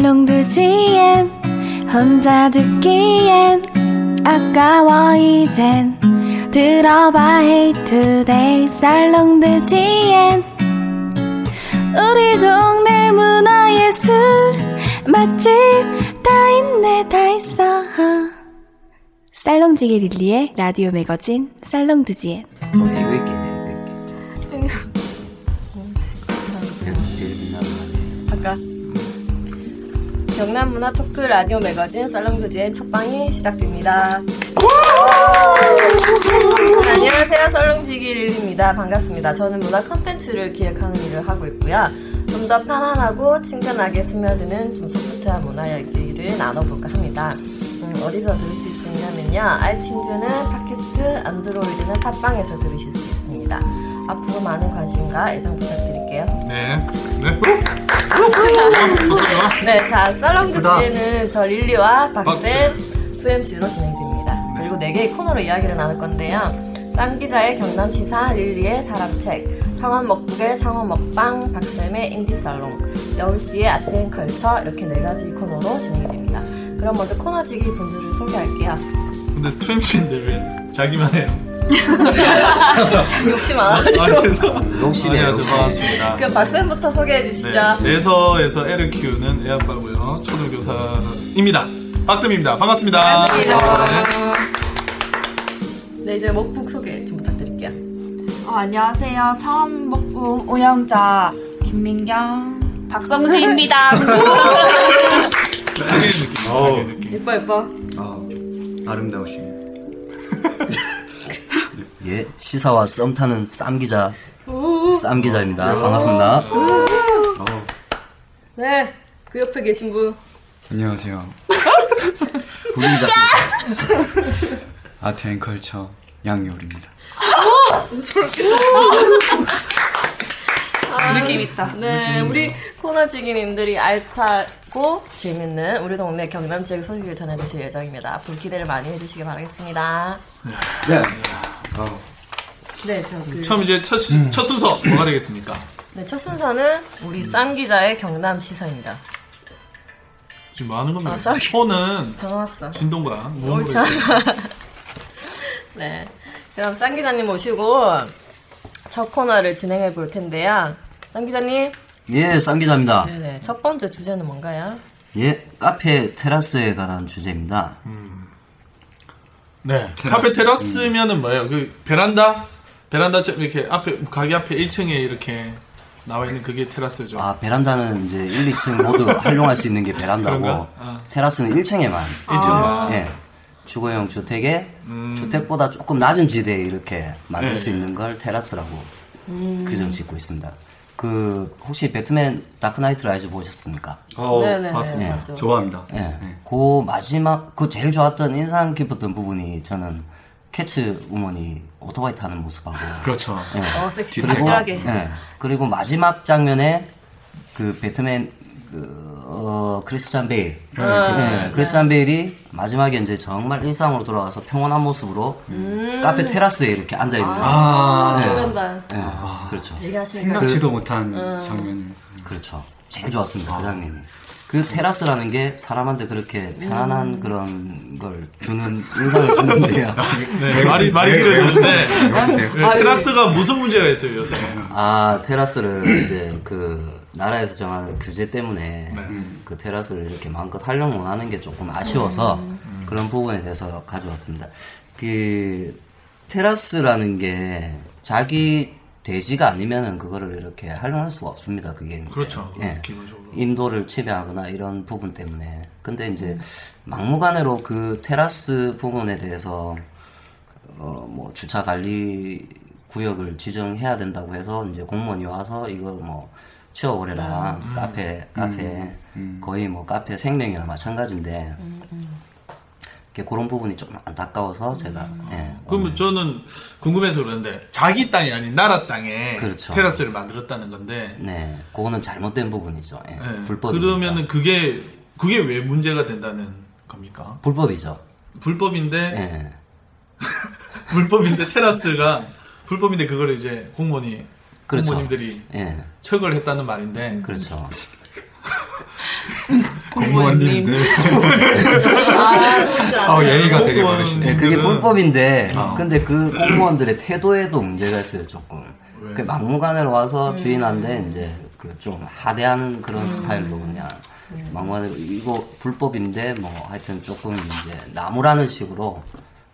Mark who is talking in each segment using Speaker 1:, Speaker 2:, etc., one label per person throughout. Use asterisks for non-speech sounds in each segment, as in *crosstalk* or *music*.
Speaker 1: 설렁두지엔 혼자 듣기엔 아까워 이젠 들어봐 Hey Today 설렁두지엔 우리 동네 문화예술 맛집 다 있네 다 있어 쌀렁지게 릴리의 라디오 매거진 쌀렁드지엔
Speaker 2: 거기 왜 이렇게
Speaker 3: 아까 경남 문화 토크 라디오 매거진 썰렁두지의 첫방이 시작됩니다. 네, 안녕하세요, 썰렁지기 릴리입니다. 반갑습니다. 저는 문화 컨텐츠를 기획하는 일을 하고 있고요. 좀 더 편안하고 친근하게 스며드는 좀 소프트한 문화 얘기를 나눠볼까 합니다. 음, 어디서 들을 수 있냐면요. 아이튠즈는 팟캐스트, 안드로이드는 팟빵에서 들으실 수 있습니다. 앞으로 많은 관심과 애정 부탁드릴게요.
Speaker 4: 네. 네. 네.
Speaker 3: 네, 자, 썰렁드
Speaker 2: 예쁘다.
Speaker 3: 지에는 저 릴리와 박쌤,
Speaker 4: 박쌤.
Speaker 3: 2MC로 진행됩니다. 그리고 4개의 코너로 이야기를 나눌 건데요. 쌈 기자의 경남 시사, 릴리의 사람책, 창원 먹국의 창원 먹방, 박쌤의 인디 살롱, 여울씨의 아트앤 컬처, 이렇게 4가지 코너로 진행이 됩니다. 그럼 먼저 코너지기 분들을 소개할게요.
Speaker 4: 근데 트램씨인데 왜 자기만 해요?
Speaker 3: 욕심 안 하죠?
Speaker 4: 아, 그래서
Speaker 2: 욕심이에요,
Speaker 4: 아니요, 저
Speaker 2: 욕심.
Speaker 4: 반갑습니다.
Speaker 3: 그럼 박쌤부터 소개해 주시죠.
Speaker 4: 네. 내서에서 애를 키우는 애아빠고요. 초등교사입니다. 박쌤입니다. 반갑습니다.
Speaker 3: 반갑습니다.
Speaker 4: 네.
Speaker 3: 네, 이제 먹북 소개 좀 부탁드릴게요.
Speaker 5: 안녕하세요. 처음 먹고 오영자 김민경.
Speaker 1: 박성주입니다
Speaker 4: 네. 자기의 느낌.
Speaker 2: 어우.
Speaker 4: 자기의 느낌.
Speaker 3: 예뻐, 예뻐.
Speaker 2: 아, 아름다우시네. *laughs* 예, 시사와 썸 타는 쌈 기자. 쌈 기자입니다. 반갑습니다.
Speaker 3: 네, 그 옆에 계신 분.
Speaker 6: *laughs*
Speaker 7: 안녕하세요.
Speaker 2: 분위자
Speaker 7: 아트 앤 컬처 양요리입니다.
Speaker 5: 아, 느낌 있다.
Speaker 3: 아, 네, 우리 코너 직인님들이 알차고 재밌는 우리 동네 경남 지역 소식을 전해주실 예정입니다. 앞으로 기대를 많이 해주시기 바라겠습니다.
Speaker 2: 네.
Speaker 3: 네, 저그
Speaker 4: 처음 이제 첫, 시- 첫 순서 뭐가 되겠습니까?
Speaker 3: 네, 첫 순서는 우리 쌍 기자의 경남 시사입니다.
Speaker 4: 지금 뭐 하는 겁니까?
Speaker 3: 아, 쌍 기자.
Speaker 4: 호는
Speaker 3: 전화 왔어.
Speaker 4: 진동관. 뭐
Speaker 3: 옳지 않아. 네, 그럼 쌍 기자님 모시고 첫 코너를 진행해 볼 텐데요. 쌍 기자님,
Speaker 2: 예, 쌈 기자입니다.
Speaker 3: 네네. 첫 번째 주제는 뭔가요?
Speaker 2: 예, 카페 테라스에 관한 주제입니다.
Speaker 4: 네. 카페 테라스면은 뭐예요? 그 베란다? 베란다 쪽 이렇게 앞에 가게 앞에 1층에 이렇게 나와 있는 그게 테라스죠.
Speaker 2: 아, 베란다는 이제 1, 2층
Speaker 4: *laughs*
Speaker 2: 모두 활용할 수 있는 게 베란다고,
Speaker 4: 그런가? 아.
Speaker 2: 테라스는 1층에만.
Speaker 4: 1층만. 음.
Speaker 2: 예. 주거용 주택에 주택보다 조금 낮은 지대에 이렇게 만들
Speaker 4: 네, 음.
Speaker 2: 수
Speaker 4: 네.
Speaker 2: 있는 걸 테라스라고 규정 짓고 있습니다. 그 혹시 배트맨 다크나이트 라이즈 보셨습니까?
Speaker 7: 어,
Speaker 3: 네네.
Speaker 4: 봤습니다.
Speaker 3: 맞죠.
Speaker 7: 좋아합니다.
Speaker 2: 예. 그 마지막 그 제일 좋았던 인상 깊었던 부분이 저는 캐츠 우먼이 오토바이 타는 모습하고
Speaker 7: 그렇죠.
Speaker 3: 어, 섹시.
Speaker 7: 그리고-
Speaker 3: 간절하게.
Speaker 2: 예. 그리고 마지막 장면에 그 배트맨 그 어, 크리스찬 베일. 예, 크리스찬 베일이 마지막에 이제 정말 일상으로 돌아와서 평온한 모습으로 카페 테라스에 이렇게 앉아 있는.
Speaker 7: 아,
Speaker 3: 조면반.
Speaker 2: 예, 그렇죠.
Speaker 3: 얘기하시니까
Speaker 7: 생각지도 못한
Speaker 3: 음.
Speaker 7: 장면을.
Speaker 2: 그렇죠. 제일 좋았습니다. 그 장면이. 그 테라스라는 게 사람한테 그렇게 편안한 그런 걸 주는 인상을 주는데요.
Speaker 4: 네, 말이 말이
Speaker 7: 네,
Speaker 4: 길어졌는데
Speaker 7: 외우세요.
Speaker 4: 네, 테라스가 무슨 문제가 있어요 요새?
Speaker 2: 아
Speaker 4: 음.
Speaker 2: 테라스를 이제 그 나라에서 정하는 규제 때문에
Speaker 4: 네. 음.
Speaker 2: 그 테라스를 이렇게 마음껏 활용 못하는 게 조금 아쉬워서
Speaker 4: 음.
Speaker 2: 그런 부분에 대해서 가져왔습니다. 그 테라스라는 게 자기 돼지가 아니면은 그거를 이렇게 활용할 수가 없습니다. 그게 이제.
Speaker 4: 그렇죠.
Speaker 2: 예.
Speaker 4: 기본적으로.
Speaker 2: 인도를 지배하거나 이런 부분 때문에. 근데
Speaker 4: 음.
Speaker 2: 이제 막무가내로 그 테라스 부분에 대해서 어 뭐 주차 관리 구역을 지정해야 된다고 해서 이제 공무원이 와서 이걸 뭐 치워버려라 카페 카페 거의 뭐 카페 생명이나 마찬가지인데 이렇게 그런 부분이 좀 안타까워서 제가 예,
Speaker 4: 그러면 저는 궁금해서 그러는데 자기 땅이 아닌 나라 땅에
Speaker 2: 그렇죠.
Speaker 4: 테라스를 만들었다는 건데
Speaker 2: 네, 그거는 잘못된 부분이죠. 예,
Speaker 4: 예,
Speaker 2: 불법이니까.
Speaker 4: 그러면은 그게 그게 왜 문제가 된다는 겁니까?
Speaker 2: 불법이죠.
Speaker 4: 불법인데
Speaker 2: 예.
Speaker 4: 불법인데 테라스가 불법인데 그걸 이제 공무원이
Speaker 2: 그렇죠.
Speaker 4: 공무원님들이
Speaker 2: 예.
Speaker 4: 철거를 했다는 말인데
Speaker 2: 그렇죠.
Speaker 3: *laughs*
Speaker 7: 공무원님들.
Speaker 3: 아, 진짜.
Speaker 7: 어, 예의가 되게
Speaker 4: 공무원.
Speaker 7: 많으시네.
Speaker 2: 예, 그게 불법인데 근데 그 공무원들의 태도에도 문제가 있어요, 조금.
Speaker 4: 왜?
Speaker 2: 그 막무가내로 와서 주인한테 이제 그 좀 하대하는 그런 스타일로 그냥 막무가내로 이거 불법인데 뭐 하여튼 조금 이제 나무라는 식으로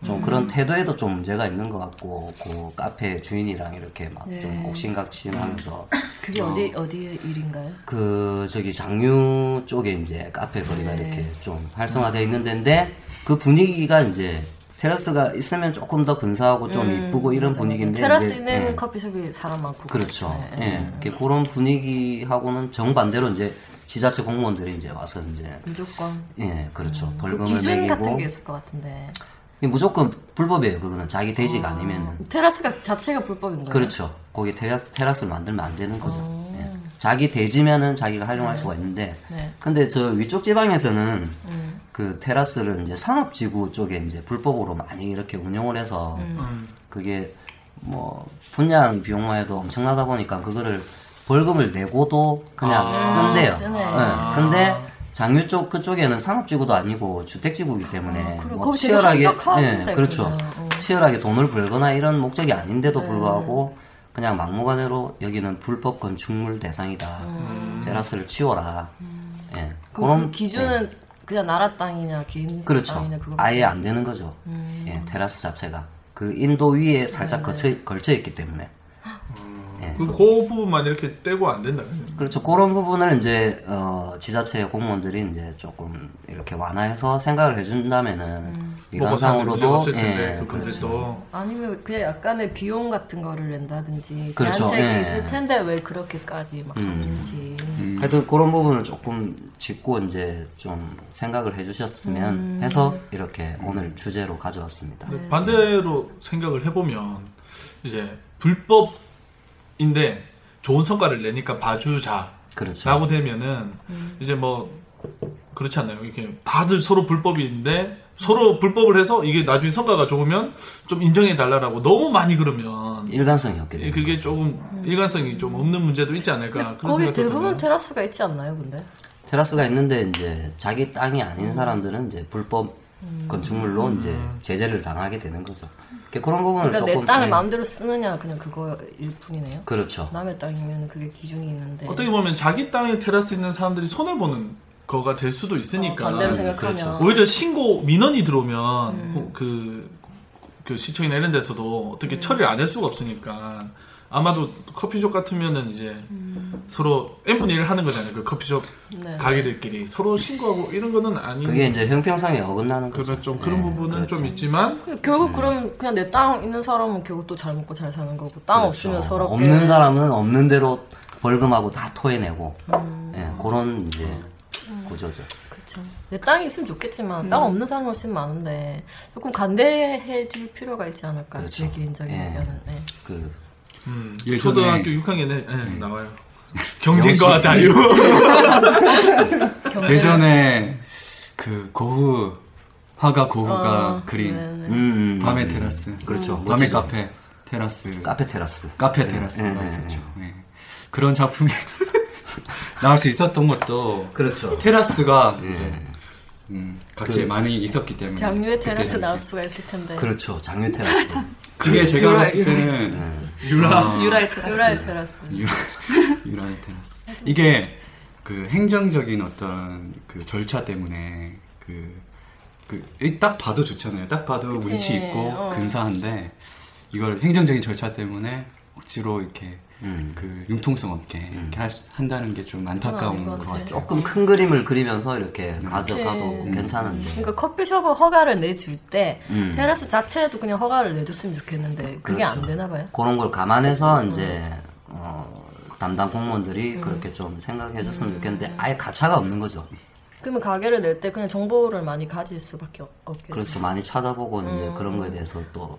Speaker 2: 좀 그런 태도에도 좀 문제가 있는 것 같고 그 카페 주인이랑 이렇게 막 좀 옥신각신하면서
Speaker 3: 그게 어디, 어디의 일인가요?
Speaker 2: 그 저기 장류 쪽에 이제 카페 거리가
Speaker 3: 네.
Speaker 2: 이렇게 좀 활성화되어 있는 데인데 그 분위기가 이제 테라스가 있으면 조금 더 근사하고 좀 이쁘고 이런 분위기인데
Speaker 3: 음, 테라스
Speaker 2: 이제,
Speaker 3: 있는
Speaker 2: 예.
Speaker 3: 커피숍이 사람 많고. 네.
Speaker 2: 그렇죠.
Speaker 3: 그렇잖아요.
Speaker 2: 예. 이렇게 그런 분위기하고는 정반대로 이제 지자체 공무원들이 이제 와서 이제
Speaker 3: 무조건.
Speaker 2: 예, 그렇죠. 벌금을
Speaker 3: 음, 기준
Speaker 2: 매기고
Speaker 3: 같은 게 있을 것 같은데.
Speaker 2: 이게 무조건 불법이에요. 그거는 자기 돼지가 아니면은
Speaker 3: 테라스가 자체가 불법인 거예요.
Speaker 2: 음.
Speaker 3: 어.
Speaker 2: 그렇죠. 거기 테라스, 테라스를 만들면 안 되는 거죠. 예. 자기 돼지면은 자기가 활용할 수가 있는데,
Speaker 3: 네. 음.
Speaker 2: 근데 저 위쪽 지방에서는 그 테라스를 이제 산업지구 쪽에 이제 불법으로 많이 이렇게 운영을 해서
Speaker 3: 음.
Speaker 2: 그게 뭐 분양 비용만 해도 엄청나다 보니까 그거를 벌금을 내고도 그냥 쓴대요.
Speaker 3: 쓰네. 아.
Speaker 2: 예. 근데 장유 쪽 그쪽에는 산업지구도 아니고 주택지구이기 때문에
Speaker 3: 그럼
Speaker 2: 뭐
Speaker 3: 거기 되게
Speaker 2: 치열하게
Speaker 3: 한적한데,
Speaker 2: 그렇죠.
Speaker 3: 그냥. 어.
Speaker 2: 치열하게 돈을 벌거나 이런 목적이 아닌데도 불구하고 그냥 막무가내로 여기는 불법 건축물 대상이다. 테라스를 치워라. 예.
Speaker 3: 그럼
Speaker 2: 그런-
Speaker 3: 그 기준은 그냥 나라 땅이냐 개인
Speaker 2: 예. 그렇죠.
Speaker 3: 땅이냐 그거.
Speaker 2: 아예 안 되는 거죠. 예, 테라스 자체가 그 인도 위에 살짝 걸쳐, 걸쳐 있기 때문에 예.
Speaker 4: 그, 그 부분만 이렇게 떼고 안 된다. 그죠?
Speaker 2: 그렇죠. 그런 부분을 이제 어, 지자체 공무원들이 이제 조금 이렇게 완화해서 생각을 해준다면은
Speaker 4: 먹고 사는 문제가
Speaker 2: 이관상으로도
Speaker 4: 없을 텐데 그
Speaker 2: 그렇죠.
Speaker 4: 또
Speaker 3: 아니면 그냥 약간의 비용 같은 거를 낸다든지
Speaker 2: 그렇죠.
Speaker 3: 대안책이
Speaker 2: 예. 음.
Speaker 3: 있을 텐데 왜 그렇게까지 막 하는지
Speaker 4: 음.
Speaker 2: 하여튼 그런 부분을 조금 짚고 이제 좀 생각을 해주셨으면
Speaker 3: 음.
Speaker 2: 해서 이렇게 오늘 주제로 가져왔습니다.
Speaker 3: 네.
Speaker 4: 근데 반대로 생각을 해보면 이제 불법인데 좋은 성과를 내니까 봐주자.
Speaker 2: 그렇죠.
Speaker 4: 라고 되면은
Speaker 3: 음.
Speaker 4: 이제 뭐 그렇지 않나요? 이렇게 다들 서로 불법인데 서로 불법을 해서 이게 나중에 성과가 좋으면 좀 인정해 달라라고 너무 많이 그러면
Speaker 2: 일관성이 없게
Speaker 4: 이-
Speaker 2: 됩니다.
Speaker 4: 그게 조금 일관성이 좀 없는 문제도 있지 않을까
Speaker 3: 음.
Speaker 4: 그런
Speaker 3: 거기
Speaker 4: 생각도
Speaker 3: 대부분
Speaker 4: 드네요.
Speaker 3: 테라스가 있지 않나요 근데?
Speaker 4: 그-
Speaker 2: 테라스가 있는데 이제 자기 땅이 아닌 사람들은 이제 불법
Speaker 3: 음.
Speaker 2: 건축물로
Speaker 4: 음.
Speaker 2: 이제 제재를 당하게 되는 거죠. 이렇게 그런 부분을
Speaker 3: 그러니까
Speaker 2: 조금
Speaker 3: 내 땅을
Speaker 2: 예,
Speaker 3: 마음대로 쓰느냐 그냥 그거 일뿐이네요
Speaker 2: 그렇죠.
Speaker 3: 남의 땅이면 그게 기준이 있는데
Speaker 4: 어떻게 보면 자기 땅에 테라스 있는 사람들이 손해 보는 거가 될 수도 있으니까
Speaker 3: 어, 반대로
Speaker 4: 그렇죠.
Speaker 3: 생각하면
Speaker 4: 오히려 신고 민원이 들어오면 그, 그 시청이나 이런 데서도 어떻게 처리를 안 할 수가 없으니까 아마도 커피숍 같으면은 이제 서로 N분의 1 하는 거잖아요. 그 커피숍
Speaker 3: 네.
Speaker 4: 가게들끼리 서로 신고하고 이런 거는 아닌
Speaker 2: 그게 이제 형평성에 어긋나는 거죠.
Speaker 4: 그래 좀 그런
Speaker 2: 예,
Speaker 4: 부분은
Speaker 2: 그렇죠.
Speaker 4: 좀 있지만
Speaker 3: 결국 그럼 그냥 내 땅 있는 사람은 결국 또 잘 먹고 잘 사는 거고 땅 없으면
Speaker 2: 어,
Speaker 3: 서럽게
Speaker 2: 없는 사람은 없는 대로 벌금하고 다 토해내고
Speaker 3: 음.
Speaker 2: 예, 그런 이제 구조죠.
Speaker 3: 그렇죠. 내 땅이 있으면
Speaker 5: 음.
Speaker 3: 좋겠지만 땅 없는 사람이 훨씬 많은데 조금 간대해질 필요가 있지 않을까 제
Speaker 2: 그렇죠.
Speaker 3: 개인적인
Speaker 2: 예.
Speaker 3: 의견은 네.
Speaker 2: 그
Speaker 7: 예전에-
Speaker 4: 음, 초등학교 6학년에 예,
Speaker 2: 음. *laughs*
Speaker 4: 나와요. 경쟁과 자유.
Speaker 7: 예전에 그 고흐 화가 고흐가
Speaker 3: 어, 아,
Speaker 7: 그린
Speaker 3: 네,
Speaker 2: 음,
Speaker 7: 밤의 테라스.
Speaker 2: 그렇죠.
Speaker 7: 밤의
Speaker 2: 멋지죠.
Speaker 7: 카페 테라스.
Speaker 2: 카페 테라스.
Speaker 7: 카페 테라스가
Speaker 2: 네.
Speaker 7: 있었죠. 네. 그런 작품이 *laughs* 나올 수 있었던 것도
Speaker 2: 그렇죠.
Speaker 3: 네.
Speaker 7: 테라스가 이제 음,
Speaker 2: 그
Speaker 7: 각지에 많이 있었기 때문에
Speaker 3: 장류의
Speaker 7: 그때
Speaker 3: 테라스
Speaker 7: 당시에.
Speaker 3: 나올 수가 있을 텐데
Speaker 2: 그렇죠. 장류
Speaker 3: 네.
Speaker 2: 테라스.
Speaker 7: 그게 제가 봤을 때는 아,
Speaker 4: 유라.
Speaker 5: 유라의 테라스.
Speaker 3: 아, 유라의 테라스
Speaker 7: 유- 유라의 테라스. 이게 그 행정적인 어떤 그 절차 때문에 그, 그, 이딱 봐도 좋잖아요. 딱 봐도
Speaker 3: 그치.
Speaker 7: 운치 있고
Speaker 3: 어.
Speaker 7: 근사한데 이걸 행정적인 절차 때문에 억지로 이렇게
Speaker 2: 음.
Speaker 7: 그 융통성 없게 이렇게 할 수- 한다는 게 좀 안타까운 것 같아요.
Speaker 2: 조금 큰 그림을 그리면서 이렇게
Speaker 7: 음.
Speaker 2: 가져가도
Speaker 3: 그치.
Speaker 2: 괜찮은데.
Speaker 3: 그러니까 커피숍을 허가를 내줄 때
Speaker 2: 음. 그렇죠.
Speaker 3: 테라스 자체에도 그냥 허가를 내줬으면 좋겠는데 그게 안 되나 봐요. 음.
Speaker 2: 그런 걸 감안해서 이제 어, 담당 공무원들이 그렇게 좀
Speaker 3: 음.
Speaker 2: 생각해줬으면 좋겠는데 아예 가차가 없는 거죠.
Speaker 3: 그러면 가게를 낼 때 그냥 정보를 많이 가질 수밖에 없겠죠.
Speaker 2: 그래서 많이 찾아보고
Speaker 3: 음.
Speaker 2: 이제 그런 거에 대해서 또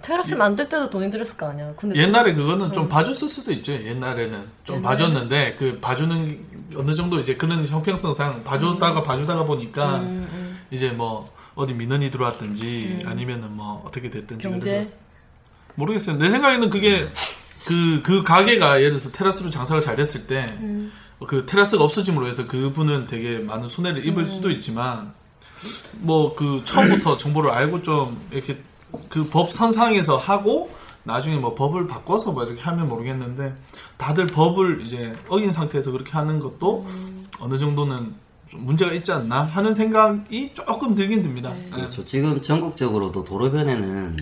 Speaker 3: 테라스 만들 때도 돈이 들었을 거 아니야. 근데
Speaker 4: 옛날에 그거는 좀 봐줬을 수도 있죠. 옛날에는 좀 봐줬는데 그 봐주는 어느 정도 이제 그런 형평성상 봐주다가 봐주다가 보니까 이제 뭐 어디 민원이 들어왔든지 아니면은 뭐 어떻게 됐든지
Speaker 3: 경제
Speaker 4: 그래서 모르겠어요. 내 생각에는 그게 그, 그 가게가 예를 들어서 테라스로 장사가 잘 됐을 때, 그 테라스가 없어짐으로 해서 그분은 되게 많은 손해를 입을 수도 있지만, 뭐 그 처음부터 정보를 알고 좀 이렇게 그 법 선상에서 하고, 나중에 뭐 법을 바꿔서 뭐 이렇게 하면 모르겠는데, 다들 법을 이제 어긴 상태에서 그렇게 하는 것도 어느 정도는 좀 문제가 있지 않나 하는 생각이 조금 들긴 듭니다. 예.
Speaker 2: 그렇죠. 지금 전국적으로도 도로변에는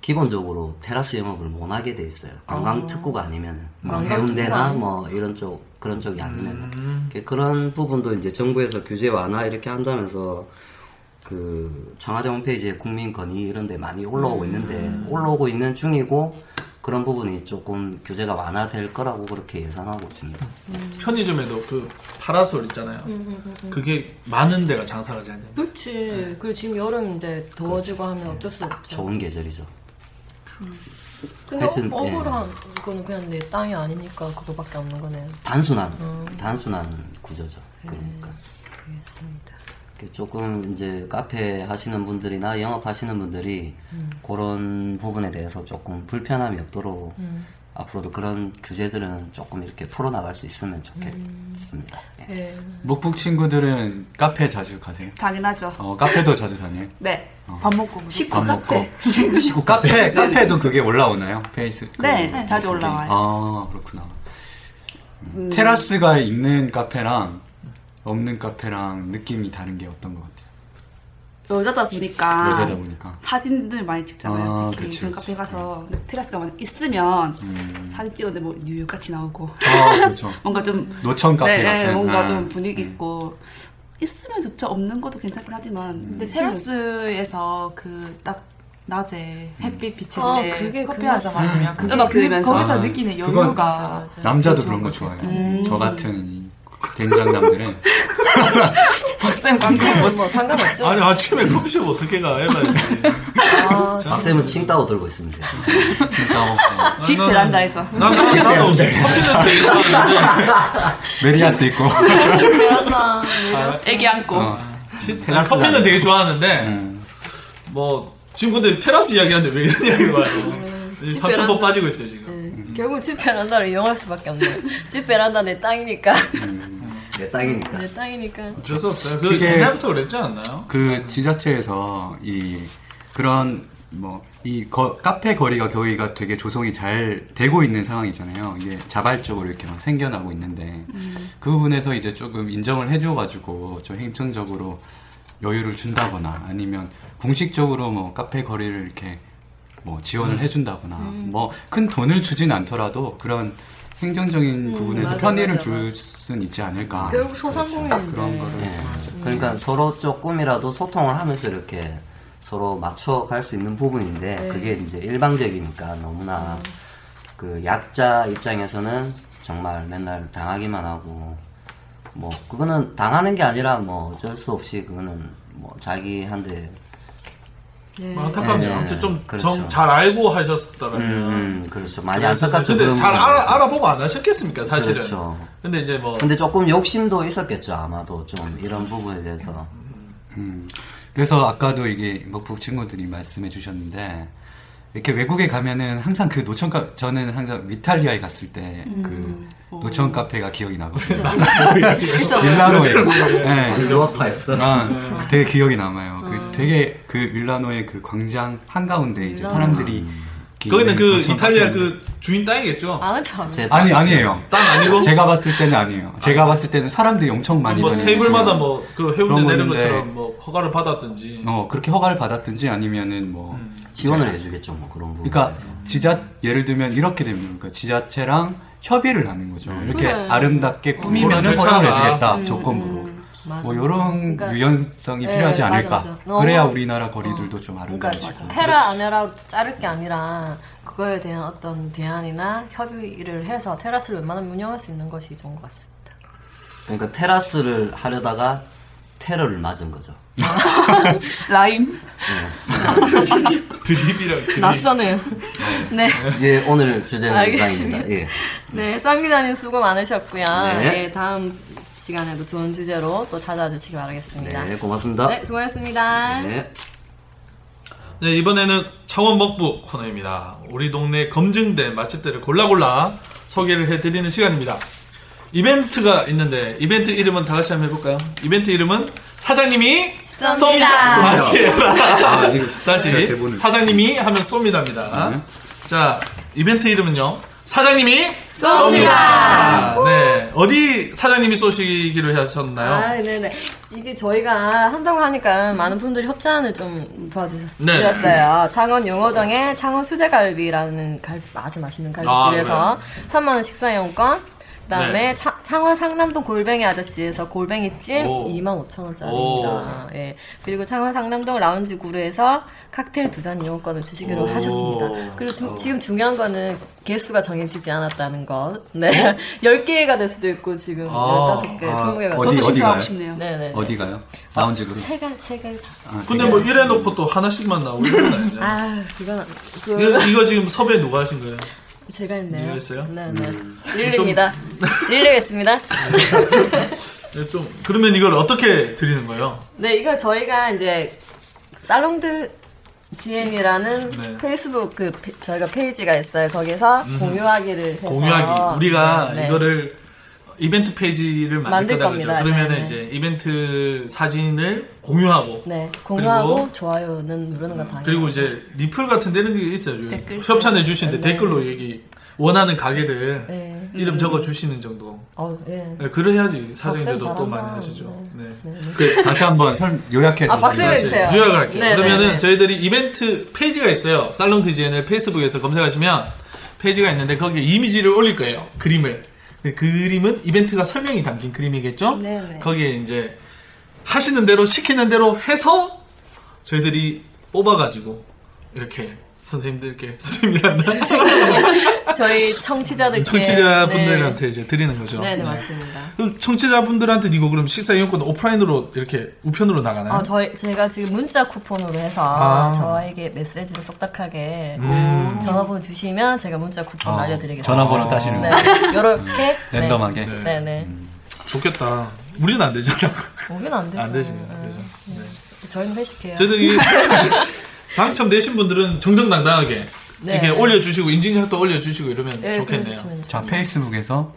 Speaker 2: 기본적으로 테라스 영업을 못 하게 돼 있어요. 관광 특구가 아니면은 뭐
Speaker 3: 관광
Speaker 2: 해운대나
Speaker 3: 특구가 음.
Speaker 2: 뭐 이런 쪽 그런 쪽이 아니면은 이렇게 그런 부분도 이제 정부에서 규제 완화 이렇게 한다면서 그 청와대 홈페이지에 국민 건의 이런 데 많이
Speaker 3: 음.
Speaker 2: 올라오고 있는데 올라오고 있는 중이고 그런 부분이 조금 규제가 완화될 거라고 그렇게 예상하고 있습니다.
Speaker 3: 음.
Speaker 4: 편의점에도 그 파라솔 있잖아요. 그게 많은 데가 장사가 잘 돼.
Speaker 3: 그렇지. 그리고 지금 여름인데 더워지고 하면 어쩔 수 없죠.
Speaker 2: 좋은 계절이죠.
Speaker 3: 근데
Speaker 2: 하여튼,
Speaker 3: 어- 억울한 거는 그냥 내 땅이 아니니까 그거밖에 없는 거네요.
Speaker 2: 단순한
Speaker 3: 음.
Speaker 2: 단순한 구조죠.
Speaker 3: 네.
Speaker 2: 그러니까.
Speaker 3: 알겠습니다.
Speaker 2: 이렇게 조금 이제 카페 하시는 분들이나 영업하시는 분들이 그런 부분에 대해서 조금 불편함이 없도록 앞으로도 그런 규제들은 조금 이렇게 풀어나갈 수 있으면 좋겠습니다. 예.
Speaker 3: 예.
Speaker 7: 목북 친구들은 카페 자주 가세요?
Speaker 5: 당연하죠.
Speaker 7: 어, 카페도 자주 다녀요?
Speaker 5: 네. 밥 먹고. 식구
Speaker 7: 밥 먹고 아, 뭐 시- 시구 카페 카페도 그게 올라오나요? 페이스
Speaker 5: 네,
Speaker 7: 그-
Speaker 5: 자주
Speaker 7: 그게.
Speaker 5: 올라와요. 음.
Speaker 7: 아 그렇구나. 음, 테라스가 있는 카페랑 없는 카페랑 느낌이 다른 게 어떤 것 같아요?
Speaker 5: 여자다 보니까.
Speaker 7: 여자다
Speaker 5: *laughs*
Speaker 7: 보니까.
Speaker 5: 사진들 많이 찍잖아요.
Speaker 7: 아,
Speaker 5: 특히
Speaker 7: 그치,
Speaker 5: 그런
Speaker 7: 그치.
Speaker 5: 카페 가서 근데 테라스가 만 있으면
Speaker 7: 음.
Speaker 5: 사진 찍었는데 뭐 뉴욕 같이 나오고
Speaker 7: 아 그렇죠.
Speaker 5: 뭔가 좀
Speaker 7: 노천 카페
Speaker 5: 네,
Speaker 7: 같은.
Speaker 5: 뭔가
Speaker 7: 아.
Speaker 5: 좀 분위기 있고 있으면 좋죠. 없는 것도 괜찮긴 하지만 근데
Speaker 3: 음.
Speaker 8: 테라스에서 그 딱 낮에 햇빛
Speaker 3: 아,
Speaker 8: 비치는데
Speaker 3: 그게
Speaker 8: 커피
Speaker 3: 그거다.
Speaker 8: 한잔 마시면 그게
Speaker 5: 음악
Speaker 8: 그,
Speaker 5: 들으면서.
Speaker 8: 거기서
Speaker 7: 아,
Speaker 8: 느끼는
Speaker 7: 그건
Speaker 8: 여유가
Speaker 7: 남자도
Speaker 5: 그렇죠.
Speaker 7: 그런 거 좋아해요.
Speaker 5: 음.
Speaker 7: 저 같은 이 된장남들은
Speaker 8: 박쌤
Speaker 3: 박사는 뭐 상관없죠.
Speaker 4: 아니 아침에 커피숍 어떻게 가? 해봐야 *laughs*
Speaker 3: 아,
Speaker 2: 박쌤은 칭따오 들고 있습니다.
Speaker 5: *laughs*
Speaker 7: 진짜 어, 어.
Speaker 5: 집 베란다에서
Speaker 4: 나도 나도 커피는 데이터
Speaker 5: *laughs*
Speaker 7: 메리아스 있고 어,
Speaker 3: 그렇다.
Speaker 5: 애기 안고
Speaker 7: 아.
Speaker 4: 난 커피는 되게 좋아하는데
Speaker 7: 음.
Speaker 4: 뭐 지금 근데 테라스 이야기하는데 왜 이런 이야기 와요? 삼천포
Speaker 3: 베란다.
Speaker 4: 빠지고 있어요 지금.
Speaker 3: 결국 집 베란다를 이용할 수밖에 없네요. 집 베란다 내 땅이니까.
Speaker 2: 내 땅이니까.
Speaker 3: *laughs* 내 땅이니까.
Speaker 4: 어쩔 수 없어요. 그
Speaker 7: 그게-
Speaker 4: 옛날부터 그랬지 않나요?
Speaker 7: 그 지자체에서 이 그런 뭐 이 카페 거리가 거기가 되게 조성이 잘 되고 있는 상황이잖아요. 이게 자발적으로 이렇게 막 생겨나고 있는데
Speaker 3: 음.
Speaker 7: 그 부분에서 이제 조금 인정을 해줘가지고 좀 행정적으로 여유를 준다거나 아니면 공식적으로 뭐 카페 거리를 이렇게 뭐 지원을
Speaker 3: 음.
Speaker 7: 해준다거나 뭐 큰 돈을 주진 않더라도 그런 행정적인 부분에서
Speaker 3: 음, 맞아,
Speaker 7: 편의를
Speaker 3: 맞아,
Speaker 7: 줄 수는 있지 않을까.
Speaker 3: 결국 소상공인인데.
Speaker 7: 그런 거를
Speaker 2: 예. 그러니까 서로 조금이라도 소통을 하면서 이렇게 서로 맞춰갈 수 있는 부분인데 그게 이제 일방적이니까 너무나 그 약자 입장에서는 정말 맨날 당하기만 하고 뭐 그거는 당하는 게 아니라 뭐 어쩔 수 없이 그거는 뭐 자기한테
Speaker 3: 예.
Speaker 4: 뭐 안타깝네요.
Speaker 2: 네,
Speaker 4: 아무튼
Speaker 2: 그렇죠.
Speaker 4: 좀잘 알고 하셨더라면.
Speaker 2: 음, 그렇죠 많이
Speaker 4: 그래서-
Speaker 2: 안타깝죠
Speaker 4: 근데
Speaker 2: 그런
Speaker 4: 잘
Speaker 2: 부분에 대해서.
Speaker 4: 알아, 알아보고 안 하셨겠습니까 사실은.
Speaker 2: 그렇죠.
Speaker 4: 근데 이제 뭐
Speaker 2: 근데 조금 욕심도 있었겠죠 아마도 좀 이런 부분에 대해서
Speaker 7: 그래서 아까도 이게 먹북 친구들이 말씀해 주셨는데 이렇게 외국에 가면은 항상 그 노천 카 저는 항상 이탈리아에 갔을 때 그 노천 카페가 기억이 나거든요.
Speaker 4: 뭐 *laughs*
Speaker 7: 밀라노에.
Speaker 4: 그렇죠.
Speaker 7: 네.
Speaker 2: 유학파였어
Speaker 7: 아, 되게 기억이 남아요. 그 되게 그 밀라노의 그 광장 한가운데 이제 사람들이
Speaker 4: 거기는 그
Speaker 7: 거쳐서
Speaker 4: 이탈리아
Speaker 7: 갔는데.
Speaker 4: 그 주인 땅이겠죠?
Speaker 3: 아, 참.
Speaker 2: 제
Speaker 7: 아니
Speaker 2: 딸이지.
Speaker 7: 아니에요.
Speaker 4: 땅 아니고
Speaker 7: 제가 봤을 때는 아니에요. 제가 봤을 때는 사람들이 엄청 많이
Speaker 4: 뭐
Speaker 7: 다니고
Speaker 4: 테이블마다 뭐 그
Speaker 7: 그런
Speaker 4: 해운대
Speaker 7: 거
Speaker 4: 내는
Speaker 7: 있는데.
Speaker 4: 것처럼 뭐 허가를 받았든지
Speaker 7: 어 그렇게 허가를 받았든지 아니면은 뭐
Speaker 4: 음.
Speaker 2: 지원을 해주겠죠 뭐 그런 부분.
Speaker 7: 그러니까 지자 예를 들면 이렇게 됩니다. 그러니까 지자체랑 협의를 하는 거죠.
Speaker 3: 음.
Speaker 7: 이렇게
Speaker 8: 그래.
Speaker 7: 아름답게 꾸미면
Speaker 4: 그런 절차가.
Speaker 7: 허가를 해주겠다 조건부로.
Speaker 3: 맞아.
Speaker 7: 뭐 이런
Speaker 3: 음, 그러니까
Speaker 7: 유연성이
Speaker 3: 예,
Speaker 7: 필요하지
Speaker 3: 맞아,
Speaker 7: 않을까.
Speaker 3: 맞아. 너무-
Speaker 7: 그래야 우리나라 거리들도 좀 아름다워지고.
Speaker 3: 그러니까 해라 안 해라 자를 게 아니라 그거에 대한 어떤 대안이나 협의를 해서 테라스를 웬만하면 운영할 수 있는 것이 좋은 것 같습니다.
Speaker 2: 그러니까 테라스를 하려다가 테러를 맞은 거죠.
Speaker 8: 라임.
Speaker 4: 드립이랑 드립
Speaker 3: 낯서네요. 네.
Speaker 2: 예 오늘 주제는
Speaker 3: 알겠습니다.
Speaker 2: 이상입니다. 예.
Speaker 3: *laughs* 네, 쌍 기자님 수고 많으셨고요.
Speaker 2: 네.
Speaker 3: 예, 다음 시간에도 좋은 주제로 또 찾아주시기 바라겠습니다.
Speaker 2: 네
Speaker 3: 네,
Speaker 2: 고맙습니다.
Speaker 3: 수고하셨습니다.
Speaker 2: 네.
Speaker 4: 네, 이번에는 창원먹부 코너입니다. 우리 동네 검증된 맛집들을 골라골라 소개를 해드리는 시간입니다. 이벤트가 있는데, 이벤트 이름은 다 같이 한번 해볼까요? 이벤트 이름은 사장님이
Speaker 3: 쏩니다.
Speaker 4: 다시 해라.
Speaker 7: 아, 이거 제가
Speaker 4: 다시.
Speaker 7: 대본을- 네.
Speaker 4: 사장님이 하면 쏩니다입니다. 자, 이벤트 이름은요. 사장님이
Speaker 3: 쏩니다.
Speaker 4: 쏩니다. 네. 어디 사장님이 쏘시기로
Speaker 3: 아,
Speaker 4: 하셨나요?
Speaker 3: 네네. 이게 저희가 한다고 하니까 많은 분들이 협찬을 좀
Speaker 4: 네.
Speaker 3: 도와주셨어요. 창원 용호동의 창원 수제갈비라는 갈- 아주 맛있는 갈비집에서 3만원 식사용권, 그 다음에
Speaker 4: 네.
Speaker 3: 창원 상남동 골뱅이 아저씨에서 골뱅이찜
Speaker 4: 오.
Speaker 3: 25,000원짜리입니다. 예. 그리고 창원 상남동 라운지 구르에서 칵테일 두 잔 이용권을 주시기로
Speaker 4: 오. 어.
Speaker 3: 하셨습니다. 그리고 주- 지금 중요한 거는 개수가 정해지지 않았다는 것. 네. *laughs* 10개가 될 수도 있고 지금
Speaker 4: 어? 아.
Speaker 3: 15개,
Speaker 7: 아,
Speaker 3: 20개가
Speaker 7: 어디-
Speaker 5: 저도
Speaker 7: 어디 가요?
Speaker 5: 신청하고 싶네요.
Speaker 3: 네네.
Speaker 7: 어디 가요?
Speaker 3: 아,
Speaker 7: 라운지로.
Speaker 3: 세갈 세갈 다.
Speaker 7: 아,
Speaker 4: 근데 뭐 이래 놓고 또 하나씩만 나오는 건 아니죠.
Speaker 3: 아 이건 그
Speaker 4: 이거, 이거 지금 섭외 누가 하신 거예요?
Speaker 3: 제가
Speaker 4: 이거
Speaker 3: 했네요.
Speaker 4: 했어요? 음.
Speaker 3: 네네. 릴레입니다.
Speaker 4: *laughs*
Speaker 3: 릴레겠습니다.
Speaker 4: 네, 좀 그러면 이걸 어떻게 드리는 거예요?
Speaker 3: 네 이거 저희가 이제 살롱드 지엔이라는
Speaker 4: 네. 음.
Speaker 3: 페이스북 그 페- 저희가 페이지가 있어요. 거기서 공유하기를 해서
Speaker 4: 공유하기. 우리가
Speaker 3: 네, 네.
Speaker 4: 이거를 이벤트 페이지를 만들,
Speaker 3: 만들
Speaker 4: 거다
Speaker 3: 겁니다.
Speaker 4: 그죠? 그러면
Speaker 3: 네,
Speaker 4: 은
Speaker 3: 네.
Speaker 4: 이제 이벤트 사진을 공유하고
Speaker 3: 네 공유하고
Speaker 4: 그리고- 음.
Speaker 3: 좋아요는 누르는 건 다.
Speaker 4: 그리고 이제 리플 같은 데는 게 있어요. 그
Speaker 5: 댓글.
Speaker 4: 협찬해 주시는데 댓글로 여기 원하는 가게들
Speaker 3: 네.
Speaker 4: 이름 적어 주시는 정도.
Speaker 3: 어 예.
Speaker 4: 네, 그래야지
Speaker 3: 박쌤
Speaker 4: 사장님들도 또
Speaker 3: 잘한다.
Speaker 4: 많이 하시죠. 네.
Speaker 7: 그 다시 한번 설 요약해서.
Speaker 3: 아, 박수
Speaker 7: 드리겠습니다.
Speaker 3: 해주세요.
Speaker 4: 네, 요약을 할게요.
Speaker 3: 네,
Speaker 4: 그러면은
Speaker 3: 네, 네.
Speaker 4: 저희들이 이벤트 페이지가 있어요. 살롱 디지엔을 페이스북에서 검색하시면 페이지가 있는데 거기에 이미지를 올릴 거예요. 그림을. 그 그림은 이벤트가 설명이 담긴 그림이겠죠?
Speaker 3: 네, 네.
Speaker 4: 거기에 이제 하시는 대로 시키는 대로 해서 저희들이 뽑아가지고 이렇게 선생님들께 *laughs* 선생님이란다
Speaker 3: 저희 청취자들께
Speaker 4: 청취자분들한테 이제 드리는 거죠.
Speaker 3: 네네 네,
Speaker 4: 네.
Speaker 3: 맞습니다.
Speaker 4: 그럼 청취자분들한테 이거 그럼 식사 이용권 오프라인으로 이렇게 우편으로 나가나요?
Speaker 3: 아, 저희 제가 지금 문자 쿠폰으로 해서
Speaker 4: 네. 아. 음.
Speaker 3: 저에게 메시지로 쏙딱하게 음, 전화번호 주시면 제가 문자 쿠폰
Speaker 4: 아,
Speaker 7: 어,
Speaker 3: 알려드리겠습니다.
Speaker 7: 전화번호 따시는
Speaker 3: 네,
Speaker 7: 거.
Speaker 3: 요렇게
Speaker 4: *laughs*
Speaker 7: 랜덤하게.
Speaker 4: 네.
Speaker 3: 네, 네.
Speaker 4: 좋겠다. 우리는 안 되잖아.
Speaker 3: 오긴 안 되죠.
Speaker 4: 안 되지. 안
Speaker 3: 네.
Speaker 4: 되죠. 네.
Speaker 3: 저희는 회식해요.
Speaker 5: 네.
Speaker 4: 저희들이 *laughs* 당첨되신 분들은 정정당당하게
Speaker 3: 네.
Speaker 4: 이렇게 올려주시고 인증샷도 올려주시고 이러면
Speaker 3: 예,
Speaker 4: 좋겠네요.
Speaker 3: 그려주시면
Speaker 7: 자
Speaker 3: 좋죠.
Speaker 7: 페이스북에서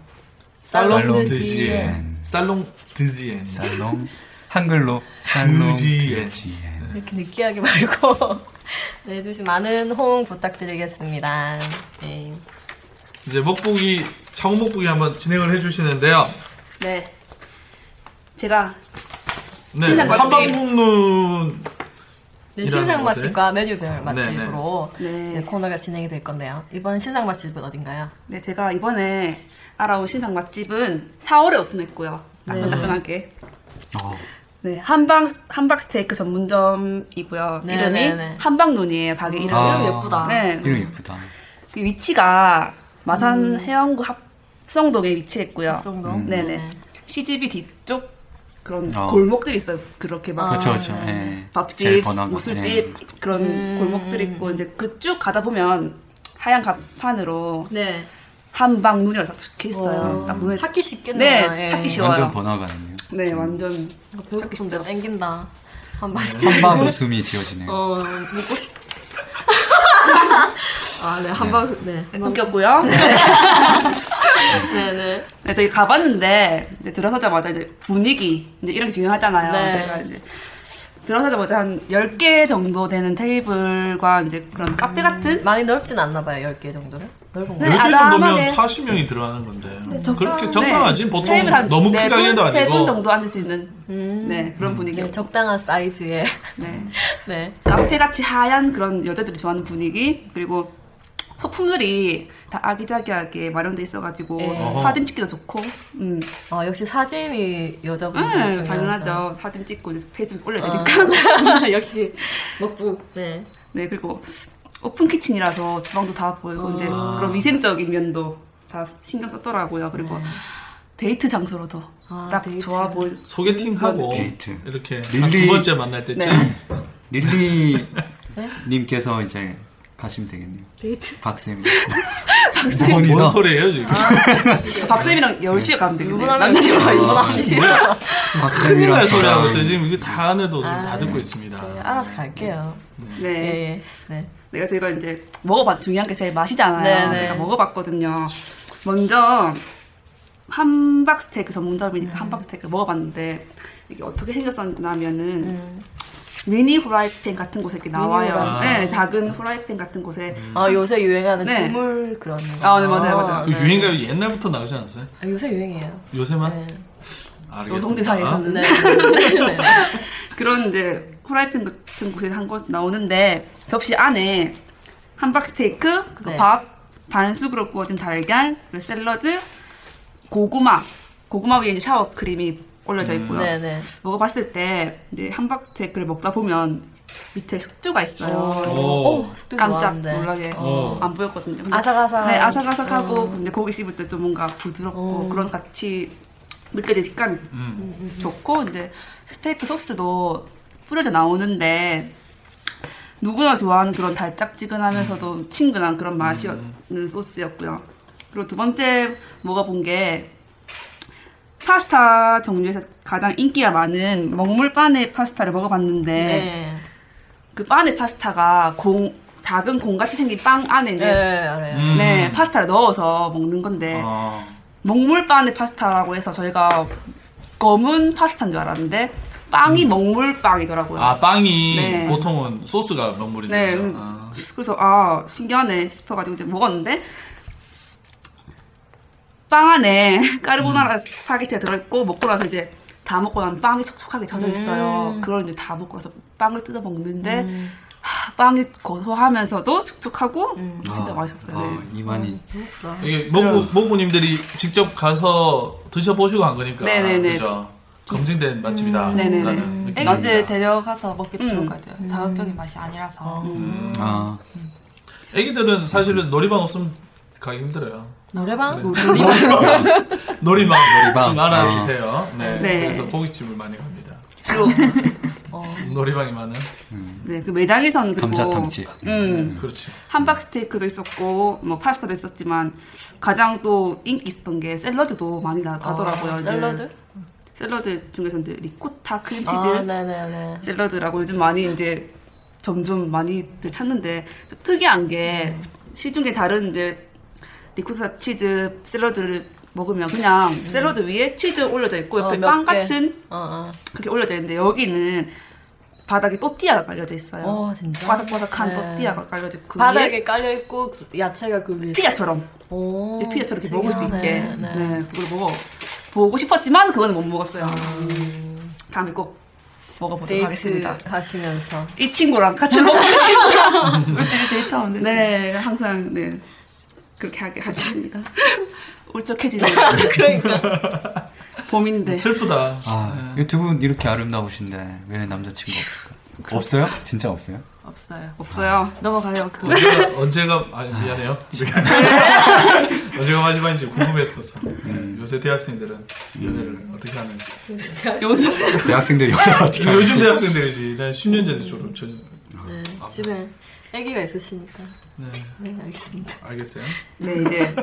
Speaker 4: 살롱
Speaker 3: 네,
Speaker 4: 드지엔.
Speaker 7: 드지엔.
Speaker 4: 살롱 드지엔.
Speaker 7: 살롱 한글로 살롱
Speaker 4: 네. 드지엔.
Speaker 7: 드지엔. 예.
Speaker 3: 이렇게 느끼하게 말고 *laughs* 네, 주신 많은 호응 부탁드리겠습니다. 네.
Speaker 4: 이제 먹보기 차원 먹보기 한번 진행을 해주시는데요.
Speaker 5: 네. 제가
Speaker 4: 네,
Speaker 5: 신상 맛집.
Speaker 4: 한방문문
Speaker 3: 네,
Speaker 4: 이라는
Speaker 3: 신상
Speaker 4: 곳에? 네,
Speaker 3: 맛집과 메뉴별 맛집으로
Speaker 5: 네, 네.
Speaker 3: 이제 코너가 진행이 될 건데요. 이번 신상 맛집은 어딘가요?
Speaker 5: 네, 제가 이번에 알아온 신상 맛집은 4월에 오픈했고요. 따끈따끈하게.
Speaker 7: 어.
Speaker 5: 네, 한방 한박 스테이크 전문점이고요.
Speaker 3: 네,
Speaker 5: 이름이
Speaker 3: 네, 네.
Speaker 5: 한방눈이에요. 가게 이름이.
Speaker 7: 아.
Speaker 3: 이름 예쁘다.
Speaker 5: 네.
Speaker 7: 이름 이쁘다.
Speaker 5: 그 위치가 마산 해영구 합성동에 위치했고요.
Speaker 3: 음. 합성동?
Speaker 4: 음.
Speaker 5: 네네.
Speaker 3: 네.
Speaker 5: CGV 뒤쪽 그런
Speaker 7: 어.
Speaker 5: 골목들이 있어요. 그렇게 막
Speaker 7: 그렇죠, 그렇죠. 예. 제일
Speaker 5: 밥집,
Speaker 7: 번화가. 예.
Speaker 5: 뭐 술집
Speaker 4: 네.
Speaker 5: 그런
Speaker 3: 음.
Speaker 5: 골목들이 있고 이제 그 쭉 가다 보면 하얀 간판으로
Speaker 3: 네.
Speaker 5: 한방 눈이라고 딱 적혀 있어요. 딱 눈에
Speaker 3: 찾기 쉽겠네요. 아,
Speaker 5: 네, 찾기
Speaker 7: 예.
Speaker 5: 쉬워요.
Speaker 7: 완전 번화가네요.
Speaker 5: 네, 완전
Speaker 3: 배고프 진짜 땡긴다. 한 박스.
Speaker 7: 한방 웃음이
Speaker 3: *laughs*
Speaker 7: 지어지네요.
Speaker 3: 어, 먹고
Speaker 5: *laughs*
Speaker 3: 싶. 아, 네, 한 박, 네. *laughs*
Speaker 5: 웃겼고요.
Speaker 3: 네, 네.
Speaker 5: 네, 저희 가봤는데 이제 들어서자마자 이제 분위기 이제 이런 게 중요하잖아요.
Speaker 3: 네.
Speaker 5: 제가 이제 들어서자 먼저 한 10개 정도 되는 테이블과 이제 그런
Speaker 3: 음.
Speaker 5: 카페 같은
Speaker 3: 네. 많이 넓진 않나 봐요. 10개 정도는. 넓은 거.
Speaker 5: 네,
Speaker 4: 10개
Speaker 5: 아담하네.
Speaker 4: 정도면 40명이 들어가는 건데 그렇게
Speaker 5: 네,
Speaker 4: 적당하지 보통
Speaker 5: 테이블 한
Speaker 4: 너무
Speaker 5: 네
Speaker 4: 크게
Speaker 5: 분,
Speaker 4: 하기도
Speaker 5: 세분
Speaker 4: 아니고 음.
Speaker 5: 정도 앉을 수 있는 네, 그런 분위기.
Speaker 3: 음. 네,
Speaker 5: *laughs*
Speaker 3: 적당한 사이즈의
Speaker 5: 네.
Speaker 3: 네.
Speaker 5: 카페같이 하얀 그런 여자들이 좋아하는 분위기 그리고 소품들이 다 아기자기하게 마련돼 있어가지고
Speaker 3: 예.
Speaker 4: 어허.
Speaker 5: 사진 찍기도 좋고 음.
Speaker 3: 어, 역시 사진이 여자분들
Speaker 5: 네,
Speaker 3: 중요해서.
Speaker 5: 당연하죠 사진 찍고 이제 페이스북 올려야
Speaker 3: 어.
Speaker 5: 되니까
Speaker 3: *laughs*
Speaker 5: 역시
Speaker 3: 먹부. 네.
Speaker 5: *laughs* 네 그리고 오픈 키친이라서 주방도 다 보이고
Speaker 3: 아.
Speaker 5: 이제 그런 위생적인 면도 다 신경 썼더라고요 그리고 데이트 장소로도
Speaker 3: 네. 아,
Speaker 5: 딱
Speaker 3: 데이트.
Speaker 5: 좋아 보일
Speaker 4: 소개팅하고
Speaker 7: 데이트.
Speaker 4: 이렇게 한
Speaker 7: 릴리-
Speaker 4: 두 번째 만날 때쯤
Speaker 5: 네.
Speaker 7: 릴리 님께서 이제 가시면 되겠네요.
Speaker 3: 데이트.
Speaker 7: 박쌤.
Speaker 4: 뭔
Speaker 7: 어디서?
Speaker 4: 소리예요
Speaker 5: 아,
Speaker 4: 지금
Speaker 5: *laughs* 박쌤이랑 10시에 가면 되겠네요
Speaker 3: 유부남이 싫어. 유부남이 싫어.
Speaker 4: 큰일 날
Speaker 7: 박쌤이랑
Speaker 4: 소리 하고
Speaker 7: 저랑
Speaker 4: 있어요 지금 이게 다 안에도
Speaker 5: 아,
Speaker 4: 지금 다 듣고
Speaker 5: 그
Speaker 4: 있습니다
Speaker 3: 알아서 갈게요. 예,
Speaker 5: 네.
Speaker 3: 예. 네.
Speaker 5: 내가 제가 이제 먹어봤 중요한 게 제일 맛이잖아요.
Speaker 3: 네네.
Speaker 5: 제가 먹어봤거든요. 먼저 함박 스테이크
Speaker 3: 음.
Speaker 5: 전문점이니까 함박 스테이크 먹어봤는데 이게 어떻게 생겼었냐면은
Speaker 3: 음.
Speaker 5: 미니 후라이팬 같은 곳에 이렇게 나와요.
Speaker 3: 후라이팬.
Speaker 5: 네, 작은 후라이팬 같은 곳에
Speaker 4: 음.
Speaker 3: 아, 요새 유행하는
Speaker 5: 네.
Speaker 3: 주물 그런 거.
Speaker 5: 아, 네, 맞아요, 맞아요.
Speaker 4: 그 유행가 옛날부터 나오지 않았어요?
Speaker 3: 아, 요새 유행이에요.
Speaker 4: 요새만?
Speaker 3: 네.
Speaker 5: 노동대
Speaker 4: 알겠습니다
Speaker 5: 사이에서는 그런 이제 후라이팬 같은 곳에 한 곳 나오는데 접시 안에 함박 스테이크, 그리고
Speaker 3: 네.
Speaker 5: 밥, 반숙으로 구워진 달걀, 그리고 샐러드, 고구마, 고구마 위에 이제 샤워 크림이 올려져 있고요.
Speaker 3: 네, 네.
Speaker 5: 먹어봤을 때 이제 함박 스테이크를 먹다 보면 밑에 숙주가 있어요.
Speaker 4: 오.
Speaker 3: 오, 숙도
Speaker 5: 깜짝
Speaker 3: 좋아하는데.
Speaker 5: 놀라게
Speaker 4: 어.
Speaker 5: 안 보였거든요. 근데
Speaker 3: 아삭아삭. 어.
Speaker 5: 네, 아삭아삭하고 근데 고기 씹을 때 좀 뭔가 부드럽고 그런 같이 느껴질 식감이
Speaker 3: 음,
Speaker 5: 좋고 이제 스테이크 소스도 뿌려져 나오는데 누구나 좋아하는 그런 달짝지근하면서도 친근한 그런 맛이었는
Speaker 3: 음.
Speaker 5: 소스였고요. 그리고 두 번째 먹어본 게 파스타 종류에서 가장 인기가 많은 먹물 빠네 파스타를 먹어봤는데
Speaker 3: 네.
Speaker 5: 그 빵의 파스타가 공 작은 공같이 생긴 빵 안에
Speaker 3: 네,
Speaker 5: 이제
Speaker 3: 알아요.
Speaker 4: 음.
Speaker 5: 네 파스타를 넣어서 먹는 건데
Speaker 4: 아.
Speaker 5: 먹물 빵의 파스타라고 해서 저희가 검은 파스타인 줄 알았는데 빵이 먹물 빵이더라고요.
Speaker 4: 음. 아 빵이
Speaker 5: 네.
Speaker 4: 보통은 소스가 명물이죠.
Speaker 5: 네, 음.
Speaker 4: 아.
Speaker 5: 그래서 아 신기하네 싶어가지고 이제 먹었는데 빵 안에 *laughs* 까르보나라 스파게티가 들어있고 먹고 나서 이제 다 먹고 나면 빵이 촉촉하게 젖어 있어요. 그걸 이제 다 먹고 나서 빵을 뜯어 먹는데 하, 빵이 고소하면서도 촉촉하고 진짜
Speaker 7: 아,
Speaker 5: 맛있었어요. 네.
Speaker 7: 아, 이만희
Speaker 4: 이게 모부 모부님들이 직접 가서 드셔보시고 한 거니까
Speaker 5: 네네네. 음.
Speaker 4: 그죠? 검증된 맛집이다.
Speaker 5: 네네네.
Speaker 4: 라는
Speaker 3: 음.
Speaker 8: 애기들
Speaker 4: 느낌입니다.
Speaker 8: 데려가서 먹기 좋을 것 같아요. 자극적인 맛이
Speaker 3: 음.
Speaker 8: 아니라서.
Speaker 7: 아,
Speaker 4: 애기들은 사실은 놀이방 없으면 가기
Speaker 5: *laughs*
Speaker 4: 힘들어요.
Speaker 3: 노래방? *laughs*
Speaker 4: 놀이방
Speaker 7: 놀이방.
Speaker 4: 좀 알아주세요. 네.
Speaker 5: 네.
Speaker 4: 그래서 고깃집을 많이 갑니다.
Speaker 5: 그리고
Speaker 3: 어.
Speaker 4: 놀이방이 많은.
Speaker 5: 네, 그 매장에서는 그리고
Speaker 7: 감자탕집.
Speaker 5: 음,
Speaker 4: 그렇지.
Speaker 5: 함박 스테이크도 있었고 뭐 파스타도 있었지만 가장 또 인기 있었던 게 샐러드도 많이 나가더라고요.
Speaker 3: 아,
Speaker 5: 이제.
Speaker 3: 샐러드?
Speaker 5: 샐러드 중에서는 이제 리코타 크림치즈
Speaker 3: 아, 네네네.
Speaker 5: 샐러드라고 요즘 많이 이제 점점 많이들 찾는데 좀 특이한 게
Speaker 3: 음.
Speaker 5: 시중에 다른 이제 리코타 치즈 샐러드를 먹으면 그냥 샐러드 위에 치즈 올려져 있고
Speaker 3: 음. 어,
Speaker 5: 옆에
Speaker 3: 몇
Speaker 5: 빵
Speaker 3: 개.
Speaker 5: 같은
Speaker 3: 어, 어.
Speaker 5: 그렇게 올려져 있는데 여기는 바닥에 또띠아가 깔려져 있어요.
Speaker 3: 어, 진짜?
Speaker 5: 바삭바삭한
Speaker 3: 네.
Speaker 5: 또띠아가 깔려져 있고 그
Speaker 3: 바닥에
Speaker 5: 위에
Speaker 3: 깔려있고, 야채가 그 위에.
Speaker 5: 피자처럼
Speaker 3: 오.
Speaker 5: 피자처럼 이렇게
Speaker 3: 어, 되게
Speaker 5: 먹을 수
Speaker 3: 하네.
Speaker 5: 있게
Speaker 3: 네.
Speaker 5: 네. 그걸 먹어 보고 싶었지만 그거는 못 먹었어요. 음, 다음에 꼭 먹어보도록
Speaker 3: 아. 데이트
Speaker 5: 하겠습니다.
Speaker 3: 하시면서.
Speaker 5: 이 친구랑 같이 먹고
Speaker 3: *laughs*
Speaker 5: 친구랑
Speaker 8: 우리들이 데이트하는데.
Speaker 5: 네 항상 네 그렇게 하게 하지 합니다
Speaker 3: *laughs*
Speaker 5: 울적해지는
Speaker 3: 그러니까.
Speaker 5: 봄인데
Speaker 4: 슬프다.
Speaker 7: 아 두 분 이렇게 아름다우신데 왜 남자친구 없을까? 없어요? 진짜 없어요?
Speaker 8: 없어요.
Speaker 5: 없어요
Speaker 8: 넘어가요. 그거.
Speaker 4: 언제가, 언제가 아 미안해요. *laughs* 언제가 마지막인지 궁금했었어. 요새 대학생들은 연애를 어떻게 하는지.
Speaker 5: 요즘
Speaker 7: 대학생들이 연애 어떻게 하지?
Speaker 4: 요즘 대학생들이지. 난 10년 전에 졸업 전.
Speaker 3: 네, 집에 아기가 있으시니까.
Speaker 4: 네,
Speaker 3: 네, 알겠습니다.
Speaker 4: 알겠어요.
Speaker 5: 네 이제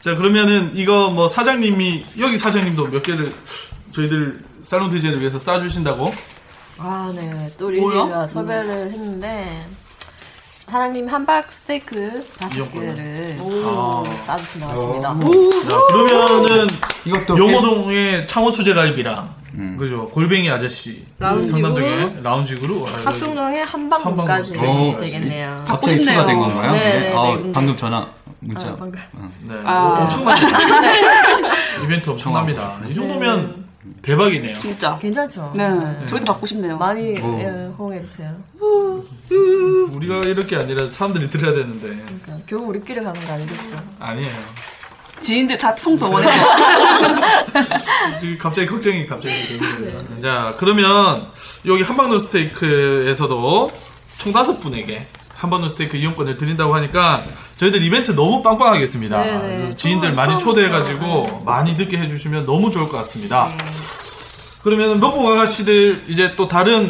Speaker 4: 자 그러면은 이거 뭐 사장님이 여기 사장님도 몇 개를 저희들 살롱 디제를 위해서 싸주신다고.
Speaker 3: 아, 네. 또
Speaker 5: 뭐요?
Speaker 3: 리리가 섭외를 했는데, 사장님 함박 스테이크 다섯
Speaker 4: 이용권을.
Speaker 3: 개를
Speaker 4: 아.
Speaker 3: 싸주신 것 같습니다.
Speaker 4: 자, 그러면은
Speaker 7: 이것도 어,
Speaker 4: 용호동의 창원 수제갈비랑 그죠. 골뱅이 아저씨.
Speaker 3: 라운지
Speaker 4: 상담동에 라운지 그룹. 아,
Speaker 3: 합성동의 한방문까지
Speaker 4: 한방문.
Speaker 7: 어,
Speaker 3: 되겠네요.
Speaker 7: 갑자기
Speaker 5: 싶네요.
Speaker 7: 추가된 건가요?
Speaker 3: 네, 네,
Speaker 7: 아,
Speaker 3: 네.
Speaker 7: 방금 전화 문자.
Speaker 3: 아, 반가-
Speaker 4: 네.
Speaker 5: 아.
Speaker 4: 엄청납니다. 이벤트 엄청납니다. 이 정도면 대박이네요.
Speaker 5: 진짜.
Speaker 3: 괜찮죠?
Speaker 5: 네. 저희도 받고 싶네요.
Speaker 3: 많이 예, 호응해주세요.
Speaker 4: 우리가 이렇게 아니라 사람들이 들어야 되는데
Speaker 3: 그러니까 겨우 우리끼리 가는 거 아니겠죠?
Speaker 4: 아니에요.
Speaker 5: 지인들 다 총동원해서.
Speaker 3: 네.
Speaker 5: *laughs*
Speaker 4: 지금 갑자기 걱정이 갑자기 되네요. 자 그러면 여기 한방눈 스테이크에서도 총 다섯 분에게 한방눈 스테이크 이용권을 드린다고 하니까 저희들 이벤트 너무 빵빵하겠습니다.
Speaker 3: 네, 네.
Speaker 4: 그래서 지인들
Speaker 3: 처음,
Speaker 4: 많이
Speaker 3: 처음부터.
Speaker 4: 초대해가지고 많이 늦게 해주시면 너무 좋을 것 같습니다. 그러면 몇분 아가씨들 이제 또 다른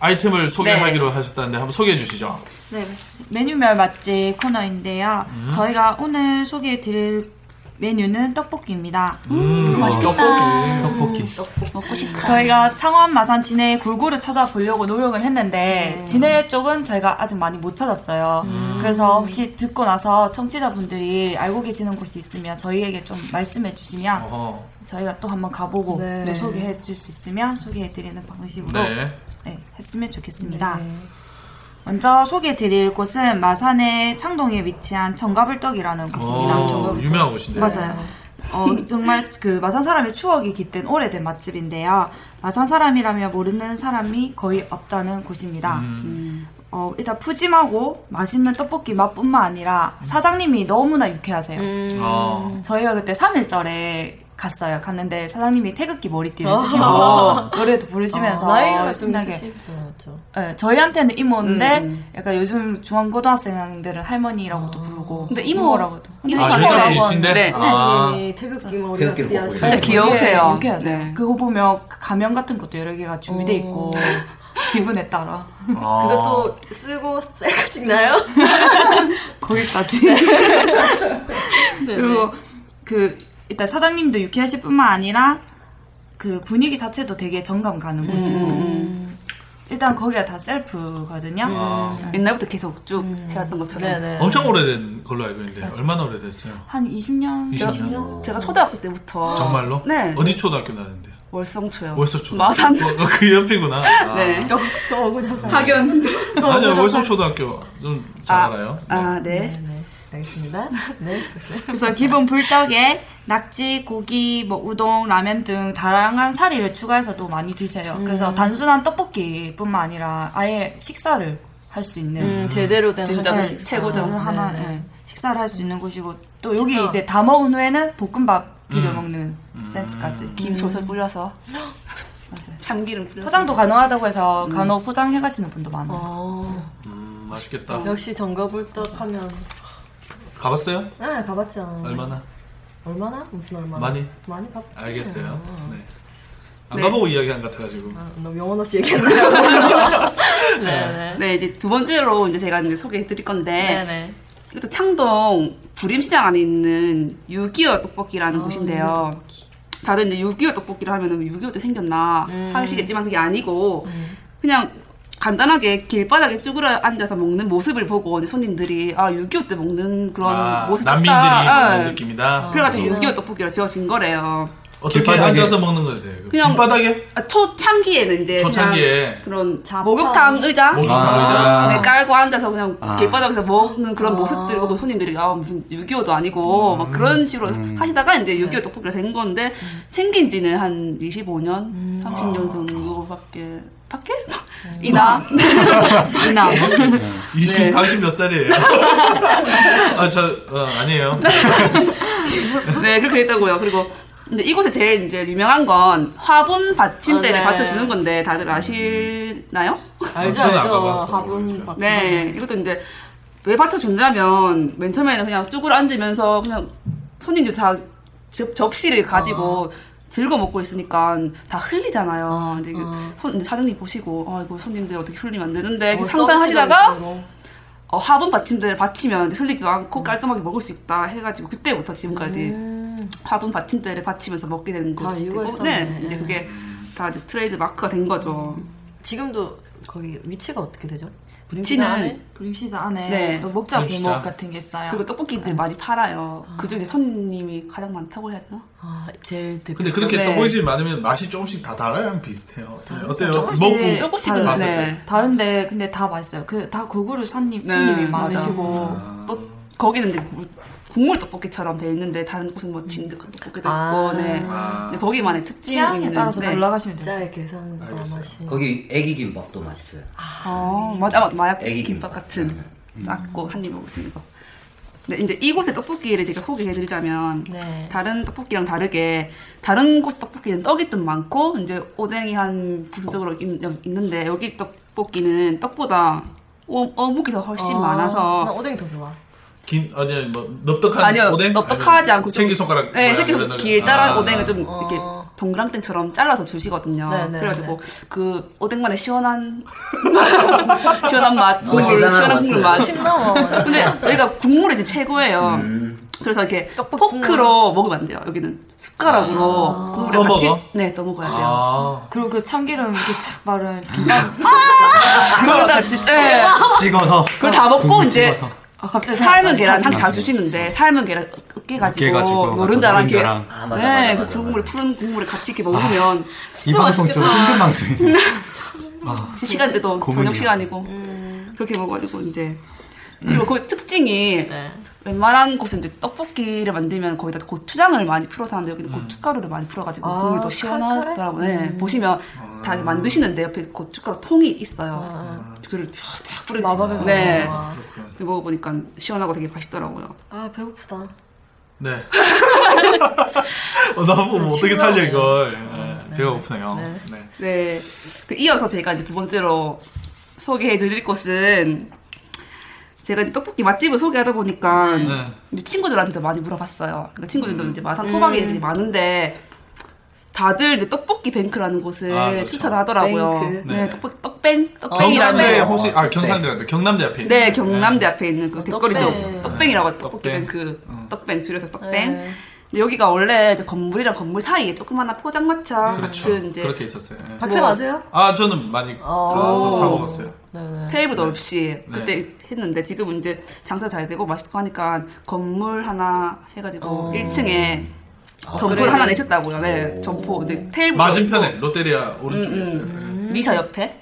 Speaker 4: 아이템을 소개하기로 하셨다는데 한번 소개해 주시죠.
Speaker 8: 네, 메뉴별 맛집 코너인데요. 저희가 오늘 소개해 드릴 메뉴는 떡볶이입니다.
Speaker 4: 어,
Speaker 5: 맛있겠다.
Speaker 7: 떡볶이.
Speaker 5: 먹고 싶다.
Speaker 8: 저희가 창원, 마산, 진해 골고루 찾아보려고 노력은 했는데 진해 쪽은 저희가 아직 많이 못 찾았어요. 그래서 혹시 듣고 나서 청취자분들이 알고 계시는 곳이 있으면 저희에게 좀 말씀해 주시면
Speaker 4: 어허.
Speaker 8: 저희가 또 한번 가보고
Speaker 3: 네.
Speaker 8: 또 소개해 줄 수 있으면 소개해 드리는 방식으로
Speaker 4: 네.
Speaker 8: 네, 했으면 좋겠습니다.
Speaker 3: 네.
Speaker 8: 먼저 소개해 드릴 곳은 마산의 창동에 위치한 정가불떡이라는 곳입니다.
Speaker 4: 어,
Speaker 3: 정답부터.
Speaker 4: 유명한 곳인데.
Speaker 8: 맞아요.
Speaker 4: *laughs*
Speaker 8: 어, 정말 그 마산 사람의 추억이 깃든 오래된 맛집인데요. 마산 사람이라면 모르는 사람이 거의 없다는
Speaker 4: 음.
Speaker 8: 곳입니다. 어, 일단 푸짐하고 맛있는 떡볶이 맛뿐만 아니라
Speaker 4: 음.
Speaker 8: 사장님이 너무나 유쾌하세요.
Speaker 4: 아.
Speaker 8: 저희가 그때 3일절에 갔어요. 갔는데 사장님이 태극기 머리띠를 쓰시고
Speaker 3: *laughs*
Speaker 4: 아.
Speaker 8: 어. 노래도 부르시면서
Speaker 3: 네. 어. 나이가 좀
Speaker 8: 신나게
Speaker 3: 있으시죠?
Speaker 8: 네, 저희한테는 이모인데
Speaker 5: 음.
Speaker 8: 약간 요즘 중앙고등학생들은 할머니라고도 부르고
Speaker 5: 근데 이모-
Speaker 8: 이모라고도 근데
Speaker 5: 이모가
Speaker 4: 아,
Speaker 5: 이모라고
Speaker 4: 일단
Speaker 5: 하는데.
Speaker 4: 이신데?
Speaker 5: 네.
Speaker 4: 아. 네.
Speaker 3: 이 태극기
Speaker 8: 뭐
Speaker 3: 머리
Speaker 2: 태극기를
Speaker 3: 어디
Speaker 2: 꽂고
Speaker 3: 하시나요?
Speaker 5: 진짜 귀여우세요.
Speaker 8: 유쾌하세요.
Speaker 5: 네.
Speaker 8: 그거 보면 가면 같은 것도 여러 개가 준비돼 있고 *laughs* 기분에 따라
Speaker 4: 아.
Speaker 3: 그것도 쓰고 *laughs* 셀카 찍나요?
Speaker 8: 거기까지. 그리고 그 일단 사장님도 유쾌하실 뿐만 아니라 그 분위기 자체도 되게 정감 가는 곳이고 일단 거기가 다 셀프거든요.
Speaker 4: 아.
Speaker 5: 옛날부터 계속 쭉
Speaker 8: 음.
Speaker 5: 해왔던 것처럼.
Speaker 3: 네네.
Speaker 4: 엄청 오래된 걸로 알고 있는데 얼마나 오래됐어요?
Speaker 8: 한 20년
Speaker 5: 제가,
Speaker 4: 20년?
Speaker 5: 제가 초등학교 때부터.
Speaker 4: 정말로?
Speaker 5: 네.
Speaker 4: 어디 초등학교 나왔는데?
Speaker 5: 월성초요.
Speaker 4: 월서 초등학교.
Speaker 5: 마산.
Speaker 4: 어, 그 옆이구나. 아.
Speaker 5: *laughs* 네.
Speaker 3: 또 오고 자서.
Speaker 5: 학연.
Speaker 4: 아니요, 월서 초등학교 좀 잘
Speaker 5: 아.
Speaker 4: 알아요.
Speaker 5: 아, 네.
Speaker 3: 네네. 알겠습니다. 네.
Speaker 8: 그래서 기본 불떡에 낙지, 고기, 뭐 우동, 라면 등 다양한 사리를 추가해서도 많이 드세요.
Speaker 3: 음.
Speaker 8: 그래서 단순한 떡볶이뿐만 아니라 아예 식사를 할 수 있는
Speaker 3: 음, 제대로 된
Speaker 5: 진짜
Speaker 3: 한국
Speaker 5: 시-
Speaker 3: 식사.
Speaker 5: 최고죠.
Speaker 8: 저는 하나
Speaker 3: 네네.
Speaker 8: 예, 식사를 할 수 있는 곳이고 또 여기
Speaker 3: 진짜.
Speaker 8: 이제 다 먹은 후에는 볶음밥 비벼 먹는
Speaker 3: 음.
Speaker 8: 센스까지
Speaker 5: 김 솔솔 뿌려서. 참기름 뿌려서.
Speaker 8: 포장도 가능하다고 해서 간혹 포장해 가시는 분도 많아요.
Speaker 3: 어,
Speaker 4: 음,
Speaker 5: 어,
Speaker 4: 맛있겠다.
Speaker 3: 역시 정거불떡 하면.
Speaker 4: 가봤어요?
Speaker 3: 네, 가봤죠.
Speaker 4: 얼마나?
Speaker 3: 얼마나? 무슨 얼마나?
Speaker 4: 많이?
Speaker 3: 많이 가봤죠.
Speaker 4: 알겠어요. 네. 안
Speaker 5: 네.
Speaker 4: 가보고 이야기한 것 같아가지고.
Speaker 3: 아, 너무 영혼 없이 얘기했네요. 네네.
Speaker 5: 네, 이제 두 번째로 이제 제가 이제 소개해 드릴 건데.
Speaker 3: 네네.
Speaker 5: 이것도 창동 부림시장 안에 있는 6.25 떡볶이라는
Speaker 3: 아,
Speaker 5: 곳인데요. 다들 이제 6.25 떡볶이를 하면은 6.25 때 생겼나 하시겠지만 그게 아니고 그냥 간단하게 길바닥에 쭈그려 앉아서 먹는 모습을 보고 이제 손님들이 아, 6.25 때 먹는 그런
Speaker 4: 아,
Speaker 5: 모습 같다.
Speaker 4: 난민들이 먹는
Speaker 5: 예.
Speaker 4: 느낌이다. 아,
Speaker 5: 그래가지고 6.25 떡볶이로 지어진 거래요.
Speaker 4: 어떻게
Speaker 7: 길바닥에-
Speaker 4: 앉아서 먹는 거예요? 네. 그냥...
Speaker 5: 그냥-
Speaker 4: 길바닥에?
Speaker 5: 아, 초창기에는 이제
Speaker 4: 초창기에.
Speaker 5: 그냥 그런 목욕탕 의자
Speaker 4: 목욕탕
Speaker 7: 아.
Speaker 4: 의자.
Speaker 5: 네, 깔고 앉아서 그냥
Speaker 7: 아.
Speaker 5: 길바닥에서 먹는
Speaker 3: 아.
Speaker 5: 그런 모습들 보고 손님들이 아 무슨 6.25도 아니고
Speaker 7: 음.
Speaker 5: 막 그런 식으로 하시다가 이제
Speaker 3: 네.
Speaker 5: 6.25 떡볶이가 된 건데 생긴 지는 한 25년,
Speaker 3: 음.
Speaker 7: 아.
Speaker 5: 30년 정도밖에 밖에 이나
Speaker 8: 이나
Speaker 4: 이십
Speaker 5: 네.
Speaker 4: 당신 몇
Speaker 5: *laughs*
Speaker 4: 살이에요? 아, 저, 어, 아니에요.
Speaker 5: *laughs* 네 그렇게 했다고요. 그리고 이제 이곳에 제일 이제 유명한 건 화분 받침대를
Speaker 3: 아, 네.
Speaker 5: 받쳐주는 건데 다들 아시나요?
Speaker 3: 알죠,
Speaker 4: 저는 안
Speaker 3: 알죠.
Speaker 4: 가봤어요.
Speaker 3: 화분 밥.
Speaker 5: 네, 이것도 이제 왜 받쳐준다면 맨 처음에는 그냥 쭈그려 앉으면서 그냥 손님들 다 접, 접시를 가지고 들고 먹고 있으니까 다 흘리잖아요. 근데 이게 손- 이제 사장님 보시고 아 이거 손님들 어떻게 흘리면 안 되는데 이렇게 네,
Speaker 3: 뭐
Speaker 5: 그 상담하시다가 어, 화분 받침대를 받치면 이제 흘리지도 않고 깔끔하게 먹을 수 있다 해가지고 그때부터 지금까지 화분 받침대를 받치면서 먹게 되는
Speaker 3: 다
Speaker 5: 거고
Speaker 3: 이유가 있었네.
Speaker 5: 네, 음. 이제 그게 다 이제 트레이드 마크가 된 거죠.
Speaker 3: 지금도 거기 위치가 어떻게 되죠?
Speaker 5: 부치는
Speaker 8: 부림시장 안에
Speaker 5: 네.
Speaker 8: 또 목자
Speaker 4: 부림시장.
Speaker 8: 부목 같은 게 있어요.
Speaker 5: 그리고 떡볶이들 많이 네. 팔아요. 그중에 손님이 가장 많다고 해야 되나?
Speaker 3: 아, 제일 대표.
Speaker 4: 근데 그렇게
Speaker 5: 네.
Speaker 4: 떡볶이집이 많으면 맛이 조금씩 다 다르랑 비슷해요. 어때요? 어때요?
Speaker 8: 조금씩
Speaker 4: 먹고
Speaker 8: 달라요.
Speaker 4: 맛을.
Speaker 5: 네.
Speaker 8: 아, 다른데 근데 다 맛있어요. 그 다 고구려 산님
Speaker 5: 네,
Speaker 8: 손님이
Speaker 5: 맞아.
Speaker 8: 많으시고
Speaker 5: 또 거기는 이제 물- 국물 떡볶이처럼 돼 있는데 다른 곳은 뭐 진드 떡볶이도
Speaker 3: 아.
Speaker 5: 있고, 네.
Speaker 4: 아.
Speaker 5: 근데 거기만의 특징이
Speaker 8: 취향에
Speaker 5: 있는데. 네.
Speaker 8: 따라서 달라가시면 돼요.
Speaker 3: 진짜 이렇게 사는 거
Speaker 4: 알겠어요.
Speaker 3: 맛이.
Speaker 2: 거기 애기 김밥도 맛있어요.
Speaker 5: 아, 맞아, 맞아. 마약
Speaker 2: 애기
Speaker 5: 김밥 네,
Speaker 2: 김밥.
Speaker 5: 같은 작고 한 입 먹을 수 있는 거. 근데 이제 이곳의 떡볶이를 제가 소개해드리자면
Speaker 3: 네.
Speaker 5: 다른 떡볶이랑 다르게 다른 곳 떡볶이는 떡이 좀 많고 이제 오뎅이 한 부수적으로 있- 있는데 여기 떡볶이는 떡보다 오- 어묵이 더 훨씬
Speaker 3: 아, 나
Speaker 5: 많아서
Speaker 3: 오뎅이 더 좋아.
Speaker 4: 긴 아니 뭐 넓적한
Speaker 5: 아니요,
Speaker 4: 오뎅?
Speaker 5: 넓적하지 않고 좀-
Speaker 4: 생기 손가락. 아.
Speaker 5: 네, 새끼 길다란 오뎅을 좀
Speaker 3: 어.
Speaker 5: 이렇게 동그랑땡처럼 잘라서 주시거든요.
Speaker 3: 네, 네,
Speaker 5: 그래가지고
Speaker 3: 네.
Speaker 5: 그 오뎅만의 시원한 *laughs* 시원한 맛,
Speaker 2: 어,
Speaker 5: 국물,
Speaker 2: 괜찮아,
Speaker 5: 시원한 국물 맛.
Speaker 2: 맛있어요.
Speaker 3: 침 *laughs* 나와.
Speaker 5: 근데 여기가 국물이 이제 최고예요.
Speaker 7: 음.
Speaker 5: 그래서 이렇게
Speaker 3: 떡볶이
Speaker 5: 포크로 먹으면 안 돼요. 여기는 숟가락으로
Speaker 7: 아.
Speaker 5: 국물을
Speaker 4: 떠
Speaker 5: 같이
Speaker 4: 먹어?
Speaker 5: 네, 떠 먹어야 돼요.
Speaker 4: 아,
Speaker 8: 그리고 그 참기름 이렇게 착 바른 김밥.
Speaker 5: 그걸 다 네.
Speaker 3: 아.
Speaker 7: 찍어서
Speaker 5: 그걸 다 먹고
Speaker 7: 국물
Speaker 5: 이제
Speaker 7: 찍어서.
Speaker 8: 아 갑자기
Speaker 5: 삶은 계란
Speaker 8: 상
Speaker 5: 다 주시는데 삶은 계란 으깨
Speaker 7: 아. 으깨 가지고,
Speaker 5: 가지고
Speaker 7: 맞아,
Speaker 5: 노른자랑 이렇게
Speaker 7: 노른자랑.
Speaker 2: 아, 맞아,
Speaker 5: 네,
Speaker 2: 맞아,
Speaker 5: 그
Speaker 2: 맞아,
Speaker 5: 국물 푸른 국물을 같이 이렇게 먹으면
Speaker 7: 아, 이 방송처럼 힘든 방송이네요. 아,
Speaker 5: 시간대도
Speaker 7: 고문이야.
Speaker 5: 저녁 시간이고 그렇게 먹어가지고 이제 그리고 그 특징이
Speaker 3: 음. 네.
Speaker 5: 웬만한 곳은 이제 떡볶이를 만들면 거기다 고추장을 많이 풀어서 하는데 여기는 고춧가루를 많이 풀어가지고
Speaker 3: 음. 아, 음.
Speaker 5: 국물이 더 시원하더라고요. 네, 보시면 다 만드시는데 옆에 고춧가루 통이 있어요.
Speaker 3: 아,
Speaker 5: 그걸 쫙 뿌려주세요.
Speaker 3: 마법의
Speaker 5: 네.
Speaker 3: 방법.
Speaker 4: 그렇군.
Speaker 5: 먹어보니까 시원하고 되게 맛있더라고요.
Speaker 3: 아, 배고프다.
Speaker 5: *laughs*
Speaker 4: 네. 어, 나뭐 어떻게 살려 이걸? 네, 배가 고프네요.
Speaker 3: 네.
Speaker 4: 네.
Speaker 5: 네. 그 이어서 제가 이제 두 번째로 소개해 드릴 곳은 제가 이제 떡볶이 맛집을 소개하다 보니까
Speaker 4: 네. 음.
Speaker 5: 이제 친구들한테도 많이 물어봤어요. 그러니까 친구들도 이제 마산
Speaker 3: 음.
Speaker 5: 토박이 들이 많은데 다들 이제 떡볶이 뱅크라는 곳을
Speaker 4: 아, 그렇죠.
Speaker 5: 추천하더라고요.
Speaker 3: 뱅크.
Speaker 5: 네.
Speaker 4: 네.
Speaker 5: 떡볶이 떡뱅
Speaker 4: 경상대
Speaker 5: 떡뱅이라는
Speaker 2: 어,
Speaker 4: 혹시 아
Speaker 2: 떡대.
Speaker 4: 경상대란다. 경남대 앞에. 있는.
Speaker 5: 네 경남대 앞에 있는 그 댓글이
Speaker 3: 떡뱅.
Speaker 5: 죠 떡뱅이라고 해요. 떡볶이
Speaker 4: 떡뱅.
Speaker 5: 뱅크
Speaker 4: 어.
Speaker 5: 떡뱅 줄여서 떡뱅.
Speaker 3: 네.
Speaker 5: 근데 여기가 원래 이제 건물이랑 건물 사이에 조그마한 포장마차
Speaker 4: 그렇죠.
Speaker 5: 같은 이제
Speaker 4: 그렇게 있었어요. 예.
Speaker 3: 박사 아세요?
Speaker 4: 아 저는 많이 가서 사 먹었어요.
Speaker 3: 네네.
Speaker 5: 테이블도 없이 그때 했는데 지금은 이제 장사 잘 되고 맛있고 하니까 건물 하나 해가지고
Speaker 3: 어.
Speaker 5: 1층에 점포를
Speaker 3: 그래요?
Speaker 5: 하나 내셨다고요. 네, 점포 이제 테이블
Speaker 4: 맞은편에 롯데리아 오른쪽에
Speaker 5: 음, 음.
Speaker 4: 있어요. 네.
Speaker 5: 미샤 옆에.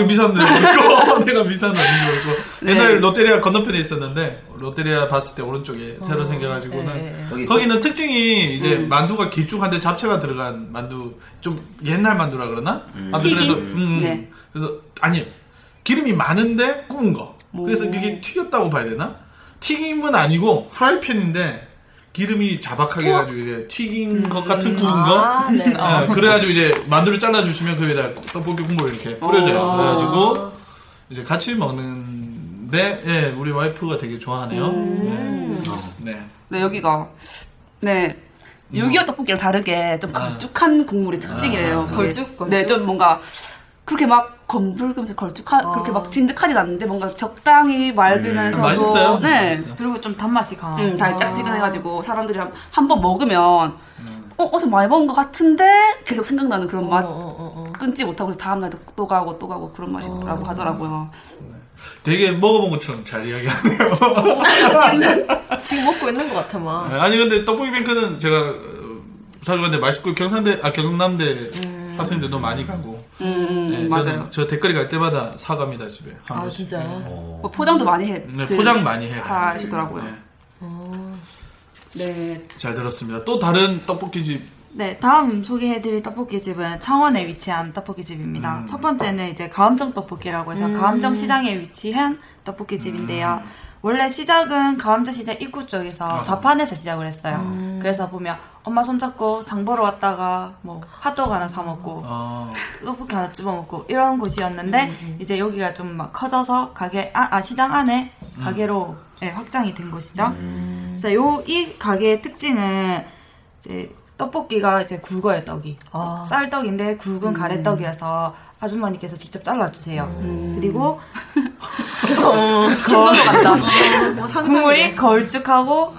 Speaker 5: *laughs*
Speaker 4: 미사는 있고 *laughs* 내가 미사는 아니고 있고
Speaker 5: 어. 네.
Speaker 4: 옛날 롯데리아 건너편에 있었는데 롯데리아 봤을 때
Speaker 5: 어.
Speaker 4: 오른쪽에 새로
Speaker 3: 예,
Speaker 5: 네,
Speaker 4: 생겨가지고는
Speaker 3: 예.
Speaker 2: 거기
Speaker 4: 거기는 특징이 이제
Speaker 5: 음.
Speaker 4: 만두가 길쭉한데 잡채가 들어간 만두 좀 옛날 만두라 그러나? 아무튼
Speaker 5: 튀김?
Speaker 4: 그래서 음,
Speaker 5: 네.
Speaker 4: 그래서 아니 기름이 많은데 구운 거 그래서 그게 튀겼다고 봐야 되나? 튀김은 아니고 프라이팬인데 기름이
Speaker 5: 어?
Speaker 4: 자박하게 해가지고 이제 튀긴 것
Speaker 5: 음.
Speaker 4: 같은 구운 거
Speaker 3: 아, 네.
Speaker 4: 아, 그래가지고 이제 만두를 잘라주시면 그 위에다 떡볶이 국물 이렇게
Speaker 5: 어.
Speaker 4: 뿌려줘요. 그래가지고 이제 같이 먹는데 예, 우리 와이프가 되게 좋아하네요.
Speaker 5: 음.
Speaker 4: 네. 네.
Speaker 5: 네, 여기가 네. 6.25 떡볶이랑 다르게 좀 걸쭉한 국물이 특징이에요. 그게.
Speaker 3: 걸쭉, 걸쭉?
Speaker 5: 네, 좀 뭔가 그렇게 막 검붉으면서 걸쭉한 그렇게 막 진득하진 않는데 뭔가 적당히 맑으면서도
Speaker 4: 음, 맛있어요.
Speaker 5: 네.
Speaker 4: 맛있어요.
Speaker 8: 그리고 좀 단맛이 강한.
Speaker 3: 아.
Speaker 5: 음, 달짝지근해가지고 사람들이 한 번 먹으면
Speaker 4: 음.
Speaker 5: 어 어제 많이 먹은 것 같은데 계속 생각나는 그런 맛
Speaker 3: 어, 어, 어.
Speaker 5: 끊지 못하고 다음 날도 또 가고 또 가고 그런 맛이라고 하더라고요.
Speaker 4: 되게 먹어본 것처럼 잘 이야기하네요.
Speaker 3: 어. 지금 먹고 있는 것 같아, 막.
Speaker 4: 아니 근데 떡볶이 뱅크는 제가 어, 사주 갔는데 맛있고 경상대 아 경남대 학생들도 많이 가고
Speaker 5: 음,
Speaker 4: 네,
Speaker 5: 맞아요.
Speaker 4: 저는 저 댓글이 갈 때마다 사갑니다 집에. 한
Speaker 3: 아,
Speaker 4: 번씩.
Speaker 3: 진짜요?
Speaker 5: 뭐 포장도 많이 해.
Speaker 4: 네, 포장 많이 해요.
Speaker 5: 하시더라고요.
Speaker 4: 네.
Speaker 5: 네.
Speaker 4: 잘 들었습니다. 또 다른 떡볶이집
Speaker 8: 네, 다음 소개해드릴 떡볶이집은 창원에 위치한 떡볶이집입니다. 첫 번째는 이제 가암정 떡볶이라고
Speaker 3: 음.
Speaker 8: 해서 가암정 시장에 위치한 떡볶이집인데요. 원래 시작은 가암정 시장 입구 쪽에서 좌판에서 시작을 했어요.
Speaker 3: 음.
Speaker 8: 그래서 보면 엄마 손잡고 장 보러 왔다가 뭐 핫도그 하나 사 먹고
Speaker 4: 어,
Speaker 8: 떡볶이 하나 집어 먹고 이런 곳이었는데
Speaker 3: 음,
Speaker 8: 이제 여기가 좀 막 커져서 가게 아, 아, 시장 안에
Speaker 3: 음.
Speaker 8: 가게로 예, 확장이 된 곳이죠. 그래서 요 이 가게의 특징은 이제 떡볶이가 이제 굵어요 떡이
Speaker 3: 아. 음.
Speaker 8: 쌀떡인데 굵은 가래떡이어서 아주머니께서 직접 잘라주세요. 그리고
Speaker 3: 음.
Speaker 8: *laughs*
Speaker 3: 어, 계속 친구도 같다.
Speaker 8: 네.
Speaker 3: 어, 아.
Speaker 8: 국물이 걸쭉하고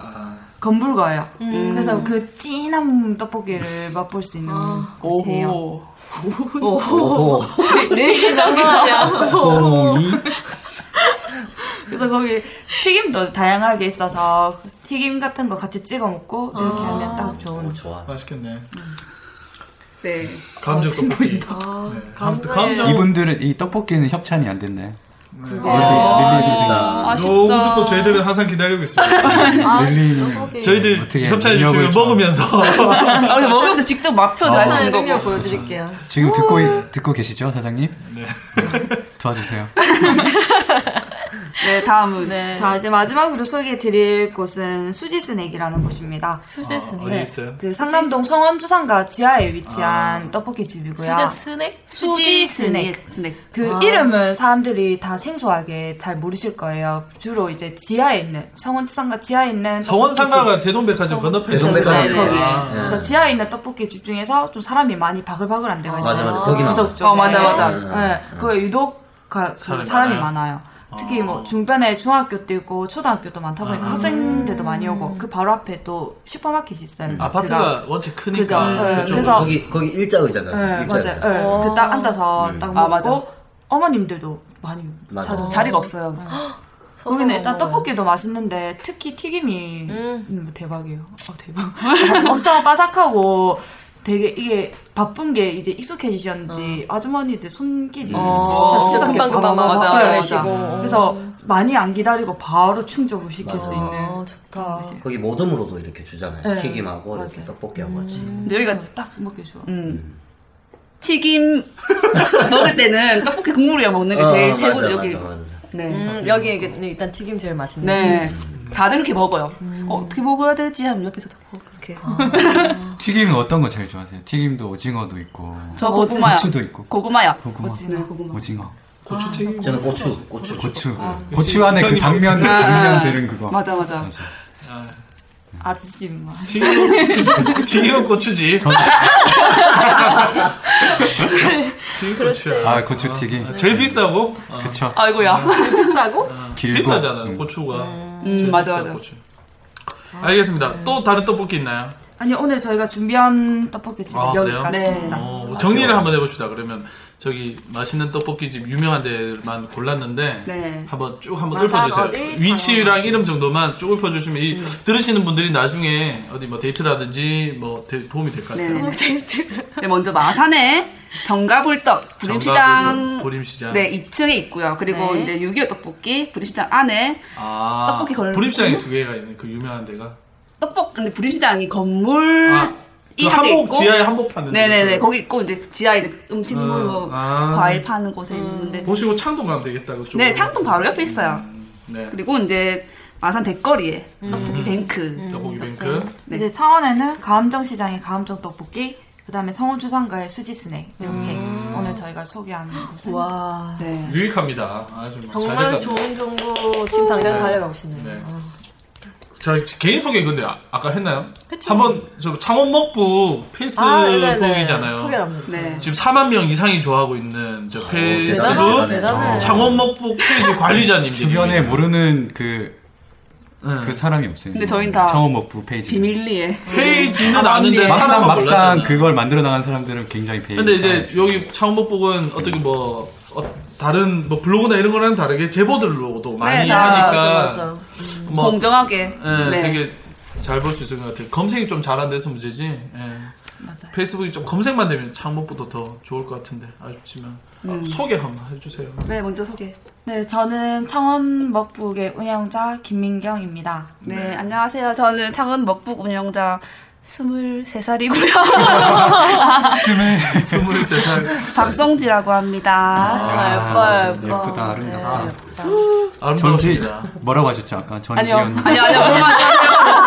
Speaker 3: 건불가예요. 그래서 그 진한 떡볶이를 맛볼 수 있는 곳이에요.
Speaker 9: 오호. 오호.
Speaker 3: 그
Speaker 9: 리액션 장난
Speaker 7: 어,
Speaker 5: 어.
Speaker 7: 뽕이
Speaker 3: 그래서 거기 튀김도 다양하게 있어서 튀김 같은 거 같이 찍어 먹고
Speaker 9: 아.
Speaker 3: 이렇게 하면 딱
Speaker 4: 어,
Speaker 3: 좋은.
Speaker 2: 좋아.
Speaker 4: 맛있겠네.
Speaker 5: 네.
Speaker 4: 감정 떡볶이.
Speaker 3: 아,
Speaker 4: 네, 감- 감정
Speaker 7: 이분들은 이 떡볶이는 협찬이 안 됐나요?
Speaker 2: 아쉽다.
Speaker 4: 요거 듣고 저희들은 항상 기다리고
Speaker 3: *laughs* 네.
Speaker 4: 있습니다.
Speaker 7: 릴리님
Speaker 4: 저희들
Speaker 7: 어떻게
Speaker 4: 협찬해 주시면
Speaker 7: 능력을 좀-
Speaker 4: 먹으면서
Speaker 3: 네,
Speaker 5: 아, 우리 먹으면서 직접 맛표
Speaker 9: 저의
Speaker 3: 아,
Speaker 5: 날짜는 거.
Speaker 9: 능력 보여드릴게요.
Speaker 7: 지금 듣고
Speaker 5: 음.
Speaker 7: 이- 듣고 계시죠 사장님?
Speaker 4: 네.
Speaker 7: 도와주세요.
Speaker 5: 네, 다음은.
Speaker 3: 자 이제 마지막으로 소개해드릴 곳은 수지스낵이라는 곳입니다.
Speaker 9: 수제
Speaker 4: 어,
Speaker 9: 스낵.
Speaker 4: 어디 있어요?
Speaker 3: 그 상남동 성원주상가 지하에 위치한
Speaker 4: 아.
Speaker 3: 떡볶이 집이고요.
Speaker 9: 수제 스낵? 아.
Speaker 3: 수지 스낵.
Speaker 5: 스낵.
Speaker 3: 그 이름은 사람들이 다 생소하게 잘 모르실 거예요. 주로 이제 지하에 있는 성원상가 지하에 있는
Speaker 4: 성원
Speaker 3: 떡볶이집.
Speaker 4: 상가가 대동백화점 건너편에
Speaker 2: 대동백화점
Speaker 4: 있는
Speaker 5: 거기에.
Speaker 4: 아,
Speaker 3: 네, 그래서 지하에 있는 떡볶이 집 중에서 좀 사람이 많이 바글바글 안 되가 있어요.
Speaker 2: 맞아, 맞아. 거기
Speaker 3: 구석
Speaker 2: 나와.
Speaker 3: 쪽에.
Speaker 5: 어, 맞아, 맞아.
Speaker 3: 네, 거기 유독 가- 그
Speaker 4: 사람이
Speaker 3: 사람이,
Speaker 4: 많아요? 아.
Speaker 3: 많아요. 특히 뭐 중변에 중학교도 있고 초등학교도 많다 보니까 학생들도 많이 오고 그 바로 앞에 또 슈퍼마켓이 있어요.
Speaker 4: 음. 아파트가 원체 크니까
Speaker 3: 그죠. 네,
Speaker 4: 그쪽은.
Speaker 3: 그래서-
Speaker 2: 거기 거기 일자 의자잖아.
Speaker 3: 네,
Speaker 2: 일자
Speaker 3: 맞아요.
Speaker 2: 의자.
Speaker 9: 어.
Speaker 3: 네, 그딱 앉아서 딱
Speaker 5: 아,
Speaker 3: 먹고
Speaker 5: 맞아.
Speaker 3: 어머님들도 많이
Speaker 2: 맞아.
Speaker 3: 찾아
Speaker 5: 자리가 없어요.
Speaker 3: 거기는 일단
Speaker 9: 먹어요.
Speaker 3: 떡볶이도 맛있는데 특히 튀김이
Speaker 9: 음.
Speaker 3: 음, 대박이에요. 어, 대박. *laughs* 엄청 바삭하고 되게 이게 바쁜 게 이제 익숙해지셨는지 아주머니들 손길이 진짜
Speaker 9: 진짜
Speaker 3: 수줍게
Speaker 9: 어. 금방 금방
Speaker 3: 바로바로
Speaker 9: 맞아,
Speaker 3: 맞춰요.
Speaker 9: 맞아.
Speaker 3: 그래서 많이 안 기다리고 바로 충족을 시킬 수 있는
Speaker 9: 어, 좋다.
Speaker 2: 거기 모듬으로도 이렇게 주잖아요.
Speaker 3: 네.
Speaker 2: 튀김하고 이렇게
Speaker 3: 맞아요.
Speaker 2: 떡볶이하고 같이.
Speaker 5: 근데 여기가
Speaker 3: 어, 딱 먹기 좋아.
Speaker 5: 음. 튀김 *laughs* 먹을 때는 떡볶이 국물이랑 먹는 게그 제일
Speaker 2: 어,
Speaker 5: 최고
Speaker 2: 맞아,
Speaker 5: 여기.
Speaker 2: 맞아, 맞아.
Speaker 5: 네.
Speaker 9: 음, 여기 이게 일단 튀김 제일 맛있는.
Speaker 5: 네. 다들 이렇게 먹어요. 어, 떻게 먹어야 되지? 하면 옆에서 다 먹어, 이렇게.
Speaker 7: 튀김은 어떤 거 제일 좋아하세요? 튀김도 오징어도 있고
Speaker 5: 저 고구마요.
Speaker 7: 고추도 있고
Speaker 5: 고구마요.
Speaker 7: 고구마,
Speaker 5: 네, 고구마.
Speaker 7: 오징어,
Speaker 4: 아. 고추튀김.
Speaker 2: 저는 고추, 고추.
Speaker 7: 고추,
Speaker 8: 어.
Speaker 7: 고추 안에 그 당면
Speaker 5: 아, 아.
Speaker 7: 당면 들은 그거.
Speaker 5: 맞아, 맞아.
Speaker 3: *laughs* 아저씨 맛.
Speaker 4: 튀김은- 튀김은 고추지.
Speaker 3: *laughs*
Speaker 4: 튀김 고추야.
Speaker 7: 아 고추 튀김.
Speaker 4: 제일 비싸고 어,
Speaker 7: 그쵸.
Speaker 5: 아이고야. *laughs* 비싸고?
Speaker 4: 네.
Speaker 7: 길고.
Speaker 4: 비싸잖아
Speaker 7: 음.
Speaker 4: 고추가.
Speaker 5: 음,
Speaker 4: 제일
Speaker 5: 맞아, 음.
Speaker 4: 비싸,
Speaker 5: 맞아.
Speaker 4: 고추. 알겠습니다. 또 다른 떡볶이 있나요?
Speaker 3: 아니 오늘 저희가 준비한 떡볶이 집은
Speaker 4: 아, 그래요?
Speaker 3: 여기까지입니다.
Speaker 4: 어,
Speaker 7: 아,
Speaker 4: 정리를 한번 해봅시다. 그러면 저기 맛있는 떡볶이집 유명한 데만 골랐는데
Speaker 5: 네.
Speaker 4: 한번 쭉 한번
Speaker 9: 마산
Speaker 4: 읊어주세요.
Speaker 9: 어디?
Speaker 4: 위치랑 이름 정도만 쭉 읊어주시면
Speaker 5: 음.
Speaker 4: 이 들으시는 분들이 나중에 어디 뭐 데이트라든지 뭐 데- 도움이 될 것 같아요.
Speaker 5: 네.
Speaker 3: *laughs*
Speaker 5: 네, 먼저 마산에 정가불떡
Speaker 4: 정가불떡,
Speaker 5: 부림시장
Speaker 4: 부림시장.
Speaker 5: 네 2층에 있고요. 그리고
Speaker 3: 네.
Speaker 5: 이제 6.25 떡볶이 부림시장 안에
Speaker 4: 아,
Speaker 5: 떡볶이 걸로
Speaker 4: 부림시장에 두 개가 있는 그 유명한 데가.
Speaker 5: 떡볶 근데 부림시장이 건물이
Speaker 4: 아, 그
Speaker 5: 한개
Speaker 4: 한복
Speaker 5: 있고
Speaker 4: 지하에 한복 파는 데.
Speaker 5: 네네네
Speaker 4: 있죠.
Speaker 5: 거기 있고 이제 지하에 이제 음식물
Speaker 4: 음,
Speaker 5: 뭐
Speaker 4: 아. 음.
Speaker 5: 과일 파는 곳에 있는데
Speaker 4: 보시고 창동 가면 되겠다 그쪽.
Speaker 5: 네 창동 바로 옆에 있어요.
Speaker 4: 네.
Speaker 5: 그리고 이제 마산 대거리에 떡볶이 뱅크
Speaker 4: 떡볶이
Speaker 9: 음,
Speaker 4: 뱅크.
Speaker 5: 네.
Speaker 3: 이제 창원에는 가암정 시장의 가암정 떡볶이, 그다음에 성호주상가의 수지 스낵 이렇게 오늘 저희가 소개하는 곳은
Speaker 9: 와.
Speaker 5: 네.
Speaker 4: 유익합니다. 아주 잘
Speaker 9: 정말
Speaker 4: 됐다.
Speaker 9: 좋은 정보 지금 당장
Speaker 4: 네.
Speaker 9: 달려가고 싶네요.
Speaker 4: 네.
Speaker 9: 아.
Speaker 4: 저 개인 소개 근데 아, 아까 했나요? 한번 저 창원 먹부
Speaker 3: 아,
Speaker 9: 아,
Speaker 3: 네,
Speaker 4: 페이스북이잖아요.
Speaker 9: 네, 소개를 한번 해주세요.
Speaker 5: 네.
Speaker 4: 지금 4만 명 이상이 좋아하고 있는 저 페이스북
Speaker 9: 대단하다, 대단해.
Speaker 4: 창원 먹부 페이지 네. 관리자님
Speaker 7: 주변에
Speaker 4: 얘기입니다.
Speaker 7: 모르는 그,
Speaker 4: 응.
Speaker 7: 그 사람이 없어요.
Speaker 5: 근데 저희는 다
Speaker 7: 창원 먹부 페이지.
Speaker 5: 비밀리에
Speaker 4: 페이지는 아는데
Speaker 7: 막상
Speaker 4: 사람은
Speaker 7: 막상
Speaker 4: 몰랐잖아요.
Speaker 7: 그걸 네. 만들어 나간 사람들은 굉장히 배일.
Speaker 4: 근데 이제 여기 창원 먹부는 어떻게 뭐 어, 다른 뭐 블로그나 이런 거랑 다르게 제보들로도 많이
Speaker 5: 다
Speaker 4: 하니까
Speaker 9: 네, 맞아, 맞아.
Speaker 4: 뭐
Speaker 5: 공정하게
Speaker 4: 예,
Speaker 5: 네.
Speaker 4: 되게 잘 볼 수 있을 것 같아요. 검색이 좀 잘 안 돼서 문제지. 예. 페이스북이 좀 검색만 되면 창목보다 더 좋을 것 같은데 아쉽지만
Speaker 5: 음.
Speaker 4: 아, 소개 한번 해주세요. *laughs*
Speaker 5: 네 먼저 소개.
Speaker 3: 네, 저는 창원 먹북의 운영자 김민경입니다.
Speaker 5: 네, 안녕하세요. 저는 창원 먹북 운영자 *laughs* 23살이고요.
Speaker 7: 심해.
Speaker 4: 23살
Speaker 5: 박성지라고 합니다. 네,
Speaker 7: 아, 예쁘다 아름답다. 전지
Speaker 4: 아름다웠습니다.
Speaker 7: 뭐라고 하셨죠 아까 전지현.
Speaker 5: 아니, 아니요. 그만 못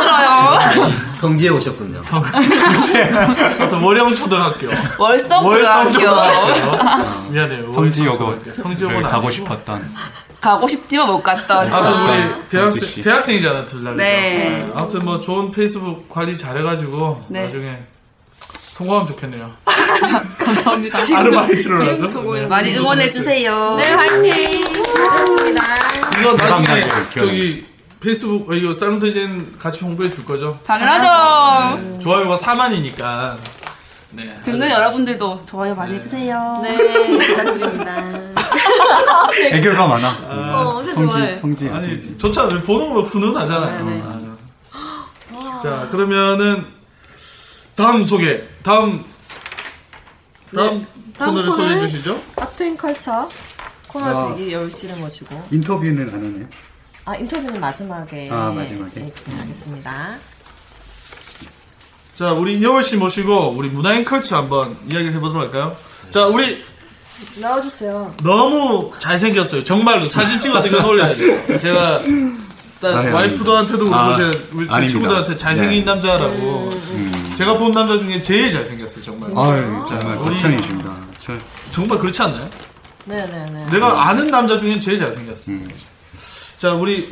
Speaker 5: 들어요.
Speaker 2: 성지에 오셨군요.
Speaker 4: *laughs*
Speaker 5: *laughs*
Speaker 4: 또 월영초등학교
Speaker 5: 월성초등학교. *laughs*
Speaker 4: 월성초등학교 미안해요.
Speaker 7: 성지여고
Speaker 4: 월성초등학교. 성지여고는
Speaker 7: 네, 가고
Speaker 4: 아니고.
Speaker 7: 싶었던
Speaker 5: 가고 싶지만 못 갔던.
Speaker 4: 아무튼 우리
Speaker 7: 성지 씨.
Speaker 4: 대학생 대학생이잖아 둘 다. 그죠?
Speaker 5: 네.
Speaker 4: 네. 아무튼 뭐 좋은 페이스북 관리 잘해가지고
Speaker 5: 네.
Speaker 4: 나중에 성공하면 좋겠네요.
Speaker 5: *laughs* 감사합니다.
Speaker 4: 아르바이트로라도. 네.
Speaker 5: 많이 응원해주세요. 네,
Speaker 9: 네, 화이팅! 반갑습니다.
Speaker 4: 이거
Speaker 7: 대박
Speaker 4: 나중에
Speaker 7: 날개를
Speaker 4: 저기 페이스북 어, 이거 쌀롱드젠 같이 홍보해 줄 거죠?
Speaker 5: 당연하죠.
Speaker 4: 네, 좋아요가 4만이니까. 네.
Speaker 5: 듣는 여러분들도 좋아요 많이 해주세요.
Speaker 3: 네, 부탁드립니다.
Speaker 7: 애교가 많아.
Speaker 3: 어, 엄청 좋아해.
Speaker 7: 성지, 성지야,
Speaker 4: 네. 아니
Speaker 7: 성지.
Speaker 4: 좋잖아. 보는 거 훈훈하잖아요.
Speaker 3: 네, 네.
Speaker 4: 맞아. 자 그러면은 다음 소개. 다음 다음
Speaker 3: 네, 다음
Speaker 4: 코너를
Speaker 3: 코너는-
Speaker 4: 소개해 주시죠.
Speaker 3: 아트앤컬처 코너
Speaker 7: 아.
Speaker 3: 제기 열시를 모시고
Speaker 7: 인터뷰는 안 하네요.
Speaker 3: 아 인터뷰는 마지막에
Speaker 7: 아, 마지막에.
Speaker 3: 네, 진행하겠습니다.
Speaker 4: 자 우리 여월 씨 모시고 우리 문화인 컬처 한번 이야기를 해보도록 할까요? 자 우리
Speaker 3: 나와주세요.
Speaker 4: 너무 잘생겼어요. 정말로 사진 찍어서 이건 올려야 돼요. 제가 일단
Speaker 7: 아니,
Speaker 4: 와이프들한테도 그러고
Speaker 7: 아,
Speaker 4: 제, 우리 제
Speaker 7: 아닙니다.
Speaker 4: 친구들한테 잘생긴
Speaker 7: 네.
Speaker 4: 남자라고 제가 본 남자 중에 제일 잘생겼어요 정말.
Speaker 7: 아유, 정말
Speaker 4: 우리-
Speaker 7: 거창이십니다. 저,
Speaker 4: 정말 그렇지 않나요?
Speaker 3: 네네네.
Speaker 7: 음.
Speaker 4: 내가 아는 남자 중에 제일 잘생겼어. 자 우리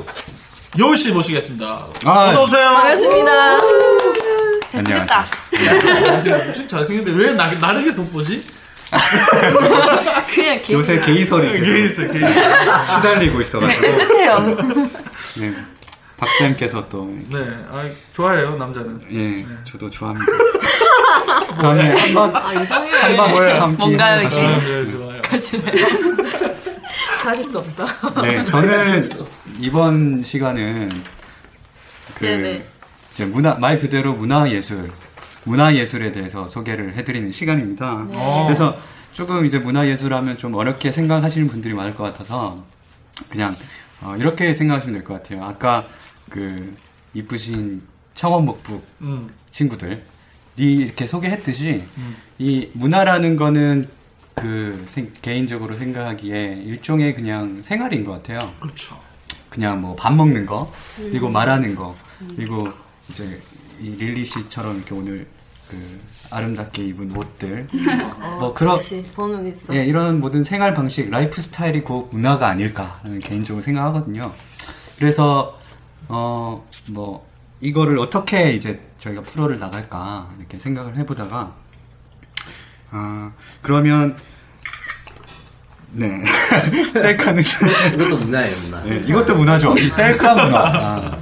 Speaker 4: 여우 씨 모시겠습니다.
Speaker 7: 아,
Speaker 4: 어서 오세요.
Speaker 3: 반갑습니다.
Speaker 5: 잘생겼다.
Speaker 4: 야, 진짜 잘생겼는데 왜 나, 나를 계속 보지?
Speaker 3: 그냥 기
Speaker 7: 요새
Speaker 4: *laughs*
Speaker 7: 게이설이
Speaker 4: 이게
Speaker 7: 계속
Speaker 4: 있어, 이게 있어.
Speaker 7: *laughs* 시달리고 있어가지고.
Speaker 3: 끝해요.
Speaker 7: 네. 박쌤께서 또,
Speaker 4: 네, 아, 좋아해요 남자는.
Speaker 3: 네.
Speaker 7: 예, 저도 좋아합니다. *laughs* 다음에 한방,
Speaker 3: 아 이상해.
Speaker 7: 한방을 함께.
Speaker 3: 뭔가요,
Speaker 7: 같이-
Speaker 3: 이게?
Speaker 4: 아, 네, 좋아요.
Speaker 3: 가질 수 없어.
Speaker 7: 네, 저는 이번 시간은 그
Speaker 3: 네네.
Speaker 7: 이제 문화 말 그대로 문화 예술, 문화 예술에 대해서 소개를 해드리는 시간입니다.
Speaker 3: 네.
Speaker 4: 어.
Speaker 7: 그래서 조금 이제 문화 예술하면 좀 어렵게 생각하시는 분들이 많을 것 같아서 그냥 어, 이렇게 생각하시면 될 것 같아요. 아까 그 이쁘신 청원목북
Speaker 4: 음,
Speaker 7: 친구들이 이렇게 소개했듯이 이 문화라는 거는 그 생- 개인적으로 생각하기에 일종의 그냥 생활인 것 같아요.
Speaker 4: 그렇죠.
Speaker 7: 그냥 뭐 밥 먹는 거, 그리고
Speaker 3: 음.
Speaker 7: 말하는 거, 그리고 이제 이 릴리 씨처럼 이렇게 오늘 그 아름답게 입은
Speaker 3: *laughs*
Speaker 7: 옷들, 뭐 그런
Speaker 3: 어, 역시 번호는 있어.
Speaker 7: 예, 이런 모든 생활 방식, 라이프 스타일이 곧 문화가 아닐까라는 개인적으로 생각하거든요. 그래서, 어, 뭐, 이거를 어떻게 이제 저희가 프로를 나갈까, 이렇게 생각을 해보다가, 아, 그러면, 네. *laughs* 셀카는 좀-
Speaker 2: 이것도 문화예요, 문화.
Speaker 7: 네, 이것도 문화죠. 이 셀카 문화. 아.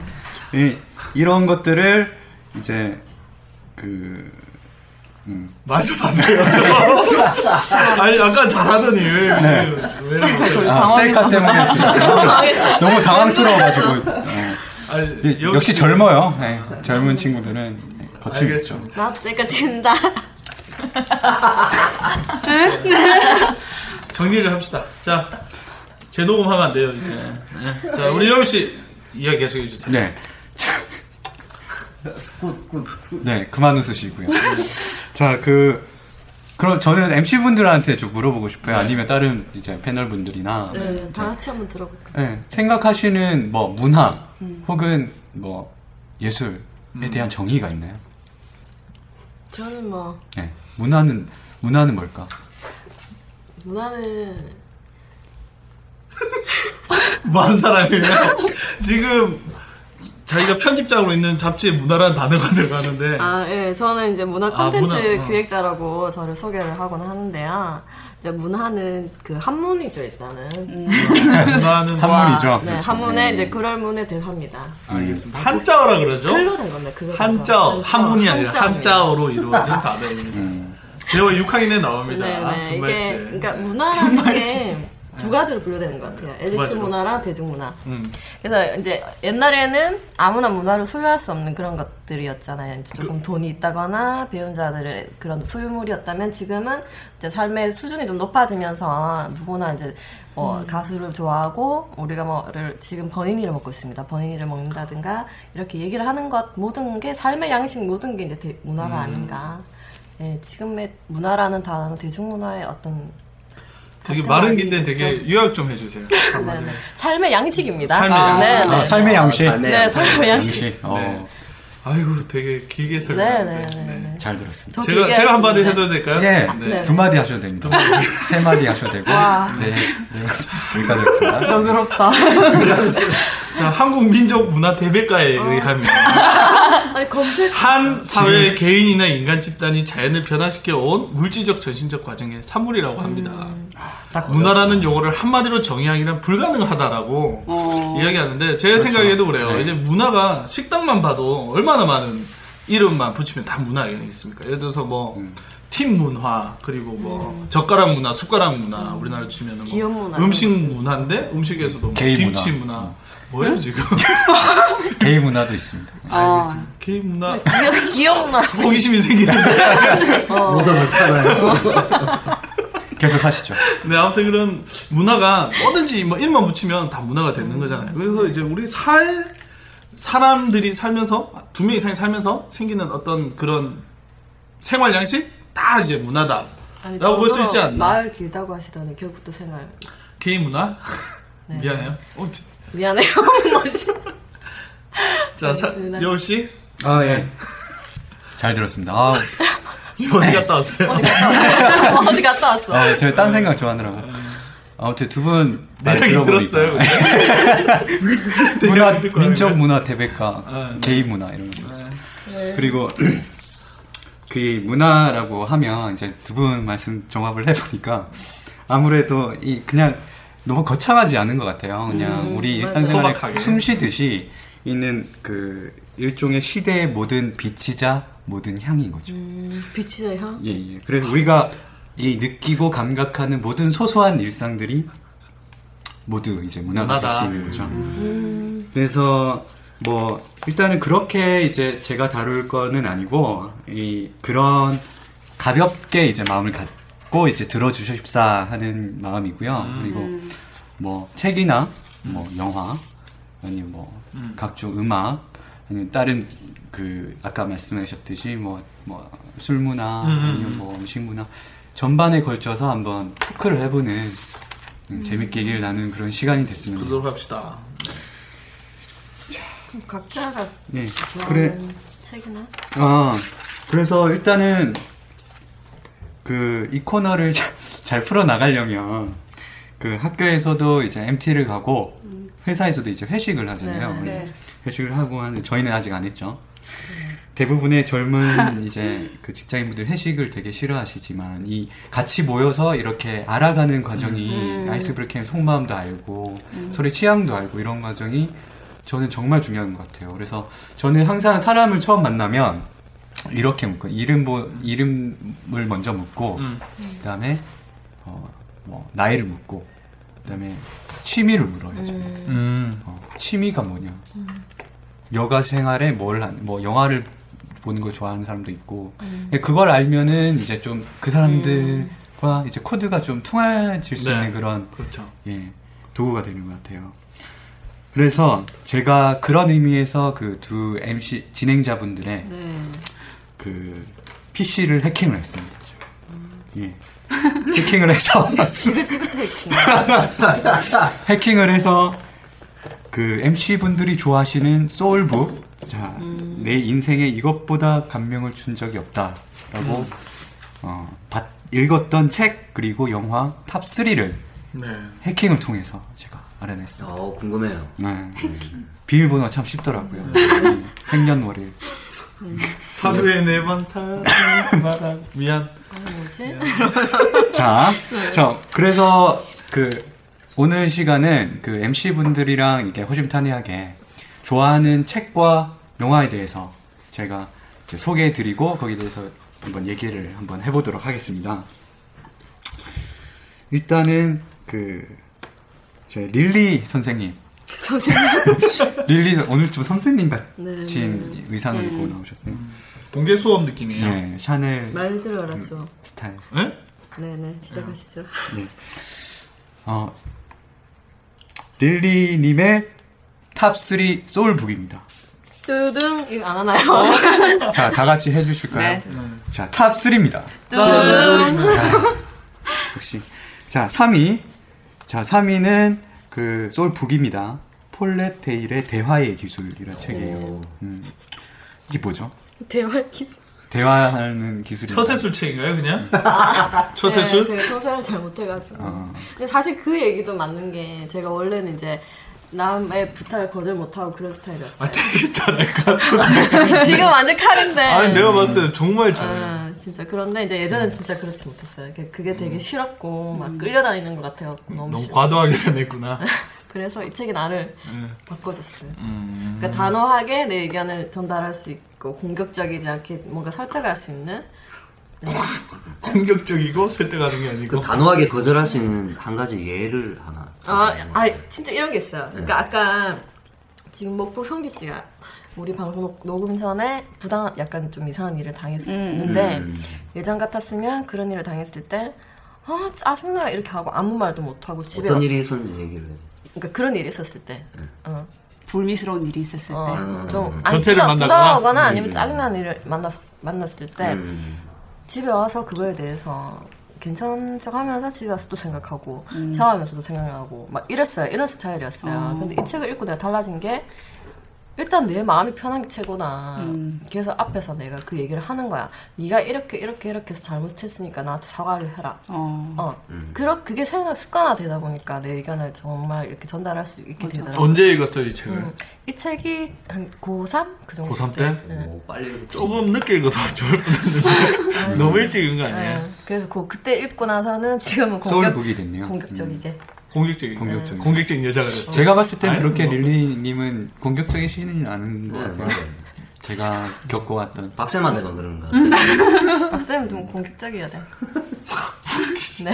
Speaker 7: 이, 이런 것들을 이제, 그,
Speaker 4: 말 좀 하세요. *laughs* 아니 아까 잘하더니 왜? 왜, 왜 이러고.
Speaker 7: 아, 셀카 때문에 지금 너무 당황스러워가지고. 네.
Speaker 4: 아니,
Speaker 7: 예, 역시 젊어요. 예, 젊은 친구들은 거칠겠죠.
Speaker 4: 알겠습니다.
Speaker 3: 나도 셀카 찍는다.
Speaker 4: 정리를 합시다. 자, 제 녹음하면 안 돼요 이제. 네. 자, 우리 여우 씨 이야기 계속해 주세요.
Speaker 7: 네. 네, 그만 웃으시고요. 자, 그 그럼 저는 MC 분들한테 좀 물어보고 싶어요. 아니면 다른 이제 패널 분들이나
Speaker 3: 네, 다 같이 한번 들어볼까요?
Speaker 7: 네, 생각하시는 뭐 문화 혹은 뭐 예술에 대한 정의가 있나요?
Speaker 3: 저는 뭐
Speaker 7: 네, 문화는 문화는 뭘까?
Speaker 3: 문화는
Speaker 4: 뭐한 사람이에요? *laughs* 지금 자기가 편집장으로 있는 잡지에 문화라는 단어가 들어가는데
Speaker 3: 아, 예. 저는 이제 문화
Speaker 4: 아,
Speaker 3: 콘텐츠
Speaker 4: 문화, 어.
Speaker 3: 기획자라고 저를 소개를 하곤 하는데요. 이제 문화는 그 한문이죠, 일단은.
Speaker 4: 문화는
Speaker 7: 한- 한문이죠.
Speaker 3: 와, 네,
Speaker 7: 그렇죠.
Speaker 3: 한문에 이제 그럴 문에 대합니다.
Speaker 4: 알겠습니다. 한자어라 그러죠?
Speaker 3: 글로 된 겁니다. 글로 된
Speaker 4: 한자어,
Speaker 3: 거.
Speaker 4: 한문이 아니라
Speaker 3: 한자어예요.
Speaker 4: 한자어로 이루어진 단어입니다.
Speaker 7: 음.
Speaker 4: 대화 6학년에 나옵니다.
Speaker 3: 네, 네.
Speaker 4: 정말
Speaker 3: 이게
Speaker 4: 쎄.
Speaker 3: 그러니까 문화라는 게 두 가지로 분류되는 것 같아요. 엘리트
Speaker 4: 가지로.
Speaker 3: 문화랑 대중문화.
Speaker 4: 음.
Speaker 3: 그래서 이제 옛날에는 아무나 문화를 소유할 수 없는 그런 것들이었잖아요. 이제
Speaker 4: 그
Speaker 3: 조금 돈이 있다거나 배운 자들의 그런 소유물이었다면 지금은 이제 삶의 수준이 좀 높아지면서 누구나 이제
Speaker 4: 음.
Speaker 3: 뭐 가수를 좋아하고 우리가 뭐를 지금 버니니를 먹고 있습니다. 버니니를 먹는다든가 이렇게 얘기를 하는 것 모든 게 삶의 양식 모든 게 이제 대- 문화가
Speaker 4: 음.
Speaker 3: 아닌가. 예, 지금의 문화라는 단어는 대중문화의 어떤
Speaker 4: 되게 마른 긴데 되게 요약 좀 해주세요.
Speaker 3: *laughs* 네,
Speaker 4: 한마디로.
Speaker 3: 네. 삶의 양식입니다.
Speaker 4: 삶의 양식.
Speaker 3: 네,
Speaker 7: 아,
Speaker 3: 네.
Speaker 7: 삶의 양식.
Speaker 2: 삶의
Speaker 3: 네, 삶의 양식.
Speaker 7: 양식.
Speaker 4: 네.
Speaker 7: 어,
Speaker 4: 아이고 되게 길게 설명.
Speaker 3: 네네네.
Speaker 7: 잘 들었습니다.
Speaker 3: 더
Speaker 4: 제가
Speaker 3: 길게
Speaker 4: 제가 한마디
Speaker 3: 하겠습니다.
Speaker 4: 해도 될까요?
Speaker 7: 예,
Speaker 3: 네.
Speaker 7: 두 마디 하셔도 됩니다. 세 마디 하셔도 되고. 네, 네, 여기까지
Speaker 3: 네.
Speaker 7: 하겠습니다.
Speaker 3: 너그럽다. *laughs* 어,
Speaker 4: 자, 한국 민족 문화 대백과에 의하면
Speaker 3: 아니 검색
Speaker 4: 한 사회 개인이나 인간 집단이 자연을 변화시켜 온 물질적 전신적 과정의 산물이라고 합니다.
Speaker 3: 음.
Speaker 2: 딱
Speaker 4: 문화라는 용어를 한마디로 정의하기란 불가능하다라고
Speaker 3: 어.
Speaker 4: 이야기하는데 제 생각에도 그래요. 이제 문화가 식당만 봐도 얼마나 많은 이름만 붙이면 다 문화 아니겠습니까? 예를 들어서 뭐 팀 문화 그리고 뭐 젓가락 문화, 숟가락 문화 우리나라 치면은
Speaker 3: 음. 기업
Speaker 4: 뭐
Speaker 3: 문화.
Speaker 4: 음식 문화인데 음식에서도 뭐
Speaker 7: 게이 문화.
Speaker 4: 김치 문화,
Speaker 3: 네?
Speaker 4: 뭐예요 지금? *laughs*
Speaker 7: 게이 문화도 있습니다.
Speaker 5: 어.
Speaker 4: 알겠습니다. 게이 문화
Speaker 3: 네, 기억나.
Speaker 4: 호기심이 생기는데.
Speaker 2: 무덤을 팔아요.
Speaker 7: 계속 하시죠.
Speaker 4: 네, 아무튼 그런 문화가 뭐든지 뭐 일만 붙이면 다 문화가 되는 거잖아요. 그래서 이제 우리 살 사람들이 살면서 두 명 이상이 살면서 생기는 어떤 그런 생활 양식 다 이제 문화다.
Speaker 3: 아니,
Speaker 4: 라고 볼수
Speaker 3: 저도
Speaker 4: 있지 않나?
Speaker 3: 마을 길다고 하시더니 결국 또 생활.
Speaker 4: 개인 문화?
Speaker 3: 네.
Speaker 4: 미안해요. 어, 지-
Speaker 3: 미안해요. *laughs* 어, 뭐지?
Speaker 4: 자, 사-
Speaker 3: 알겠습니다.
Speaker 4: 여울 씨,
Speaker 7: 아 예. 잘 들었습니다. 아,
Speaker 4: 어디 갔다 왔어요?
Speaker 3: 네. 어디 갔다 왔어?
Speaker 7: 아 제가 딴 생각 좋아하느라고. 아무튼 두분
Speaker 4: 내 얘기 들었어요. 내 얘기
Speaker 7: 문화,
Speaker 4: 듣고
Speaker 7: 민족
Speaker 4: 나니까.
Speaker 7: 문화 대백과
Speaker 4: 아, 네.
Speaker 7: 개인 문화 이런 거 있어요. 그리고 *clears throat* 그 문화라고 하면 이제 두 분 말씀 종합을 해보니까 아무래도 이 그냥 너무 거창하지 않은 것 같아요. 그냥 우리
Speaker 3: 음, 맞아요.
Speaker 7: 일상생활에
Speaker 4: 소박하게.
Speaker 7: 숨 쉬듯이 있는 그 일종의 시대의 모든 빛이자 모든 향인 거죠.
Speaker 3: 음. 비치자 형.
Speaker 7: 예, 예. 그래서 우리가 이 느끼고 감각하는 모든 소소한 일상들이 모두 이제 문화가 될
Speaker 4: 문화다.
Speaker 7: 수 있는 거죠.
Speaker 3: 음.
Speaker 7: 그래서 뭐 일단은 그렇게 이제 제가 다룰 거는 아니고 이 그런 가볍게 이제 마음을 갖고 이제 들어주십사 하는 마음이고요. 그리고 뭐 책이나 뭐 영화 아니면 뭐 각종 음악 아니면 다른 그 아까 말씀하셨듯이 뭐 뭐 술 문화 아니면 뭐 음식 문화 전반에 걸쳐서 한번 토크를 해보는 음, 재밌게 얘기를 나누는 그런 시간이 됐으면
Speaker 4: 그러도록 합시다.
Speaker 3: 각자가
Speaker 7: 네.
Speaker 3: 좋아하는
Speaker 7: 그래.
Speaker 3: 책이나
Speaker 7: 아, 그래서 일단은 그 이 코너를 *laughs* 자- 잘 풀어 나가려면 그 학교에서도 이제 MT를 가고 회사에서도 이제 회식을 하잖아요.
Speaker 3: 음. 네,
Speaker 7: 네. 회식을 하고 하는 저희는 아직 안 했죠. 대부분의 젊은 이제 그 직장인분들 회식을 되게 싫어하시지만 이 같이 모여서 이렇게 알아가는 과정이 아이스브레이킹의 속마음도 알고 서로의 취향도 알고 이런 과정이 저는 정말 중요한 것 같아요. 그래서 저는 항상 사람을 처음 만나면 이렇게 묻고 이름 보, 이름을 먼저 묻고
Speaker 4: 음.
Speaker 7: 그다음에 어, 뭐 나이를 묻고 그다음에 취미를 물어야죠. 어, 취미가 뭐냐? 여가 생활에 뭘 한, 뭐 영화를 보는 걸 좋아하는 사람도 있고 근데 그걸 알면은 이제 좀 그 사람들과 이제 코드가 좀 통할질 수
Speaker 4: 네.
Speaker 7: 있는 그런
Speaker 4: 그렇죠.
Speaker 7: 예, 도구가 되는 것 같아요. 그래서 제가 그런 의미에서 그 두 MC 진행자분들의 그 PC를 해킹을 했습니다. 예. 해킹을 해서 *laughs* 해킹을 해서 그 MC 분들이 좋아하시는 소울북 자, 내 인생에 이것보다 감명을 준 적이 없다라고 어, 받- 읽었던 책 그리고 영화 탑 3를
Speaker 4: 네.
Speaker 7: 해킹을 통해서 제가 알아냈어요.
Speaker 2: 어, 궁금해요.
Speaker 7: 네. 비밀번호가 참 쉽더라고요. 생년월일.
Speaker 4: 하루에 네 번 사랑받아 미안.
Speaker 3: 뭐지?
Speaker 7: 자, 자, 그래서 그 오늘 시간은 그 MC 분들이랑 이렇게 호심탄회하게 좋아하는 책과 영화에 대해서 제가 이제 소개해드리고 거기에 대해서 한번 얘기를 한번 해보도록 하겠습니다. 일단은 그 저희 릴리 선생님. 선생님. *laughs* 릴리 선- 오늘 좀 선생님 같은 의상을 입고 나오셨어요.
Speaker 4: 공개 수업 느낌이에요.
Speaker 7: 네, 샤넬
Speaker 3: 말 들어라 죠
Speaker 7: 스타일.
Speaker 4: 네?
Speaker 3: 네네 시작하시죠.
Speaker 7: 어, 릴리님의 탑3 소울북입니다.
Speaker 3: 뚜둥 이거 안 하나요?
Speaker 7: 자, 다 같이 해주실까요?
Speaker 5: 네.
Speaker 7: 자, 탑3입니다.
Speaker 3: 뚜둥
Speaker 7: 역시. 자, 3위. 자, 3위는 그 소울북입니다. 폴렛 테일의 대화의 기술이라는 책이에요. 음. 이게 뭐죠?
Speaker 3: *laughs* 대화기.
Speaker 7: 대화하는 기술이.
Speaker 4: 음. 처세술책인가요,
Speaker 3: 음.
Speaker 4: 그냥? *laughs* 처세술?
Speaker 3: 아. 네, 제가 처세를 잘 못해가지고.
Speaker 7: 어,
Speaker 3: 근데 사실 그 얘기도 맞는 게 제가 원래는 이제 남의 부탁을 거절 못하고 그런 스타일이었어.
Speaker 4: 아 되게 잘할 것 같은데.
Speaker 3: *laughs* 지금 완전 칼인데.
Speaker 4: 아니 내가 봤을 때는 정말 잘해.
Speaker 3: 아, 진짜 그런데 이제 예전엔 진짜 그렇지 못했어요. 그게- 그게 되게 싫었고 막 끌려다니는 것 같아갖고 너무,
Speaker 4: 너무
Speaker 3: 싫-
Speaker 4: 과도하게
Speaker 3: *laughs*
Speaker 4: 변했구나.
Speaker 3: 그래서 이 책이 나를
Speaker 4: 음.
Speaker 3: 바꿔줬어요. 그러니까 단호하게 내 의견을 전달할 수 있고 공격적이지 않게 뭔가 설득할 수 있는
Speaker 4: 공격적이고 설득하는 게 아니고.
Speaker 2: 그 단호하게 거절할 수 있는 한 가지 예를 하나.
Speaker 3: 아,
Speaker 2: 찾아보는
Speaker 3: 아,
Speaker 2: 거예요. 네.
Speaker 3: 진짜 이런 게 있어요. 그러니까 아까 지금 목포 성지 씨가 우리 방송 녹음 전에 부당 약간 좀 이상한 일을
Speaker 2: 음,
Speaker 3: 당했는데 예전 같았으면 그런 일을 당했을 때 아, 짜증나 이렇게 하고 아무 말도 못 하고 집에
Speaker 2: 어떤
Speaker 3: 와-
Speaker 2: 일이 네. 있었는지 얘기를 해야 돼.
Speaker 3: 그러니까 그런 일이 있었을 때. 어.
Speaker 5: 불미스러운 일이 있었을 때.
Speaker 3: 어,
Speaker 2: 음.
Speaker 3: 좀 아니,
Speaker 4: 변태를
Speaker 3: 부담,
Speaker 4: 만나거나?
Speaker 3: 부담하거나 아니면 짜증나는 일을 만났, 만났을 때
Speaker 2: 음.
Speaker 3: 집에 와서 그거에 대해서 괜찮은 척 하면서 집에 와서 또 생각하고 샤워하면서도 생각나고 막 이랬어요 이런 스타일이었어요 근데 이 책을 읽고 내가 달라진 게 일단 내 마음이 편한 게 최고다 그래서 앞에서 내가 그 얘기를 하는 거야 네가 이렇게 이렇게 이렇게 해서 잘못했으니까 나한테 사과를 해라
Speaker 5: 어.
Speaker 3: 어 그러, 그게 생활 습관화되다 보니까 내 의견을 정말 이렇게 전달할 수 있게 되더라고
Speaker 4: 언제 읽었어요 이 책을?
Speaker 3: 음, 이 책이 한 고3? 그 정도
Speaker 4: 고3 때?
Speaker 2: 뭐 빨리
Speaker 4: 조금 늦게 읽어도 *laughs* 좋을 뻔했는데 너무 일찍 읽은 거 아니에요?
Speaker 3: 음. 네. 그래서 그, 그때 읽고 나서는 지금은 공격,
Speaker 7: 소울북이 됐네요.
Speaker 3: 공격적이게
Speaker 4: 공격적인
Speaker 7: 공격적인.
Speaker 4: 공격적인 여자가 됐어.
Speaker 7: 제가 봤을 땐
Speaker 4: 아니,
Speaker 7: 그렇게
Speaker 4: 뭐.
Speaker 7: 릴리님은 공격적이시는 않은 것 같아요.
Speaker 2: 맞아요.
Speaker 7: 제가 겪어왔던
Speaker 2: 박쌤한테만 그러는 거
Speaker 3: 음. 아, 박쌤 좀 공격적이어야 *laughs* 돼 네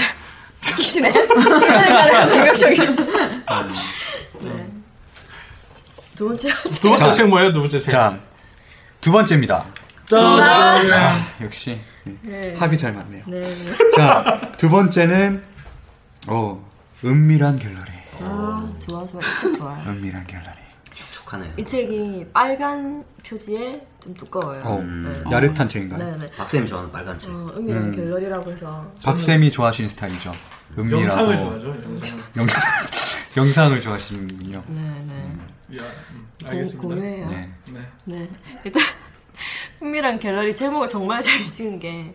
Speaker 3: 귀신네 *laughs* 그러니까 공격적이지 네. 두 번째
Speaker 4: 두 번째
Speaker 7: 자.
Speaker 4: 책 뭐예요? 두 번째 책.
Speaker 7: 자, 두 번째입니다.
Speaker 4: 짜잔.
Speaker 7: 아, 역시
Speaker 3: 네.
Speaker 7: 합이 잘 맞네요.
Speaker 3: 네.
Speaker 7: 자, 두 번째는 어, 은밀한 갤러리.
Speaker 3: 아 좋아 좋아 이 책 좋아요
Speaker 7: 은밀한 갤러리.
Speaker 2: 촉촉하네요.
Speaker 3: 이 책이 빨간 표지에 좀 두꺼워요
Speaker 7: 어,
Speaker 4: 음.
Speaker 3: 네.
Speaker 7: 야릇한 책인가요?
Speaker 3: 네네
Speaker 2: 박쌤이 좋아하는 빨간 책.
Speaker 3: 어, 은밀한 갤러리라고 해서
Speaker 7: 박쌤이 좋아하시는 스타일이죠. 은밀하고
Speaker 4: 영상을 좋아하죠. 영상을.
Speaker 7: *laughs* 영상, 을 좋아하시는군요.
Speaker 3: 네네
Speaker 4: 야, 음, 알겠습니다.
Speaker 3: 공유해요
Speaker 7: 네.
Speaker 4: 네.
Speaker 3: 네. 일단 *laughs* 흥미란 갤러리 제목을 정말 잘 지은 게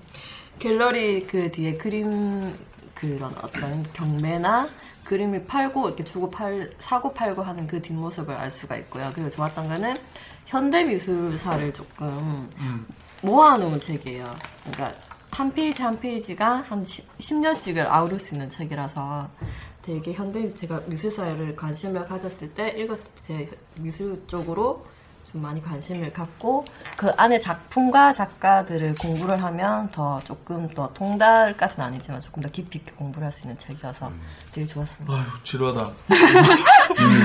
Speaker 3: 갤러리 그 뒤에 그림 그런 어떤 경매나 그림을 팔고 이렇게 주고 팔 사고 팔고 하는 그 뒷모습을 알 수가 있고요. 그리고 좋았던 거는 현대 미술사를 조금 모아놓은 책이에요. 그러니까 한 페이지 한 페이지가 한 10, 년씩을 아우를 수 있는 책이라서 되게 현대 제가 미술사를 관심을 가졌을 때 읽었을 때 제 미술 쪽으로 좀 많이 관심을 갖고 그 안에 작품과 작가들을 공부를 하면 더 조금 더 통달까지는 아니지만 조금 더 깊이 있게 공부를 할 수 있는 책이어서
Speaker 4: 음.
Speaker 3: 되게 좋았습니다.
Speaker 4: 아휴 지루하다. *laughs*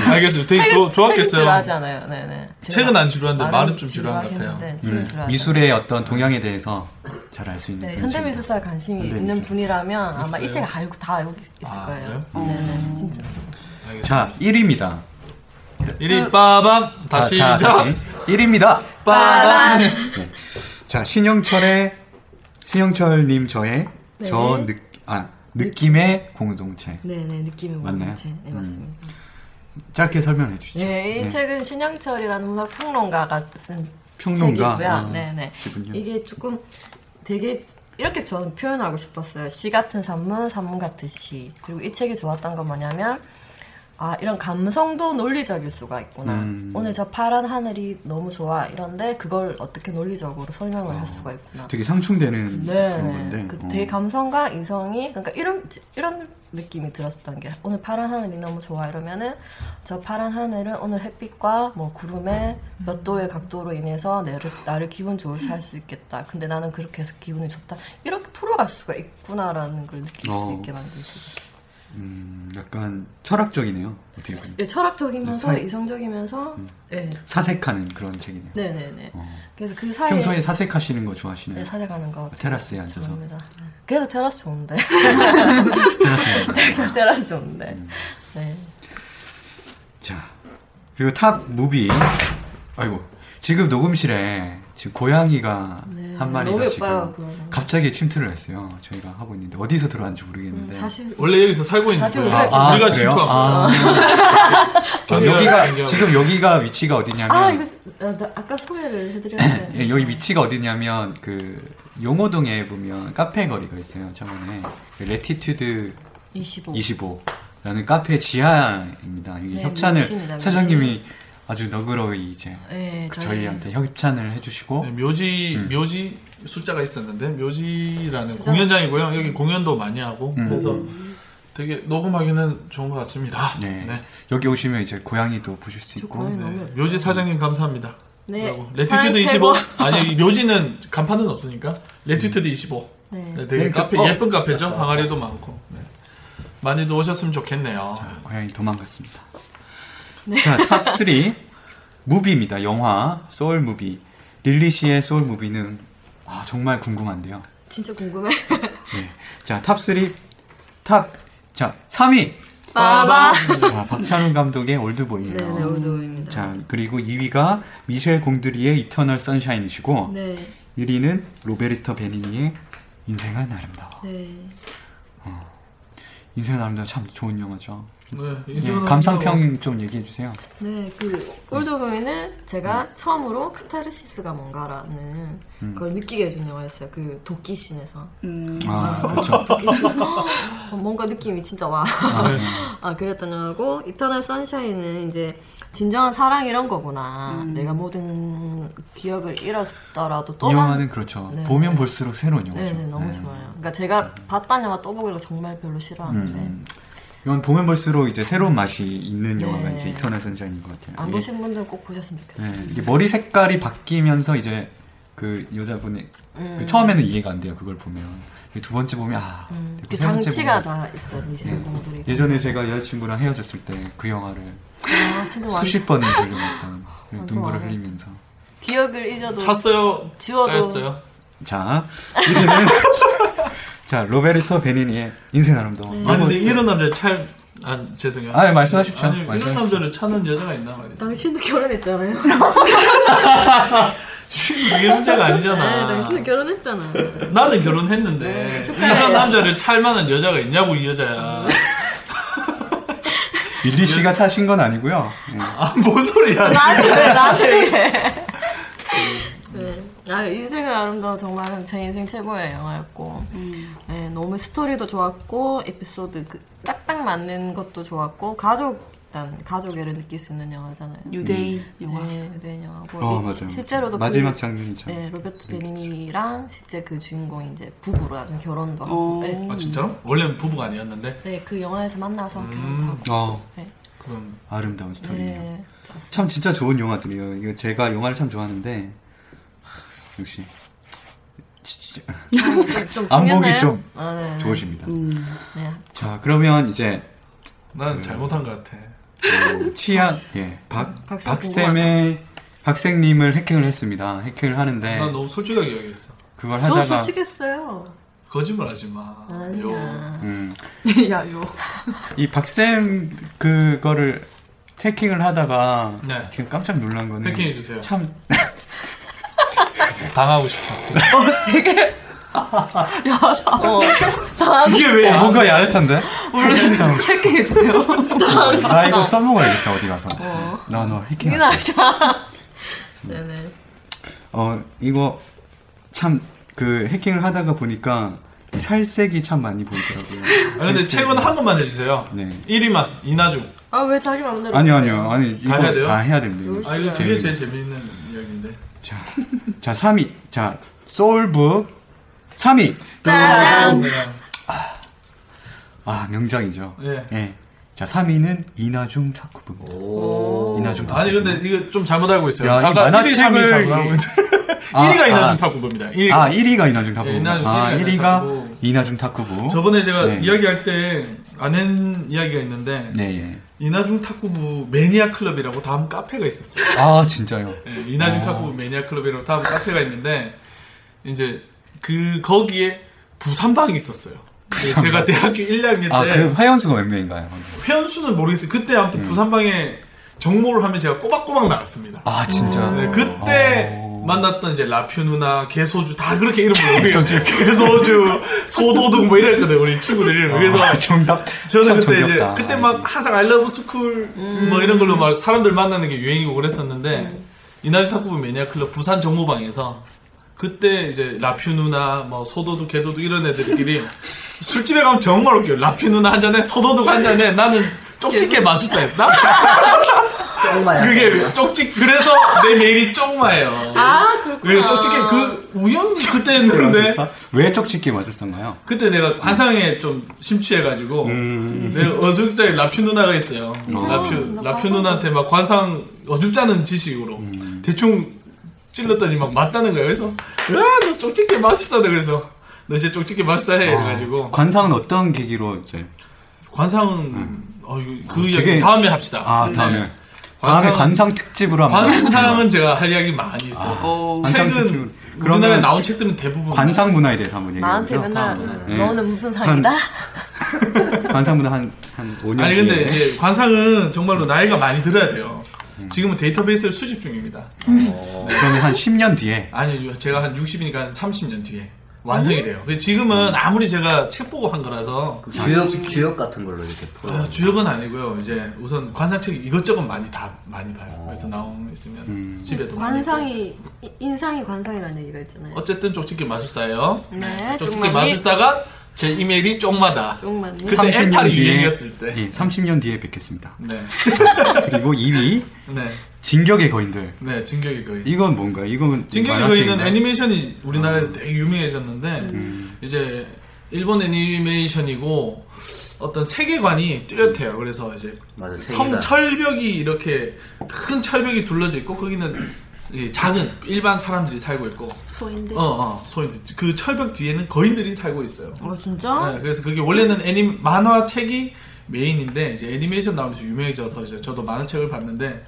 Speaker 4: 알겠습니다. 되게 네, 좋-
Speaker 3: 책은
Speaker 4: 좋았겠어요.
Speaker 3: 지루하지 않아요. 네네.
Speaker 4: 책은 안 지루한데 말은 좀 지루한 것 같아요.
Speaker 3: 네, 책은 지루하지 않아요.
Speaker 7: 음, 미술의 어떤 동향에 대해서 잘 알 수 있는
Speaker 3: 네,
Speaker 7: 그런 책입니다.
Speaker 3: 현대미술사에 관심이 있는
Speaker 7: 현대미술.
Speaker 3: 분이라면 아마
Speaker 4: 있어요?
Speaker 3: 이 책 알고 다 알고 있을
Speaker 4: 아,
Speaker 3: 거예요.
Speaker 4: 그래요?
Speaker 7: 음.
Speaker 3: 네네, 진짜.
Speaker 7: 자, 1위입니다.
Speaker 4: 1위 빠밤 다시
Speaker 7: 자, 자,
Speaker 4: 시작.
Speaker 7: 다시. 1위입니다.
Speaker 4: 빠밤.
Speaker 7: 자, 신영철의 신영철 님 저의
Speaker 3: 네.
Speaker 7: 저 느, 아, 느낌의 공동체.
Speaker 3: 네네, 느낌이
Speaker 7: 맞나요?
Speaker 3: 오는 책. 네,
Speaker 7: 음.
Speaker 3: 맞습니다.
Speaker 7: 짧게 설명해 주시죠.
Speaker 3: 네, 이 책은 신영철이라는 문학평론가가 쓴
Speaker 7: 평론가?
Speaker 3: 책이고요.
Speaker 7: 아,
Speaker 3: 네네.
Speaker 7: 그분요.
Speaker 3: 이게 조금 되게 이렇게 저는 표현하고 싶었어요. 시 같은 산문, 산문 같은 시. 그리고 이 책이 좋았던 건 뭐냐면 아 이런 감성도 논리적일 수가 있구나.
Speaker 7: 음.
Speaker 3: 오늘 저 파란 하늘이 너무 좋아. 이런데 그걸 어떻게 논리적으로 설명을
Speaker 7: 어.
Speaker 3: 할 수가 있구나.
Speaker 7: 되게 상충되는
Speaker 3: 네,
Speaker 7: 그런
Speaker 3: 네.
Speaker 7: 건데.
Speaker 3: 그
Speaker 7: 어.
Speaker 3: 되게 감성과 이성이 그러니까 이런 이런 느낌이 들었었던 게 오늘 파란 하늘이 너무 좋아 이러면은 저 파란 하늘은 오늘 햇빛과 뭐 구름의 몇 도의 각도로 인해서 나를, 나를 기분 좋을 살 수 있겠다. 근데 나는 그렇게 해서 기분이 좋다. 이렇게 풀어갈 수가 있구나라는 걸 느낄
Speaker 7: 어.
Speaker 3: 수 있게 만들지.
Speaker 7: 음, 약간 철학적이네요. 어떻게 보면.
Speaker 3: 예, 철학적이면서
Speaker 7: 네, 사-
Speaker 3: 이성적이면서 예.
Speaker 7: 사색하는 그런 책이네요.
Speaker 3: 네, 네, 네.
Speaker 7: 어.
Speaker 3: 그래서 그 사이에
Speaker 7: 평소에 사색하시는 거 좋아하시나요?
Speaker 3: 네, 찾아가는 거
Speaker 7: 테라스에 앉아서.
Speaker 3: 좋아합니다. 그래서 테라스 좋은데. *laughs* 네,
Speaker 7: 테라스에 앉아서.
Speaker 3: 테라스 좋은데.
Speaker 7: 음.
Speaker 3: 네.
Speaker 7: 자, 그리고 탑 무비. 아이고, 지금 녹음실에 지금 고양이가
Speaker 3: 네,
Speaker 7: 한 마리가
Speaker 3: 너무
Speaker 7: 지금
Speaker 3: 예뻐요, 고양이.
Speaker 7: 갑자기 침투를 했어요. 저희가 하고 있는데 어디서 들어왔는지 모르겠는데.
Speaker 3: 사실
Speaker 4: 원래 여기서 살고 있는
Speaker 3: 사실
Speaker 4: 거예요.
Speaker 3: 우리가 지금-
Speaker 4: 우리가
Speaker 7: 아, 그래요?
Speaker 4: 침투하고
Speaker 7: 아, 그럼
Speaker 4: 경계하고
Speaker 7: 여기가
Speaker 4: 경계하고.
Speaker 7: 지금 여기가 위치가 어디냐면
Speaker 3: 아 이거 아, 나 아까 소개를 해드렸는데
Speaker 7: 예, 여기 위치가 어디냐면 그 용호동에 보면 카페 거리가 있어요. 창원에 그 레티튜드
Speaker 3: 25
Speaker 7: 25 라는 카페 지하입니다. 이
Speaker 3: 네,
Speaker 7: 협찬을
Speaker 3: 멋집니다,
Speaker 7: 사장님이 아주 너그러이 이제
Speaker 3: 네,
Speaker 7: 그 저희한테 협찬을 해주시고
Speaker 4: 네, 묘지
Speaker 7: 음.
Speaker 4: 묘지 숫자가 있었는데 묘지라는
Speaker 3: 수정.
Speaker 4: 공연장이고요. 여기 공연도 많이 하고
Speaker 7: 음.
Speaker 4: 그래서 되게 녹음하기는 좋은 것 같습니다.
Speaker 7: 네.
Speaker 4: 네.
Speaker 7: 여기 오시면 이제 고양이도 보실
Speaker 3: 저
Speaker 7: 수 있고
Speaker 3: 고양이
Speaker 4: 네,
Speaker 3: 너무
Speaker 4: 묘지 사장님 감사합니다.
Speaker 3: 네.
Speaker 4: 라고.
Speaker 3: 사연
Speaker 4: 레티튜드
Speaker 3: 최고.
Speaker 4: 25. 아니 이 묘지는 간판은 없으니까
Speaker 7: 음.
Speaker 4: 레티튜드 25.
Speaker 3: 네.
Speaker 4: 네, 되게 카페
Speaker 7: 어.
Speaker 4: 예쁜 카페죠. 항아리도 많고. 네. 많이들 오셨으면 좋겠네요.
Speaker 7: 자, 고양이 도망갔습니다.
Speaker 3: 네.
Speaker 7: 자, 탑3 무비입니다. 영화 소울 무비. 릴리 씨의 소울 무비는 아, 정말 궁금한데요.
Speaker 3: 진짜 궁금해. *laughs*
Speaker 7: 네. 자, 탑3 탑. 자, 3위.
Speaker 5: 아,
Speaker 3: 빠바.
Speaker 7: 자, 박찬훈 감독의
Speaker 3: 아. 네,
Speaker 7: 올드보이예요.
Speaker 3: 네, 오도입니다.
Speaker 7: 자, 그리고 2위가 미셸 공드리의 이터널 선샤인이시고
Speaker 3: 네,
Speaker 7: 1위는 로베르터 베니니의 인생은 아름다워. 어.
Speaker 3: 네.
Speaker 7: 인생은 아름다워 참 좋은 영화죠.
Speaker 4: 네,
Speaker 7: 예,
Speaker 4: 인생은
Speaker 7: 감상평 좀 얘기해 주세요.
Speaker 3: 네, 그 올드보이는
Speaker 7: 네.
Speaker 3: 제가 처음으로 카타르시스가 뭔가라는
Speaker 7: 음.
Speaker 3: 걸 느끼게 해준 영화였어요. 그 도끼
Speaker 7: *laughs*
Speaker 3: 씬에서.
Speaker 5: 음.
Speaker 7: 아,
Speaker 3: 네. *laughs*
Speaker 7: 그렇죠.
Speaker 3: 도끼 씬. 어, 뭔가 느낌이 진짜 와.
Speaker 7: 아, 네.
Speaker 3: *laughs* 아, 그랬던 영화고 이터널 선샤인은 이제 진정한 사랑 이런 거구나.
Speaker 7: 음.
Speaker 3: 내가 모든 기억을 잃었더라도 또
Speaker 7: 이
Speaker 3: 한-
Speaker 7: 영화는 그렇죠.
Speaker 3: 네.
Speaker 7: 보면 볼수록 새로운 영화죠.
Speaker 3: 네, 네, 너무
Speaker 7: 네.
Speaker 3: 좋아요. 네. 그러니까 제가 봤던 영화 또 보기를 정말 별로 싫어하는데
Speaker 7: 음. 이건 보면 볼수록 이제 새로운 맛이 있는
Speaker 3: 음. 네.
Speaker 7: 영화가 이제 이터널 선샤인인 것 같아요.
Speaker 3: 안
Speaker 7: 이게-
Speaker 3: 보신 분들은 꼭 보셨으면 좋겠어요.
Speaker 7: 네, 이게 머리 색깔이 바뀌면서 이제 그 여자분이
Speaker 3: 음.
Speaker 7: 그 처음에는 이해가 안 돼요. 그걸 보면 두 번째 보면 아
Speaker 3: 음,
Speaker 7: 되고
Speaker 3: 그
Speaker 7: 세 번째
Speaker 3: 장치가
Speaker 7: 보면-
Speaker 3: 다 있어요, 미셸
Speaker 7: 네.
Speaker 3: 공들이.
Speaker 7: 예전에 제가 여자친구랑 헤어졌을 때 그 영화를
Speaker 3: 아, 진짜 완
Speaker 7: 수십 번을 돌려봤던 그
Speaker 3: 완전
Speaker 7: 눈물을
Speaker 3: 완전.
Speaker 7: 흘리면서
Speaker 3: 기억을 잊어도
Speaker 4: 찼어요.
Speaker 3: 지워도
Speaker 4: 따였어요.
Speaker 7: 자 이제는 *laughs* 자 로베르토 베니니의 인생 아름다워
Speaker 3: 네. 음.
Speaker 4: 아니 근데 이런 남자 찰, 아 죄송해요.
Speaker 7: 아 말씀하십시오
Speaker 4: 아니 이런
Speaker 7: 말씀하십시오.
Speaker 4: 남자를 차는 여자가 있나 말이야.
Speaker 3: 당신도 결혼했잖아요.
Speaker 7: *laughs*
Speaker 3: *laughs*
Speaker 4: 그게 문제가
Speaker 3: 네,
Speaker 4: 아니잖아.
Speaker 3: 당신도 결혼했잖아.
Speaker 4: 나는 결혼했는데
Speaker 3: 축하해요.
Speaker 4: 이런 남자를 찰만한 여자가 있냐고 이 여자야.
Speaker 7: 밀리
Speaker 4: 네.
Speaker 7: 씨가 차신 건 아니고요 예.
Speaker 4: 아뭔 소리야.
Speaker 3: 나한테 왜 나한테 그래? 네. 아, 인생은 아름다워 정말 제 인생 최고의 영화였고 네, 너무 스토리도 좋았고 에피소드 그 딱딱 맞는 것도 좋았고 가족 일단 가족애를 느낄 수 있는 영화잖아요.
Speaker 5: 음. 유대인 영화.
Speaker 3: 네, 유대인 영화고
Speaker 7: 어
Speaker 3: 이-
Speaker 7: 맞아요
Speaker 3: 실제로도
Speaker 7: 마지막
Speaker 3: 그,
Speaker 7: 장면이죠
Speaker 3: 네, 로베르트 베니니랑 실제 그 주인공이 이제 부부로 나중에 결혼도 하고
Speaker 5: 어.
Speaker 3: 네.
Speaker 4: 아 진짜로? 원래는 부부가 아니었는데
Speaker 3: 네, 그 영화에서 만나서
Speaker 7: 음,
Speaker 3: 결혼도 하고
Speaker 7: 어
Speaker 3: 네.
Speaker 4: 그럼
Speaker 7: 아름다운 스토리네요
Speaker 3: 네.
Speaker 7: 참 진짜 좋은 영화들이에요. 이거 제가 영화를 참 좋아하는데 하, 역시 진짜
Speaker 3: 좀- 아, 좀
Speaker 7: 안목이
Speaker 3: 당겼나요?
Speaker 7: 좀
Speaker 3: 아, 네.
Speaker 7: 좋으십니다.
Speaker 3: 네.
Speaker 7: 자 그러면 이제
Speaker 4: 난 잘못한 것 같아.
Speaker 7: 그 취향
Speaker 4: 음.
Speaker 7: 예박
Speaker 3: 박사
Speaker 7: 박쌤의 박생님을 해킹을 했습니다. 해킹을 하는데
Speaker 4: 난 아, 너무 솔직하게 이야기했어.
Speaker 7: 그걸
Speaker 3: 저
Speaker 7: 하다가
Speaker 3: 솔직했어요.
Speaker 4: 거짓말 하지 마. 요.
Speaker 3: *laughs* 아니야.
Speaker 7: 음,
Speaker 8: 야, 요.
Speaker 7: 이 박쌤 그거를 해킹을 하다가
Speaker 4: 네.
Speaker 7: 지금 깜짝 놀란 거는
Speaker 4: 해킹해 주세요.
Speaker 7: 참
Speaker 4: 당하고 싶어.
Speaker 3: *laughs* 어,
Speaker 4: 이게 왜
Speaker 7: 어,
Speaker 4: 안-
Speaker 7: 뭔가 야릇한데
Speaker 3: *laughs*
Speaker 4: 아,
Speaker 7: 해킹당하고 싶어.
Speaker 8: 해킹해주세요.
Speaker 7: 네, 아 이거 써먹어야겠다 어디 가서 나너 해킹 음.
Speaker 3: 이나 샤. 네네.
Speaker 7: 어 이거 참 그 해킹을 하다가 보니까 이 살색이 참 많이 보이더라고요.
Speaker 4: 아니 근데
Speaker 7: 살색이.
Speaker 4: 책은 한 것만 해주세요.
Speaker 7: 네.
Speaker 4: 1위만 이나중.
Speaker 3: 아, 왜 자기 마음대로.
Speaker 7: 아니요
Speaker 3: 그러세요?
Speaker 7: 아니요 아니 이거
Speaker 4: 해야 돼요?
Speaker 7: 다 해야 됩니다. 이거.
Speaker 4: 아 이거 되게 제일 재밌는 이야기인데.
Speaker 7: 자, 자 3위 자 소울북 3위
Speaker 3: 짜잔.
Speaker 7: 음.
Speaker 4: 그냥
Speaker 7: 아 명작이죠.
Speaker 4: 예.
Speaker 7: 자 3위는 이나중 탁구부. 이나중 탁구부.
Speaker 4: 아니 근데 이거 좀 잘못 알고 있어요.
Speaker 7: 야, 이
Speaker 4: 아까 1위, 3위
Speaker 7: 만화책을-
Speaker 4: 잘못 알고 있는데
Speaker 7: 아,
Speaker 4: *laughs* 1위가
Speaker 7: 아.
Speaker 4: 이나중 탁구부입니다. 1위가.
Speaker 7: 아 1위가 이나중 탁구부.
Speaker 4: 예, 이나중-
Speaker 7: 아
Speaker 4: 일위가
Speaker 7: 1위가
Speaker 4: 탁구부.
Speaker 7: 이나중 탁구부.
Speaker 4: 저번에 제가
Speaker 7: 네.
Speaker 4: 이야기할 때 아는 이야기가 있는데
Speaker 7: 네. 예.
Speaker 4: 이나중 탁구부 매니아 클럽이라고 다음 카페가 있었어요.
Speaker 7: 아 진짜요.
Speaker 4: 예, 이나중 탁구 매니아 클럽이라고 다음 카페가 있는데 이제 그 거기에 부산방이 있었어요. 그 제가 대학교 1학년
Speaker 7: 아
Speaker 4: 때
Speaker 7: 그 화연수가 몇 명인가요?
Speaker 4: 회원수는 모르겠어요. 그때 아무튼 부산방에 정모를 하면 제가 꼬박꼬박 나갔습니다.
Speaker 7: 아 진짜.
Speaker 4: 네, 그때
Speaker 7: 어.
Speaker 4: 만났던 이제 라퓨 누나, 개소주 다 그렇게 이름 부르고 개소주, 소도둑 뭐 이랬거든 요 우리 친구들 이름. 그래서
Speaker 7: 아, 정답.
Speaker 4: 저는
Speaker 7: 참
Speaker 4: 그때 이제
Speaker 7: 정겹다. 아,
Speaker 4: 그때 막 항상 알러브 스쿨 뭐 이런 걸로 막 사람들 만나는 게 유행이고 그랬었는데 이날 탁구부 매니아 클럽 부산 정모방에서 그때 이제 라퓨 누나 뭐 소도둑 개도둑 이런 애들끼리 술집에 가면 정말 웃겨요. 라피 누나 한 잔에 서도둑 한 잔에 나는 쪽집게 마술사였다. 그게 쪽집 그래서 내 메일이 쪽마예요.
Speaker 10: 아,
Speaker 4: 그래서
Speaker 10: 그렇구나.
Speaker 4: 쪽집게 그 우연히 그때 했는데
Speaker 7: 왜 쪽집게 맞을까요?
Speaker 4: 그때 내가 관상에 좀 심취해가지고
Speaker 7: 음.
Speaker 4: 내가 어죽자에 라퓨 누나가 있어요.
Speaker 10: 음. 아,
Speaker 4: 라퓨 라퓨 누나한테 막 관상 어죽자는 지식으로
Speaker 7: 음.
Speaker 4: 대충 찔렀더니 막 맞다는 거예요. 그래서 야너 쪽집게 맛있어다 그래서 너 이제 쪽집게 맛있어 해
Speaker 7: 아.
Speaker 4: 이래가지고
Speaker 7: 관상은 어떤 계기로 이제
Speaker 4: 관상은 어, 이거 그
Speaker 7: 어,
Speaker 4: 이야기
Speaker 7: 되게-
Speaker 4: 다음에 합시다.
Speaker 7: 아
Speaker 4: 네.
Speaker 7: 다음에 다음에 관상 특집으로 한번
Speaker 4: 관상은 제가 할 이야기 많이 아, 있어요.
Speaker 5: 어,
Speaker 7: 관상
Speaker 4: 책은
Speaker 7: 특집으로.
Speaker 4: 우리나라에
Speaker 7: 그러면
Speaker 4: 나온 책들은 대부분
Speaker 7: 관상 문화에 대해서 한번 얘기해
Speaker 3: 나한테
Speaker 7: 보죠.
Speaker 3: 맨날
Speaker 7: 네.
Speaker 3: 너는 무슨 상이다?
Speaker 7: 관상 문화 한한 5년
Speaker 4: 아니 근데
Speaker 7: 뒤에 음.
Speaker 4: 이제 관상은 정말로 나이가 많이 들어야 돼요. 지금은 데이터베이스를 수집 중입니다.
Speaker 7: 어, 그러면 한 10년 뒤에
Speaker 4: 아니 제가 한 60이니까 한 30년 뒤에 완성이 돼요. 근데 지금은 아무리 제가 책 보고 한 거라서
Speaker 2: 주역 주역 같은 걸로 이렇게 풀어.
Speaker 4: 아, 주역은 아니고요. 이제 우선 관상책 이것저것 많이 다 많이
Speaker 7: 어.
Speaker 4: 봐요. 그래서 나온 거 있으면
Speaker 7: 음.
Speaker 4: 집에도 많이
Speaker 10: 관상이 이- 인상이 관상이라는 얘기가 있잖아요.
Speaker 4: 있고. 어쨌든 쪽집게 마술사예요.
Speaker 10: 네,
Speaker 4: 쪽집게
Speaker 10: 쪽만님.
Speaker 4: 마술사가 제 이메일이 쪽마다.
Speaker 10: 쪽만님.
Speaker 4: 아, 그때 엔팔이
Speaker 7: 30년 뒤에
Speaker 4: 유행이었을 때.
Speaker 7: 예, 30년 뒤에 뵙겠습니다.
Speaker 4: 네,
Speaker 7: 그리고 2위
Speaker 4: 네,
Speaker 7: 진격의 거인들.
Speaker 4: 네, 진격의 거인.
Speaker 7: 이건 뭔가? 이건
Speaker 4: 진격의
Speaker 7: 만화책인가요? 음.
Speaker 4: 거인은 애니메이션이 우리나라에서 되게 유명해졌는데 이제 일본 애니메이션이고 어떤 세계관이 뚜렷해요. 그래서 이제
Speaker 2: 맞아.
Speaker 4: 섬 철벽이 이렇게 큰 철벽이 둘러져 있고 거기는 이 작은 일반 사람들이 살고 있고
Speaker 7: 음.
Speaker 10: 소인데.
Speaker 4: 어, 어, 소위 그 철벽 뒤에는 거인들이 살고 있어요.
Speaker 10: 어,
Speaker 3: 아?
Speaker 10: 진짜?
Speaker 4: 네, 그래서 그게 원래는 애니 만화책이 메인인데 이제 애니메이션 나오면서 유명해져서 이제 저도 만화책을 봤는데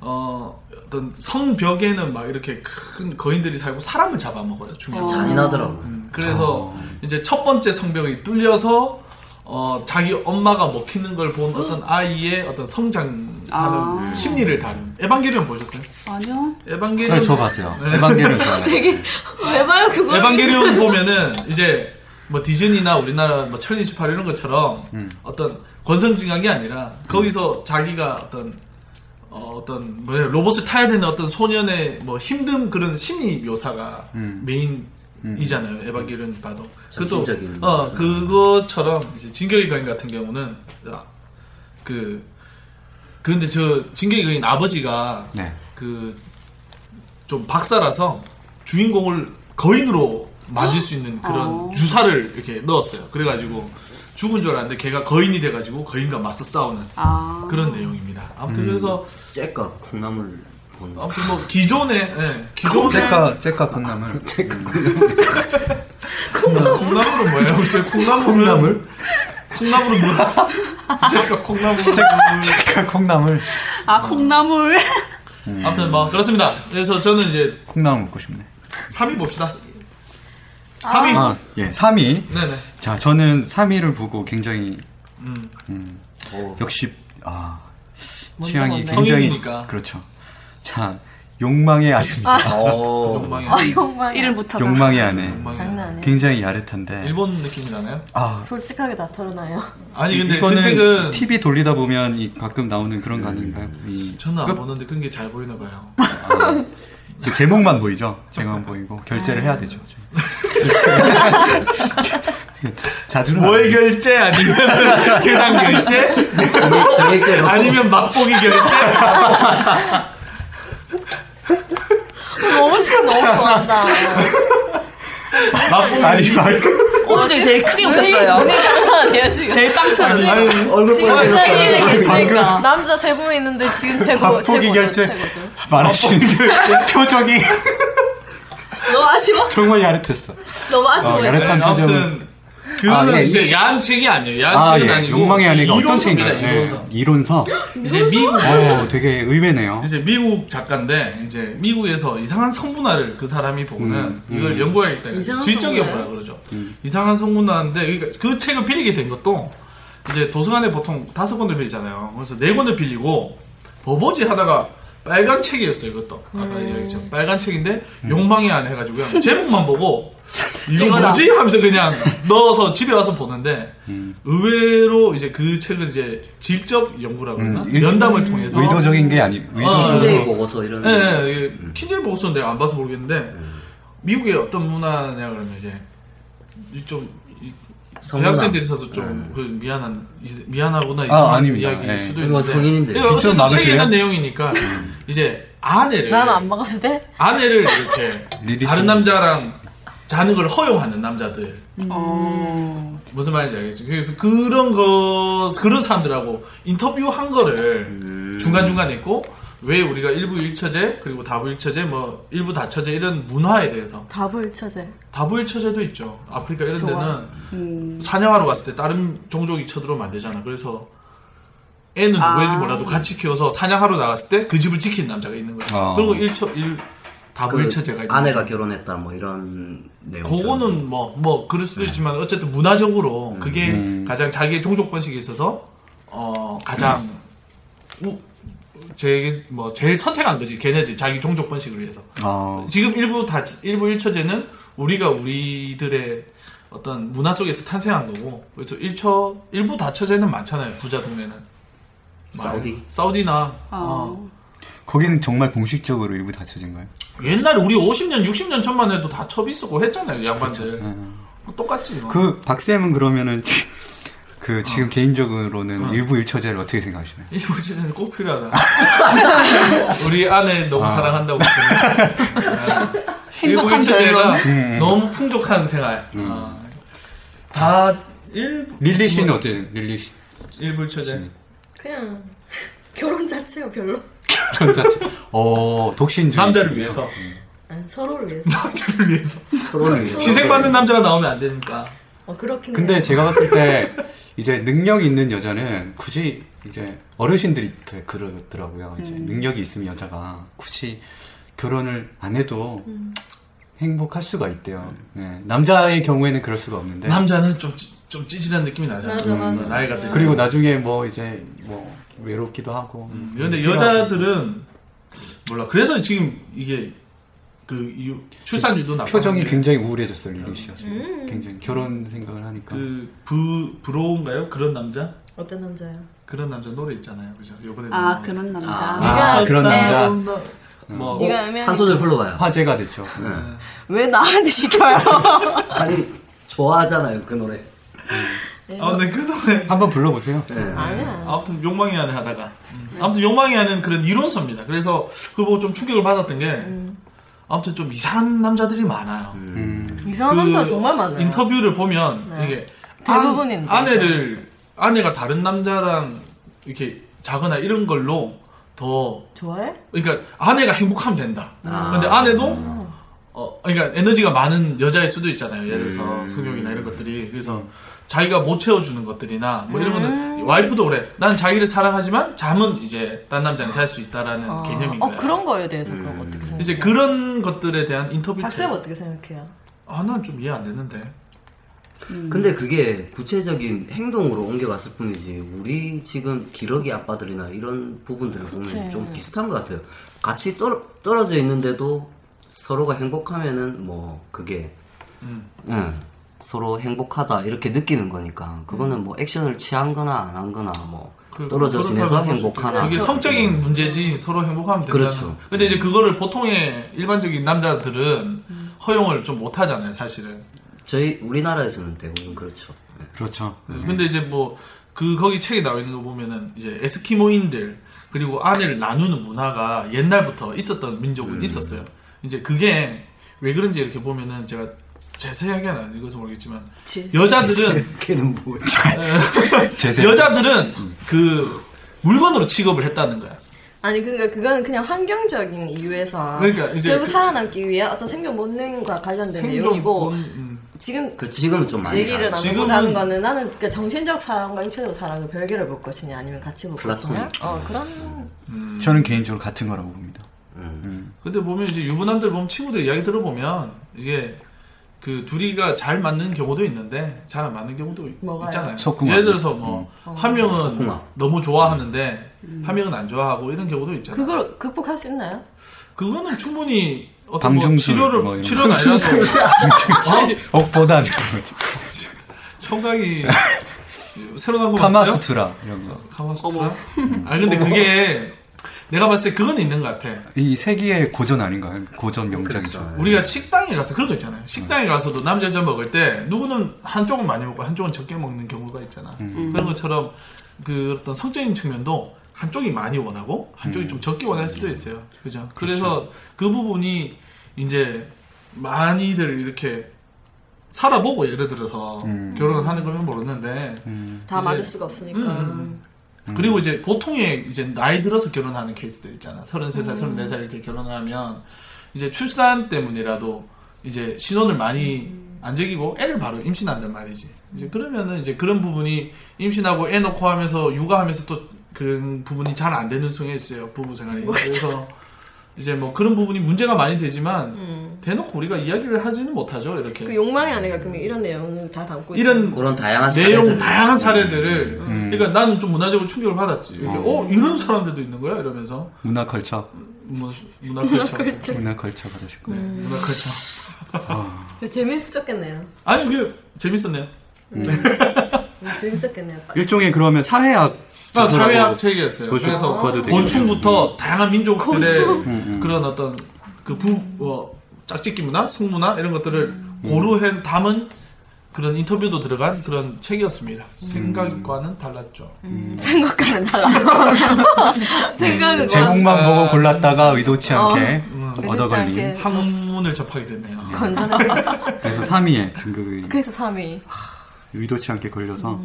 Speaker 4: 어, 어떤 성벽에는 막 이렇게 큰 거인들이 살고 사람을 잡아먹어요 중요한 사람.
Speaker 2: 잔인하더라고.
Speaker 4: 음, 그래서
Speaker 2: 어.
Speaker 4: 이제 첫 번째 성벽이 뚫려서 어, 자기 엄마가 먹히는 걸 본 어떤 아이의 어떤 성장하는
Speaker 5: 아.
Speaker 4: 심리를 다룬 에반게리온 보셨어요?
Speaker 5: 아니요.
Speaker 4: 에반게리온
Speaker 2: 그래 저 봤어요.
Speaker 4: 네. *laughs*
Speaker 2: 에반게리온 좋아요.
Speaker 10: 왜 봐요, 그거?
Speaker 4: 에반게리온 보면은 이제 뭐 디즈니나 우리나라 뭐 천리십팔 이런 것처럼
Speaker 2: 음.
Speaker 4: 어떤 권선징악이 아니라 거기서 자기가 어떤 어, 어떤 뭐냐 로봇을 타야 되는 어떤 소년의 뭐 힘든 그런 심리 묘사가 메인. 이잖아요 에반게리온 봐도 그것도
Speaker 2: 음. 정신적인. 음.
Speaker 4: 어 그것처럼 이제 진격의 거인 같은 경우는 아, 그 근데 저 진격의 거인 아버지가
Speaker 7: 네.
Speaker 4: 그 좀 박사라서 주인공을 거인으로 만들 수 있는 그런 유사를 이렇게 넣었어요. 그래가지고 죽은 줄 알았는데 걔가 거인이 돼가지고 거인과 맞서 싸우는
Speaker 5: 아.
Speaker 4: 그런 내용입니다. 아무튼 그래서
Speaker 2: 잭과 콩나물 본 거.
Speaker 4: 아무튼 뭐 기존에 예, 기존에
Speaker 7: 제카 제카 *laughs* 콩나물.
Speaker 2: 잭과
Speaker 4: 콩나물은 뭐예요? 제 콩나물은
Speaker 7: 콩나물?
Speaker 4: 콩나물은 뭐야? *laughs* 제가 콩나물
Speaker 7: 제카 콩나물.
Speaker 5: 아, 콩나물.
Speaker 4: 아무튼 뭐 그렇습니다. 그래서 저는 이제
Speaker 7: 콩나물 먹고 싶네.
Speaker 4: 3위 봅시다. 3위
Speaker 7: 아, 예. 3위.
Speaker 4: 네네
Speaker 7: 자, 저는 3위를 보고 굉장히
Speaker 4: 음.
Speaker 2: 콩.
Speaker 7: 역시 아
Speaker 3: 뭔데,
Speaker 7: 취향이
Speaker 3: 뭔데?
Speaker 7: 굉장히
Speaker 4: 성인이니까.
Speaker 7: 그렇죠. 자,
Speaker 4: *laughs*
Speaker 7: 욕망의 아입니다.
Speaker 2: 오.
Speaker 4: 욕망의
Speaker 3: 아,
Speaker 10: 네.
Speaker 3: 욕망이야.
Speaker 5: *laughs* 이름부터가.
Speaker 7: 욕망의 아내.
Speaker 4: 욕망의
Speaker 3: 장난 아니야.
Speaker 7: 굉장히 야릇한데.
Speaker 4: 네. 일본 느낌이 나나요?
Speaker 10: 그,
Speaker 7: 아,
Speaker 3: 솔직하게 다 털어놔요.
Speaker 4: 아니 근데
Speaker 7: 이거는
Speaker 4: 그 책은 네.
Speaker 7: TV 돌리다 보면 이 가끔 나오는 그런 거 아닌가요? 이
Speaker 4: 저는 안
Speaker 7: 끝-
Speaker 4: 보는데 그런 게 잘 보이나 봐요.
Speaker 7: 이제 제목만 보이죠. 제목만 보이고 결제를 해야 되죠.
Speaker 4: 아.
Speaker 7: *laughs* 자주는 안
Speaker 4: 월
Speaker 7: 해요.
Speaker 4: 결제 아니면 *laughs* 계단 결제
Speaker 2: *laughs* 정액제로.
Speaker 4: 아니면 맛보기 결제
Speaker 10: 너무, 너무 좋아한다.
Speaker 7: 아니 아니
Speaker 5: 어,
Speaker 3: 오늘 중에 제일
Speaker 10: 그,
Speaker 3: 크게 웃었어요. 분위기 장난 아니에요, 지금. 제일 빵 터졌어.
Speaker 2: 얼굴
Speaker 3: 지금 갑자기 이렇게 있으니까.
Speaker 7: 방금-
Speaker 3: 남자 세 분 있는데 지금 최고,
Speaker 7: 밥포기
Speaker 3: 최고죠,
Speaker 7: 결제
Speaker 3: 최고죠.
Speaker 7: 말하시는
Speaker 4: 어, 뭐.
Speaker 7: 그 표정이 *laughs*
Speaker 3: 너무 아쉬워?
Speaker 7: 정말 야릇했어.
Speaker 3: 너무 아쉬워.
Speaker 7: 어,
Speaker 3: 요
Speaker 7: 야릇- 약간
Speaker 4: 네, 아무튼 그거는
Speaker 7: 아, 예,
Speaker 4: 이제
Speaker 7: 이-
Speaker 4: 야한 책이 아니에요. 야한
Speaker 7: 아,
Speaker 4: 책은
Speaker 7: 예.
Speaker 4: 아니고 그
Speaker 7: 욕망의 아내가 어떤
Speaker 4: 이론서입니다,
Speaker 7: 책인가요? 네.
Speaker 4: 이론서.
Speaker 7: 이론서.
Speaker 4: 이제 미국
Speaker 7: 오, 되게 의외네요.
Speaker 4: 이제 미국 작가인데 이제 미국에서 이상한 성분화를 그 사람이 보고는
Speaker 7: 음, 음.
Speaker 4: 이걸 연구해야겠다. 해가지고
Speaker 10: 이상한
Speaker 4: 질적
Speaker 10: 성분화요?
Speaker 4: 연구라 그러죠. 이상한 성분화인데 그러니까 그 책을 빌리게 된 것도 이제 도서관에 보통 다섯 권을 빌리잖아요. 그래서 네 권을 빌리고 버버지 하다가 빨간 책이었어요. 이것도 아까
Speaker 10: 음.
Speaker 4: 얘기했죠. 빨간 책인데 욕망이 안 해가지고요.
Speaker 10: *laughs*
Speaker 4: 제목만 보고 이거
Speaker 10: 이거다.
Speaker 4: 뭐지 하면서 그냥 넣어서 집에 와서 보는데
Speaker 7: 음.
Speaker 4: 의외로 이제 그 책은 이제 질적 연구라고 그러나
Speaker 7: 음, 일-
Speaker 4: 연담을 통해서
Speaker 7: 의도적인 게 아니,
Speaker 4: 어,
Speaker 7: 의도적인.
Speaker 4: 이제-
Speaker 2: 킹제이 보고서 이런. 그
Speaker 4: 네,
Speaker 7: 음.
Speaker 4: 네, 이게 퀸즈의 보고서는 내가 안 봐서 모르겠는데 미국의 어떤 문화냐 그러면 이제 이좀 이-
Speaker 2: 성문화.
Speaker 4: 대학생들이 있어서 좀 그 미안한 이- 미안하구나 이런
Speaker 7: 네. 아, 아닙니다.
Speaker 4: 이야기일
Speaker 7: 예.
Speaker 4: 수도
Speaker 2: 이거
Speaker 4: 있는데
Speaker 2: 성인인데.
Speaker 4: 근데 어쨌든
Speaker 7: 직접 막으세요?
Speaker 4: 책에 있는 내용이니까
Speaker 7: 음.
Speaker 4: 이제 아내를
Speaker 10: 나는 안 먹어도 돼?
Speaker 4: 아내를 이렇게
Speaker 7: 리리
Speaker 4: 다른
Speaker 7: 씨.
Speaker 4: 남자랑 자는 걸 허용하는 남자들
Speaker 5: 어.
Speaker 4: 무슨 말인지 알겠지 그래서 그런 거 그런 사람들하고 인터뷰한 거를 중간 중간에 있고 왜 우리가 일부 일처제 그리고 다부 일처제 뭐 일부 다처제 이런 문화에 대해서
Speaker 10: 답을 찾아.
Speaker 4: 다부 일처제도 있죠 아프리카 이런
Speaker 10: 좋아.
Speaker 4: 데는
Speaker 5: 음.
Speaker 4: 사냥하러 갔을 때 다른 종족이 쳐들어오면 안 되잖아. 그래서 애는
Speaker 5: 아.
Speaker 4: 누구인지 몰라도 같이 키워서 사냥하러 나갔을 때 그 집을 지키는 남자가 있는 거야.
Speaker 7: 어.
Speaker 4: 그리고 일처 일 다부
Speaker 2: 그
Speaker 4: 아, 일처제가 있는
Speaker 2: 아내가
Speaker 4: 거죠.
Speaker 2: 결혼했다 뭐 이런 내용.
Speaker 4: 그거는 뭐 뭐 그럴
Speaker 2: 네.
Speaker 4: 수도 있지만 어쨌든 문화적으로 그게
Speaker 7: 음.
Speaker 4: 가장 자기의 종족 번식에 있어서 어 가장 우, 제일 뭐 제일 선택한 거지 걔네들 자기 종족 번식을 위해서.
Speaker 7: 어,
Speaker 4: 지금 일부 다 일부 일처제는 우리가 우리들의 어떤 문화 속에서 탄생한 거고 그래서 일처 일부 다처제는 많잖아요 부자 동네는
Speaker 2: 사우디?
Speaker 4: 사우디나 어.
Speaker 5: 어.
Speaker 7: 거기는 정말 공식적으로 일부 다쳐진 거예요.
Speaker 4: 옛날에 우리 50년 60년 전만 해도 다첩이 있었고 했잖아요 이 양반들
Speaker 2: 그렇죠. 네.
Speaker 4: 똑같지 뭐.
Speaker 7: 그 박쌤은 그러면은 *laughs* 지- 그 지금 개인적으로는 일부 일처제를 어떻게 생각하시나요?
Speaker 4: 일부 제는 꼭 필요하다 *laughs* 우리 아내 너무 사랑한다고 생각해.
Speaker 5: 행복한
Speaker 4: 일부 일처제가
Speaker 5: 결혼.
Speaker 7: 음.
Speaker 4: 너무 풍족한 생활 어. 다 일부
Speaker 7: 릴리 씨는
Speaker 4: 뭐-
Speaker 7: 어때요? 릴리 씨. *laughs*
Speaker 4: 일부 일처제
Speaker 7: 음.
Speaker 10: 그냥 결혼 자체가 별로.
Speaker 7: 전 자체. 어, 독신주의.
Speaker 4: 남자를 위해서
Speaker 7: 음.
Speaker 10: 아니, 서로를 위해서.
Speaker 4: 남자를 위해서
Speaker 2: 결혼을 위해서.
Speaker 4: 희생받는 남자가 나오면 안 되니까
Speaker 10: 어, 그렇긴
Speaker 4: 네.
Speaker 7: 근데
Speaker 10: 해요.
Speaker 7: 제가
Speaker 4: *laughs*
Speaker 7: 봤을 때 이제 능력 있는 여자는 굳이 이제 어르신들이 더 그러더라고요.
Speaker 4: 음.
Speaker 7: 이제 능력이 있으면 여자가 굳이 결혼을 안 해도
Speaker 4: 음.
Speaker 7: 행복할 수가 있대요. 네. 남자의 경우에는 그럴 수가 없는데.
Speaker 4: 남자는 좀, 찌- 좀 찌질한 느낌이 나잖아
Speaker 10: 맞아, 맞아.
Speaker 4: 음, 나이가 들면
Speaker 7: 그리고 나중에 뭐 이제 뭐 외롭기도 하고. 음.
Speaker 4: 근데 음, 여자들은 몰라 그래서 지금 이게 그 이유- 출산율도 나빠
Speaker 7: 표정이 굉장히 우울해졌어요, 릴리 씨가 지금. 굉장히 결혼 생각을 하니까.
Speaker 4: 음. 그부 부러운가요 그런 남자
Speaker 10: 어떤 남자야?
Speaker 4: 그런 남자 노래 있잖아요 그죠 요번에
Speaker 5: 아, 그런 남자.
Speaker 7: 아, 그런 남자. 음.
Speaker 4: 뭐
Speaker 10: 네가 애매한.
Speaker 2: 어, 한 소절 불러봐요.
Speaker 7: 화제가 됐죠.
Speaker 4: 네.
Speaker 7: 네.
Speaker 3: 왜 나한테 시켜요?
Speaker 2: 아니 좋아하잖아요 그 노래.
Speaker 4: 아, 근데 그 노래
Speaker 7: 한번 불러보세요.
Speaker 10: 네, 뭐.
Speaker 2: 예.
Speaker 4: 네.
Speaker 10: 아니야.
Speaker 4: 아무튼 욕망의 안에 하다가 음. 아무튼 욕망의 안은 그런 이론서입니다. 그래서 그거 보고 좀 충격을 받았던 게
Speaker 10: 음.
Speaker 4: 아무튼 좀 이상한 남자들이 많아요.
Speaker 7: 음.
Speaker 4: 그
Speaker 10: 이상한 남자 정말 많아요.
Speaker 4: 인터뷰를 보면
Speaker 10: 네.
Speaker 4: 이게
Speaker 10: 대부분인데.
Speaker 4: 아, 아내를 아내가 다른 남자랑 이렇게 자거나 이런 걸로 더
Speaker 10: 좋아해?
Speaker 4: 그러니까 아내가 행복하면 된다.
Speaker 10: 아.
Speaker 4: 근데 아내도 어 그러니까 에너지가 많은 여자일 수도 있잖아요. 예를 들어서
Speaker 10: 음.
Speaker 4: 성욕이나 이런 것들이 그래서 자기가 못 채워주는 것들이나 뭐 이런
Speaker 10: 음.
Speaker 4: 것들 와이프도 그래. 나는 자기를 사랑하지만 잠은 이제 딴 남자랑 잘 수 있다라는
Speaker 10: 아,
Speaker 4: 개념인
Speaker 10: 어
Speaker 4: 거예요.
Speaker 10: 그런 거에 대해서 그럼 어떻게 생각해?
Speaker 4: 네. 이제 그런 것들에 대한 인터뷰
Speaker 10: 박쌤 어떻게 생각해요?
Speaker 4: 아난 좀 이해 안 되는데.
Speaker 2: 근데 그게 구체적인 행동으로 옮겨갔을 뿐이지 우리 지금 기러기 아빠들이나 이런 부분들을 보면
Speaker 10: 그치.
Speaker 2: 좀 비슷한 것 같아요. 같이 떨, 떨어져 있는데도 서로가 행복하면은 뭐 그게
Speaker 4: 음.
Speaker 2: 응, 서로 행복하다 이렇게 느끼는 거니까 그거는 뭐 액션을 취한거나 안 한거나 뭐
Speaker 4: 그-
Speaker 2: 떨어져 지내서
Speaker 4: 그렇다고
Speaker 10: 아,
Speaker 2: 행복하나
Speaker 4: 그게 성적인 문제지 서로 행복하면 된다.
Speaker 2: 그렇죠.
Speaker 4: 근데 이제 그거를 보통의 일반적인 남자들은
Speaker 10: 음.
Speaker 4: 허용을 좀 못하잖아요, 사실은.
Speaker 2: 저희 우리나라에서는 대부분 그렇죠.
Speaker 7: 그렇죠.
Speaker 4: 근데 이제 뭐 그 거기 책에 나와 있는 거 보면은 이제 에스키모인들 그리고 아내를 나누는 문화가 옛날부터 있었던 민족은 있었어요. 이제 그게 왜 그런지 이렇게 보면은 제가 제세하게는 안 읽어서 모르겠지만
Speaker 10: 지-
Speaker 4: 여자들은
Speaker 2: 걔는 뭐야?
Speaker 7: *laughs*
Speaker 4: 네.
Speaker 7: 제세.
Speaker 4: 여자들은 그 물건으로 취급을 했다는 거야.
Speaker 10: 아니 그러니까 그거는 그냥 환경적인 이유에서
Speaker 4: 그러니까 이제
Speaker 10: 결국
Speaker 4: 그-
Speaker 10: 생존하기 위해 어떤 생존 본능과
Speaker 3: 네,
Speaker 10: 관련된 내용이고
Speaker 4: 본- 음.
Speaker 10: 지금
Speaker 2: 그렇지 지금은 좀 많이
Speaker 10: 얘기를
Speaker 2: 다르죠.
Speaker 10: 나누고
Speaker 4: 지금은-
Speaker 10: 자는 거는 나는 그러니까 정신적 사랑과 인체적 사랑을 별개로 볼 것이냐 아니면 같이 볼 것이냐
Speaker 2: 플라토닉.
Speaker 10: 어 그런
Speaker 7: 저는 개인적으로 같은 거라고 봅니다.
Speaker 4: 근데 보면 이제 유부남들 보면 친구들 이야기 들어보면 이게 그 둘이가 잘 맞는 경우도 있는데 잘 안 맞는 경우도 있-
Speaker 10: 뭐가요?
Speaker 4: 있잖아요.
Speaker 7: 속궁합.
Speaker 4: 예를 들어서 뭐
Speaker 7: 음.
Speaker 4: 한 명은
Speaker 2: 속궁합.
Speaker 4: 너무 좋아하는데 한 명은 안 좋아하고 이런 경우도 있잖아요.
Speaker 10: 음. 그걸 극복할 수 있나요?
Speaker 4: 그거는 충분히 어떤 뭐
Speaker 7: 방중술,
Speaker 4: 치료를
Speaker 7: 뭐 이런
Speaker 4: 치료는 아니라서 어?
Speaker 7: *laughs* 어, 억보단
Speaker 4: 청각이 새로 나온 거 봤어요?
Speaker 7: 카마수트라 이런 거.
Speaker 4: 카마스트라? 아 근데 그게 내가 봤을 때 그건 있는 것 같아.
Speaker 7: 이 세기의 고전 아닌가요? 고전 명작이죠.
Speaker 4: 아, 우리가 식당에 가서 그런 거 있잖아요. 식당에 가서도 남자 여자 먹을 때 누구는 한쪽은 많이 먹고 한쪽은 적게 먹는 경우가 있잖아.
Speaker 7: 음.
Speaker 4: 그런 것처럼 그 어떤 성적인 측면도 한쪽이 많이 원하고 한쪽이 좀 적게 원할 수도 있어요. 그죠? 그래서 그 부분이 이제 많이들 이렇게 살아보고 예를 들어서
Speaker 7: 음.
Speaker 4: 결혼을 하는 거면 모르는데
Speaker 10: 다
Speaker 4: 이제-
Speaker 10: 맞을 수가 없으니까.
Speaker 4: 음, 그리고 이제 보통의 이제 나이 들어서 결혼하는 케이스들 있잖아. 33살,
Speaker 10: 음.
Speaker 4: 34살 이렇게 결혼을 하면 이제 출산 때문이라도 이제 신혼을 많이
Speaker 10: 음.
Speaker 4: 안 즐기고 애를 바로 임신한단 말이지. 이제 그러면은 이제 그런 부분이 임신하고 애 놓고 하면서 육아하면서 또 그런 부분이 잘 안 되는 수가 있어요. 부부 생활이. 그래서 이제 뭐 그런 부분이 문제가 많이 되지만 대놓고 우리가 이야기를 하지는 못하죠. 이렇게.
Speaker 10: 음. 그 욕망의 아내가 그러면 이런 내용을 다 담고
Speaker 4: 이런
Speaker 2: 그런 다양한
Speaker 4: 내용
Speaker 2: 사례들.
Speaker 4: 다양한 사례들을 그러니까 나는 좀 문화적으로 충격을 받았지. 이렇게 어, 이런 사람들도 있는 거야 이러면서
Speaker 7: 문화 컬처.
Speaker 4: 뭐 문화 컬처 문화
Speaker 7: 문화 컬처 그러실 거예요.
Speaker 4: 네. 컬처.
Speaker 10: 있- 재밌었겠네요.
Speaker 4: 아니 그게 재밌었네요.
Speaker 10: 재밌었겠네요.
Speaker 7: 일종의 그러면 사회학
Speaker 4: 그러니까
Speaker 7: 조소라고
Speaker 4: 사회학 책이었어요.
Speaker 7: 도주-
Speaker 4: 그래서
Speaker 7: 그것도 되게
Speaker 4: 곤충부터 다양한 민족들의
Speaker 7: 음.
Speaker 4: 그런 어떤 그부 뭐, 짝짓기 문화, 속문화 이런 것들을 고루해 담은 그런 인터뷰도 들어간 그런 책이었습니다. 생각과는 달랐죠.
Speaker 10: 생각과는
Speaker 7: *laughs*
Speaker 10: 달라.
Speaker 7: 네,
Speaker 10: 생각은 뭐 어.
Speaker 7: 제목만
Speaker 4: 아.
Speaker 7: 보고 골랐다가 의도치 않게
Speaker 4: 음.
Speaker 3: 네.
Speaker 7: 얻어걸린.
Speaker 10: 않게.
Speaker 4: 한문을 접하게 됐네요.
Speaker 10: 건전했어.
Speaker 7: 그래서 3위에 등급이
Speaker 10: 그래서 음. 3위.
Speaker 7: 의도치 않게 걸려서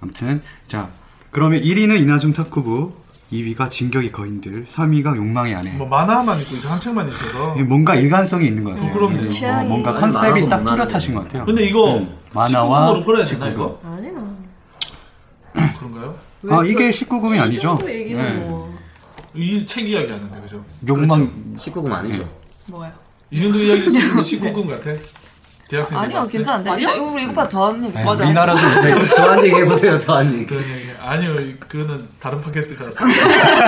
Speaker 7: 아무튼 자 그러면 1위는 이나중 탁구부 2위가 진격의 거인들 3위가 욕망의 아내
Speaker 4: 뭐 만화만 있고 이상한 책만 있어서
Speaker 7: 이게 뭔가 일관성이 있는 것 같아요
Speaker 4: 그럼요.
Speaker 7: 어,
Speaker 10: 취향이
Speaker 7: 뭔가
Speaker 2: 아니,
Speaker 7: 컨셉이
Speaker 2: 만화도
Speaker 7: 딱
Speaker 2: 못
Speaker 7: 뚜렷하신 것 같아요
Speaker 4: 근데 이거
Speaker 7: 음, 만화와
Speaker 4: 19금으로 끌어야 되나
Speaker 7: 19금.
Speaker 4: 이거?
Speaker 10: 아니요.
Speaker 4: *clears throat* 그런가요?
Speaker 7: 아 이게 19금이 아니죠
Speaker 10: 정도 얘기는
Speaker 7: 네.
Speaker 10: 뭐.
Speaker 4: 이 책 이야기 하는데 그죠? 그렇죠.
Speaker 7: 욕망
Speaker 2: 19금 아니죠.
Speaker 8: 뭐예요?
Speaker 4: 이 정도 이야기
Speaker 8: *laughs*
Speaker 4: 쓰면 19금 같아. 대학생들
Speaker 8: 네. 아니요,
Speaker 4: 봤을 때?
Speaker 8: 괜찮은데. 이거 우리 이거보다 더한 얘기.
Speaker 7: 네,
Speaker 4: *laughs*
Speaker 7: 미나라도 네.
Speaker 2: 더한 얘기 해보세요. 더한 얘기.
Speaker 4: 그런 이야기 아니요 그거는 다른 팟캐스트 같아.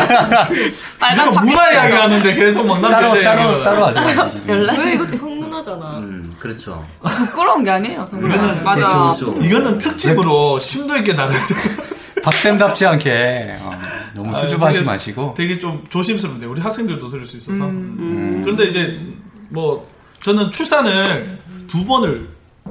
Speaker 8: *laughs* 빨간
Speaker 4: 내가 문화 이야기 하는데 계속 막
Speaker 7: 따로
Speaker 4: 남자
Speaker 7: 따로 따로 하지 마세요
Speaker 10: 왜 이것도 성문화잖아.
Speaker 2: 음, 그렇죠.
Speaker 8: 부끄러운 게 아니에요, 정말.
Speaker 4: 그러면은
Speaker 10: 네.
Speaker 8: 맞아.
Speaker 2: 그렇죠, 그렇죠.
Speaker 4: 이거는
Speaker 7: 네.
Speaker 4: 특집으로 심도 있게 나눠야 돼.
Speaker 7: 박쌤답지 않게 어,
Speaker 4: 아,
Speaker 7: 너무 수줍어하지
Speaker 4: 되게-
Speaker 7: 마시고
Speaker 4: 되게 좀 조심스럽네요. 우리 학생들도 들을 수 있어서. 음. 그런데 이제 뭐 저는 출산을 두 번을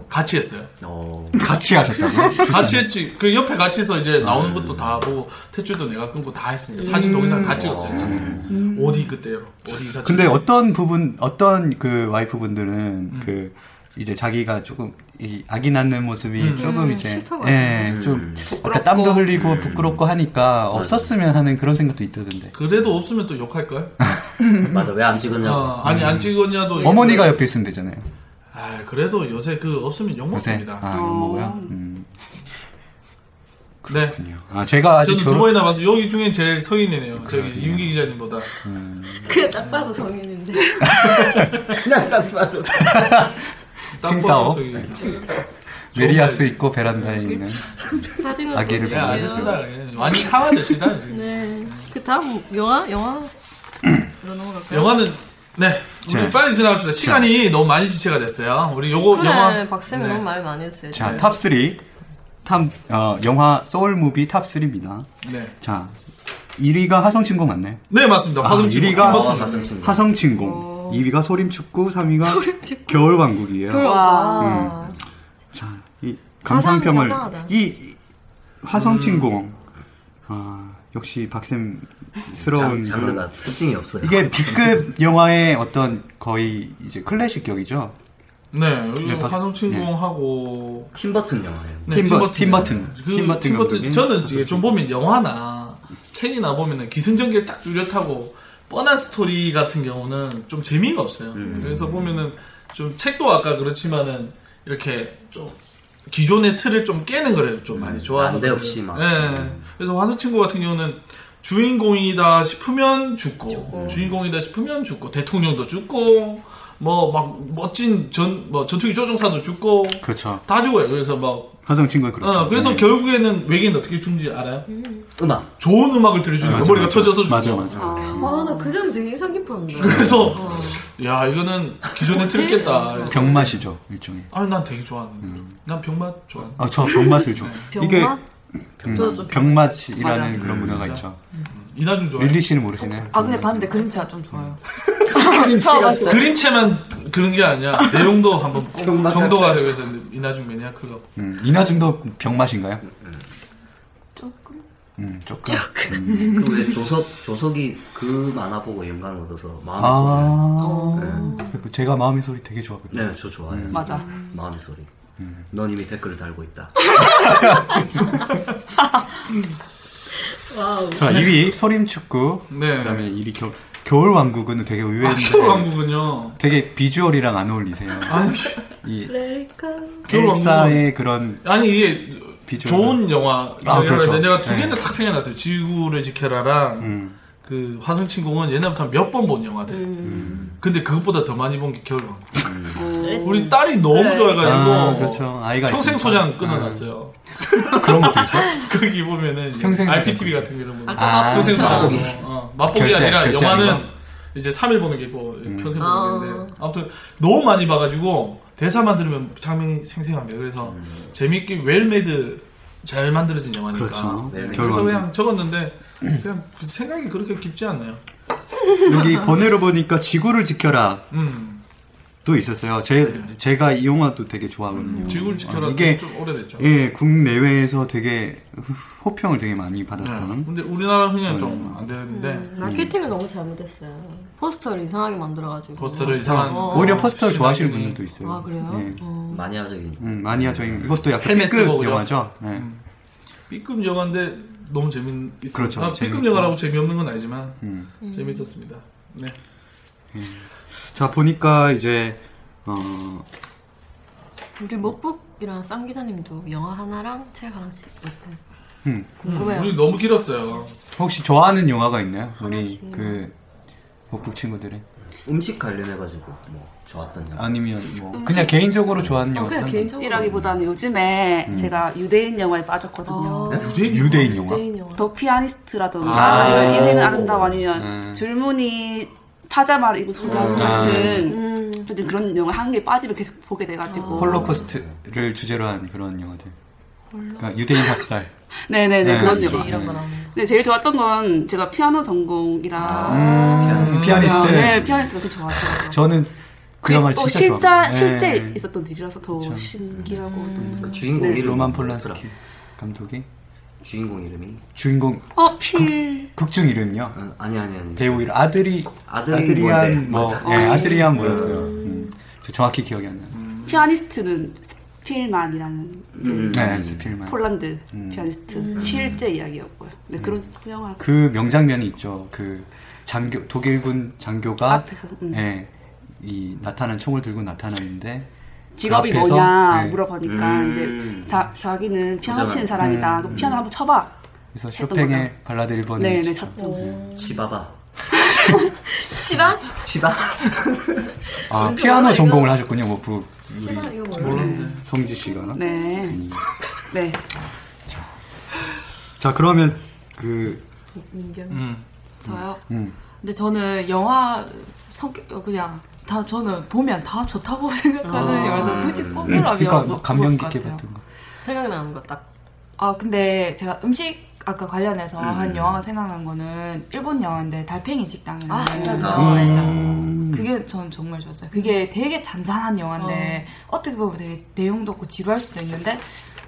Speaker 4: 같이 했어요.
Speaker 2: 어,
Speaker 7: 같이 하셨다고요?
Speaker 4: 그 *laughs* 같이 했지. 그 옆에 같이 해서 이제
Speaker 7: 아,
Speaker 4: 나오는 것도
Speaker 7: 네.
Speaker 4: 다 보고 태출도 내가 끊고 다 했으니까 사진 동영상 다 찍었어요. 음. 어디 그때요? 어디 사진?
Speaker 7: 음. 아, 네. 근데 어떤 부분 어떤 그 와이프분들은
Speaker 4: 음.
Speaker 7: 그 이제 자기가 조금 이 아기 낳는 모습이
Speaker 4: 음.
Speaker 7: 조금 이제 예, 좀 아까 땀도 흘리고
Speaker 4: 음.
Speaker 7: 부끄럽고 하니까 없었으면 하는 그런 생각도 있다던데.
Speaker 4: 그래도 없으면 또 욕할 걸?
Speaker 2: 맞아. 왜 안 찍었냐고.
Speaker 7: 어,
Speaker 4: 아니 안 찍었냐도
Speaker 7: 음. 어머니가 옆에 있으면 되잖아요.
Speaker 4: 아 그래도 요새 그 없으면 욕
Speaker 7: 요새
Speaker 4: 먹습니다. 어.
Speaker 7: 아,
Speaker 5: 어.
Speaker 7: 뭐야? 음.
Speaker 4: 네.
Speaker 7: 아, 제가 아직
Speaker 4: 저는 두
Speaker 7: 결혼
Speaker 4: 번이나 봐서 여기 중엔 제일 성인이네요. 저기 윤기 기자님보다.
Speaker 10: 그냥 딱 봐도 성인인데.
Speaker 2: 그냥 딱 봐도.
Speaker 7: 칭따오.
Speaker 4: 땀 뻘뻘 저기. 네,
Speaker 7: 메리아스 있고 베란다에 있는
Speaker 10: *laughs* 사진은
Speaker 7: 아기를
Speaker 4: 야
Speaker 7: 보여주세요.
Speaker 4: 아저씨다. 완전 상하되시다 지금.
Speaker 10: 네. 그 다음 영화? *clears throat* 영화? 로 넘어갈까요?
Speaker 4: 영화는 네. 우리
Speaker 7: 자.
Speaker 4: 빨리 지나갑시다. 시간이 너무 많이 지체가 됐어요. 우리 요거
Speaker 10: 그래,
Speaker 4: 영화
Speaker 10: 박쌤이
Speaker 4: 네.
Speaker 10: 너무 말 많이 했어요.
Speaker 7: 자, 탑 3. 탑 어, 영화 소울 무비 탑 3입니다.
Speaker 4: 네.
Speaker 7: 자, 1위가 하성 친구 맞나요?
Speaker 4: 네 맞습니다.
Speaker 7: 아,
Speaker 4: 화성 친구
Speaker 7: 이리가-
Speaker 4: 팀버튼.
Speaker 2: 가슴 친구.
Speaker 7: 화성친공 2위가 소림축구 3위가 겨울왕국이에요
Speaker 10: 와.
Speaker 7: 음. 자, 이 감상평을
Speaker 10: 가장 간단하다.
Speaker 7: 이 화성친공 아, 역시 박쌤스러운 그런-
Speaker 2: 장르가 특징이 없어요.
Speaker 7: 이게 B급 영화의 어떤 거의 이제 클래식 격이죠
Speaker 4: 네,
Speaker 7: 네,
Speaker 4: 요
Speaker 7: 박스-
Speaker 4: 화성 친구하고
Speaker 2: 팀버튼 영화예요.
Speaker 4: 네,
Speaker 7: 팀버- 팀버튼.
Speaker 4: 그
Speaker 7: 팀버튼
Speaker 4: 팀버튼
Speaker 7: 감독이 그렇죠.
Speaker 4: 저는
Speaker 7: 박스
Speaker 4: 이게 좀 보면 영화나 책이나 보면은 기승전결 딱 뚜렷하고 뻔한 스토리 같은 경우는 좀 재미가 없어요.
Speaker 7: 음.
Speaker 4: 그래서 보면은 좀 책도 아까 그렇지만은 이렇게 좀 기존의 틀을 좀 깨는 거래요. 좀
Speaker 7: 음,
Speaker 4: 많이 좋아하는
Speaker 2: 안대
Speaker 4: 거를.
Speaker 2: 없이 막.
Speaker 4: 네. 그래서 화성 친구 같은 경우는 주인공이다 싶으면 죽고, 주인공이다 싶으면 죽고 대통령도 죽고 뭐 막 멋진 전 뭐 전투기 조종사도 죽고
Speaker 7: 그렇죠
Speaker 4: 다 죽어요. 그래서 막
Speaker 7: 화성친구는 그렇죠
Speaker 4: 어, 그래서
Speaker 7: 네.
Speaker 4: 결국에는 외계인 어떻게 죽는지 알아요?
Speaker 2: 음악.
Speaker 4: 좋은 음악을 들으시면
Speaker 7: 맞아,
Speaker 4: 머리가
Speaker 7: 맞아.
Speaker 4: 터져서 죽고.
Speaker 7: 맞아 맞아
Speaker 5: 어.
Speaker 3: 네.
Speaker 10: 와, 나 그 점 되게 인상 깊었는데.
Speaker 4: 그래서
Speaker 7: 네.
Speaker 4: 야 이거는 기존에 틀겠다. 그래서
Speaker 7: 병맛이죠 일종의 음.
Speaker 4: 아난 되게 좋아하는데. 난 병맛 좋아.
Speaker 7: 아, 저 병맛을 좀
Speaker 10: 병맛?
Speaker 7: 이게 음, 병, 병맛이라는 그런 문화가
Speaker 4: 음,
Speaker 7: 있죠.
Speaker 4: 이나중 좋아요.
Speaker 7: 릴리 씨는 모르시나요?
Speaker 11: 아 근데 봤는데 그림체가 좀 좋아요. *laughs*
Speaker 4: 그림체가
Speaker 11: 처음 봤어요.
Speaker 4: 그림체만 그런 게
Speaker 7: *laughs*
Speaker 4: 아니야. 내용도 한번 꼭
Speaker 7: 병맛
Speaker 4: 정도가 되고 해서 이나중 매니아 클럽.
Speaker 7: 음, 이나중도 병맛인가요?
Speaker 5: 조금.
Speaker 7: 음, 조금.
Speaker 2: 그왜 조석 조석이 그 만화 보고 영감을 얻어서 마음의
Speaker 7: 아,
Speaker 2: 소리.
Speaker 7: 그 제가 마음의 소리 되게 좋아하거든요.
Speaker 2: 네, 저 좋아요.
Speaker 7: 음.
Speaker 5: 맞아.
Speaker 2: 마음의 소리. 넌 이미 댓글을 달고 있다.
Speaker 10: 와우.
Speaker 7: 자, 2위 소림축구.
Speaker 4: 네.
Speaker 7: 그다음에 1위 겨, 겨울왕국은 되게
Speaker 4: 아,
Speaker 7: 의외인데
Speaker 4: 겨울왕국은요.
Speaker 7: 되게 비주얼이랑 안 어울리세요.
Speaker 4: 아니,
Speaker 7: 이
Speaker 4: 겨울왕국은
Speaker 7: 엘사의 그런
Speaker 4: 아니 이게
Speaker 7: 비주얼.
Speaker 4: 좋은 영화.
Speaker 7: 아, 그렇죠.
Speaker 4: 내가 두
Speaker 7: 네.
Speaker 4: 개는 딱 생각났어요. 지구를 지켜라랑
Speaker 7: 음.
Speaker 4: 그 화성친공은 옛날부터 몇 번 본 영화들. 근데 그것보다 더 많이 본 게 겨울왕국. 우리 딸이 너무
Speaker 10: 그래.
Speaker 4: 좋아해가지고
Speaker 7: 아, 그렇죠. 아이가
Speaker 4: 평생
Speaker 7: 있으니까.
Speaker 4: 소장 끊어놨어요.
Speaker 7: *laughs* 그런 것도 있어요.
Speaker 4: *laughs* 거기 보면은 이제
Speaker 7: 평생 소장.
Speaker 4: RPTV 같은 게 이런 거.
Speaker 7: 아,
Speaker 4: 평생 소장.
Speaker 7: 맛보기.
Speaker 4: 어, 맛보기
Speaker 7: 결제,
Speaker 4: 아니라
Speaker 7: 결제
Speaker 4: 영화는
Speaker 7: 아니고? 음.
Speaker 4: 이제 3일 보는 게 뭐, 평생 보는 건데. 아무튼 너무 많이 봐가지고 대사만 들으면 장면이 생생합니다. 그래서 재밌게 웰메이드 잘 만들어진 영화니까.
Speaker 7: 음. 그렇죠.
Speaker 4: 네, 그래서
Speaker 7: 결과는.
Speaker 4: 그냥 적었는데 그냥 그 생각이 그렇게 깊지 않네요.
Speaker 7: 여기 번외로 보니까 지구를 지켜라.
Speaker 4: 음.
Speaker 7: 도 있었어요. 제 제가 이 영화도 되게 좋아하거든요.
Speaker 4: 지구를 지켜라
Speaker 7: 아, 이게
Speaker 4: 좀 오래됐죠.
Speaker 7: 예 국내외에서 되게 호평을 되게 많이 받았던.
Speaker 4: 네. 근데 우리나라 흥행 좀안 되는데
Speaker 3: 음.
Speaker 10: 마케팅을 너무 잘못했어요. 포스터를 이상하게 만들어가지고.
Speaker 4: 포스터를
Speaker 3: 아,
Speaker 4: 이상한
Speaker 10: 어.
Speaker 7: 오히려 포스터를
Speaker 4: 신나게.
Speaker 7: 좋아하시는 분들도 있어요.
Speaker 10: 아 그래요?
Speaker 7: 예.
Speaker 10: 어.
Speaker 2: 마니아적인.
Speaker 7: 음, 마니아 저희 이것도 약간
Speaker 4: 헬멧 쓰고
Speaker 7: B급
Speaker 4: 그죠?
Speaker 7: 영화죠. 예.
Speaker 4: B급 영화인데 너무 재밌 있
Speaker 7: 그렇죠.
Speaker 4: 아, B급
Speaker 7: 재밌고.
Speaker 4: 영화라고 재미없는 건 아니지만
Speaker 7: 음.
Speaker 4: 재밌었습니다. 네.
Speaker 7: 자 보니까 이제 어,
Speaker 10: 우리 먹북이랑 쌈 기자님도 영화 하나랑 책 하나씩 이렇게.
Speaker 7: 음.
Speaker 10: 궁금해요.
Speaker 4: 우리 너무 길었어요.
Speaker 7: 혹시 좋아하는 영화가 있나요? 우리
Speaker 10: 하나씩.
Speaker 7: 그 복북 친구들의
Speaker 2: 음식 관련해가지고 뭐 좋았던 영화.
Speaker 7: 아니면 뭐 그냥 개인적으로 좋아하는
Speaker 10: 어,
Speaker 7: 영화
Speaker 10: 음, 그냥 개인적으로.
Speaker 5: 이라기보다는 요즘에 제가 유대인 영화에 빠졌거든요.
Speaker 10: 어,
Speaker 7: 유대인 영화.
Speaker 10: 유대인
Speaker 3: 어.
Speaker 10: 영화.
Speaker 5: 더 피아니스트라던가
Speaker 7: 아.
Speaker 5: 아니면 인생은 아름다워 아니면
Speaker 7: 음.
Speaker 5: 줄무늬 파자마를 입은 소년 같은
Speaker 10: 음.
Speaker 5: 요즘 그런 영화 한 개 빠지면 계속 보게
Speaker 7: 아.
Speaker 5: 돼가지고
Speaker 7: 홀로코스트를 주제로 한 그런 영화들. 그러니까 유대인 학살.
Speaker 5: 네네네
Speaker 7: 네,
Speaker 5: 그런
Speaker 7: 그렇지.
Speaker 5: 영화
Speaker 10: 이런 거 나오는
Speaker 5: 근데 제일 좋았던 건 제가 피아노 전공이라
Speaker 7: 음, 피아니스트.
Speaker 5: 네 피아니스트가 제일 좋았어요
Speaker 7: 저는 그 영화를
Speaker 5: 또 네,
Speaker 7: 진짜
Speaker 5: 어, 실자,
Speaker 7: 좋아합니다.
Speaker 5: 실제
Speaker 7: 네.
Speaker 5: 있었던 일이라서 더
Speaker 7: 그쵸.
Speaker 5: 신기하고
Speaker 2: 그 주인공
Speaker 5: 네.
Speaker 2: 이름
Speaker 7: 로만
Speaker 2: 뭐였더라?
Speaker 7: 폴란스키 감독의
Speaker 2: 주인공 이름이?
Speaker 7: 주인공
Speaker 5: 또- 어? 필
Speaker 7: 극중 이름요.
Speaker 2: 아, 아니 아니 아니.
Speaker 7: 배우 이름 아들이
Speaker 2: 아들이 뭔데?
Speaker 7: 아드리안 뭐
Speaker 2: 맞아. 어,
Speaker 7: 예, 아드리안 뭐였어요. 음. 저 정확히 기억이 안 나요.
Speaker 5: 피아니스트는 스필만이라는
Speaker 2: 음.
Speaker 7: 네, 스필만.
Speaker 5: 폴란드
Speaker 7: 음.
Speaker 5: 피아니스트 실제 이야기였고요 네 그런 영화
Speaker 7: 그 명장면이 있죠. 그 장교 독일군 장교가
Speaker 5: 앞에서, 음.
Speaker 7: 예, 이 나타난 총을 들고 나타났는데
Speaker 5: 직업이
Speaker 7: 그 앞에서,
Speaker 5: 뭐냐
Speaker 7: 네.
Speaker 5: 물어보니까
Speaker 2: 음.
Speaker 5: 이제 다, 자기는 피아노
Speaker 2: 부자가-
Speaker 5: 치는
Speaker 7: 음.
Speaker 5: 사람이다. 그럼 피아노 한번 쳐봐.
Speaker 7: 그래서
Speaker 5: 했던
Speaker 7: 쇼팽의 발라드 1번을
Speaker 5: 네네 쳤죠.
Speaker 2: 치바바.
Speaker 10: 치바?
Speaker 2: 치바.
Speaker 5: *laughs*
Speaker 7: 아, 피아노 전공을 하셨군요. 뭐 부,
Speaker 10: 치바
Speaker 7: 우리
Speaker 10: 이거 뭐예요?
Speaker 7: 성지 씨가.
Speaker 5: 네. 네.
Speaker 7: 자, 그러면 그
Speaker 10: 민경.
Speaker 11: 저요.
Speaker 7: 음.
Speaker 11: 근데 저는 영화 성격 어, 그냥 다 저는 보면 다 좋다고 *laughs*
Speaker 10: 아.
Speaker 11: 생각하는 영화에서 굳이 뽑으라면
Speaker 7: 그러니까
Speaker 11: 못
Speaker 7: 뭐
Speaker 11: 뽑을
Speaker 7: 감명
Speaker 11: 것
Speaker 7: 깊게
Speaker 11: 같아요.
Speaker 7: 봤던 거.
Speaker 10: 생각나는 거 딱.
Speaker 11: 아 근데 제가 음식 아까 관련해서 한 영화가 생각난 거는 일본 영화인데 달팽이 식당이라는
Speaker 10: 아, 일단
Speaker 11: 영화가
Speaker 10: 저거 했어요.
Speaker 3: 음.
Speaker 10: 음.
Speaker 11: 그게 전 정말 좋았어요. 그게 되게 잔잔한 영화인데 어. 떻게 보면 되게 내용도 없고 지루할 수도 있는데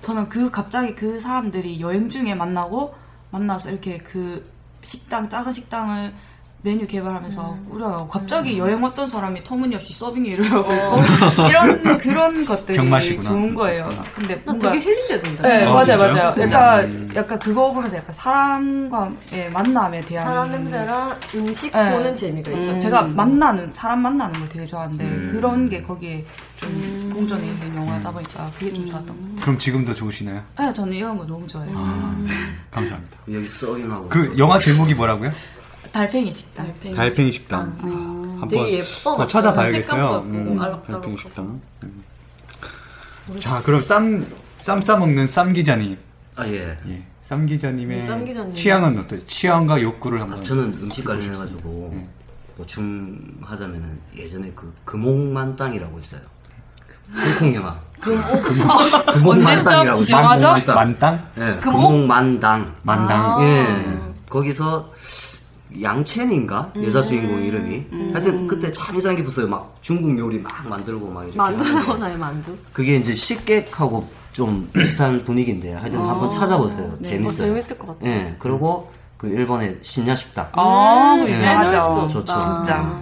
Speaker 11: 저는 그 갑자기 그 사람들이 여행 중에 만나고 만나서 이렇게 그 식당 작은 식당을 메뉴 개발하면서
Speaker 10: 음.
Speaker 11: 꾸려요. 갑자기 여행 왔던 사람이 터무니없이 서빙 일을 하고
Speaker 10: 어.
Speaker 11: 있고 이런 그런 것들이
Speaker 7: 병맛이구나.
Speaker 11: 좋은 거예요. 근데
Speaker 3: 어.
Speaker 10: 나
Speaker 11: 뭔가
Speaker 10: 되게 힐링되던데.
Speaker 11: 네,
Speaker 7: 아,
Speaker 11: 맞아요,
Speaker 7: 진짜요?
Speaker 11: 맞아요.
Speaker 7: 음.
Speaker 11: 약간, 약간 그거 보면서 약간 사람과의 만남에 대한.
Speaker 10: 사람 냄새랑 음식
Speaker 11: 네.
Speaker 10: 보는 재미가 있죠.
Speaker 11: 그래서 제가 만나는, 사람 만나는 걸 되게 좋아하는데,
Speaker 5: 음.
Speaker 11: 그런 게 거기에 좀 공전에 있는 영화다 보니까 그게 좀 좋았던 것
Speaker 7: 그럼 지금도 좋으시나요?
Speaker 11: 같아요. 네, 저는 이런 거 너무 좋아해요.
Speaker 7: 감사합니다.
Speaker 2: 여기 서빙하고.
Speaker 7: 그 영화 제목이 뭐라고요?
Speaker 11: 달팽이 식당.
Speaker 10: 달팽이.
Speaker 7: 달팽이 식당. 한번
Speaker 10: 네. 아, 되게 예뻐,
Speaker 7: 한번
Speaker 10: 맞죠? 색감도
Speaker 7: 찾아봐야겠어요. 음,
Speaker 10: 예쁘고 알록달록하고.
Speaker 7: 달팽이 식당. 음. 자, 그럼 쌈쌈 싸먹는 쌈 기자님.
Speaker 2: 아 예.
Speaker 7: 예. 쌈 기자님의
Speaker 10: 네, 쌈 기자님.
Speaker 7: 취향은 어때요? 취향과 욕구를 한번.
Speaker 2: 아, 저는 음식 네. 관련해가지고 뭐 보충하자면은 예전에 그 금옥만 땅이라고 있어요. 금콩영화.
Speaker 3: 금,
Speaker 2: 금옥만당이라고 있어요.
Speaker 7: 만땅?
Speaker 2: 예,
Speaker 3: 금옥? 아.
Speaker 2: 금옥만당.
Speaker 7: 만당.
Speaker 10: 아.
Speaker 2: 예. 거기서 양첸인가
Speaker 3: 음.
Speaker 2: 여자 주인공 이름이. 하여튼 그때 참 이상한 게 붙어요. 막 중국 요리 막 만들고 막 이렇게.
Speaker 3: 만두
Speaker 2: 하는데
Speaker 3: 나오나요, 만두? 어,
Speaker 2: 그게 이제 식객하고 좀 비슷한 분위기인데 하여튼
Speaker 3: 아.
Speaker 2: 한번 찾아보세요.
Speaker 3: 네.
Speaker 2: 재밌어요.
Speaker 3: 어, 재밌을 것 같아요.
Speaker 2: 예. 그리고 그 일본의 신야식당.
Speaker 3: 아,
Speaker 11: 음,
Speaker 2: 예,
Speaker 3: 맞아.
Speaker 2: 좋죠.
Speaker 3: 진짜.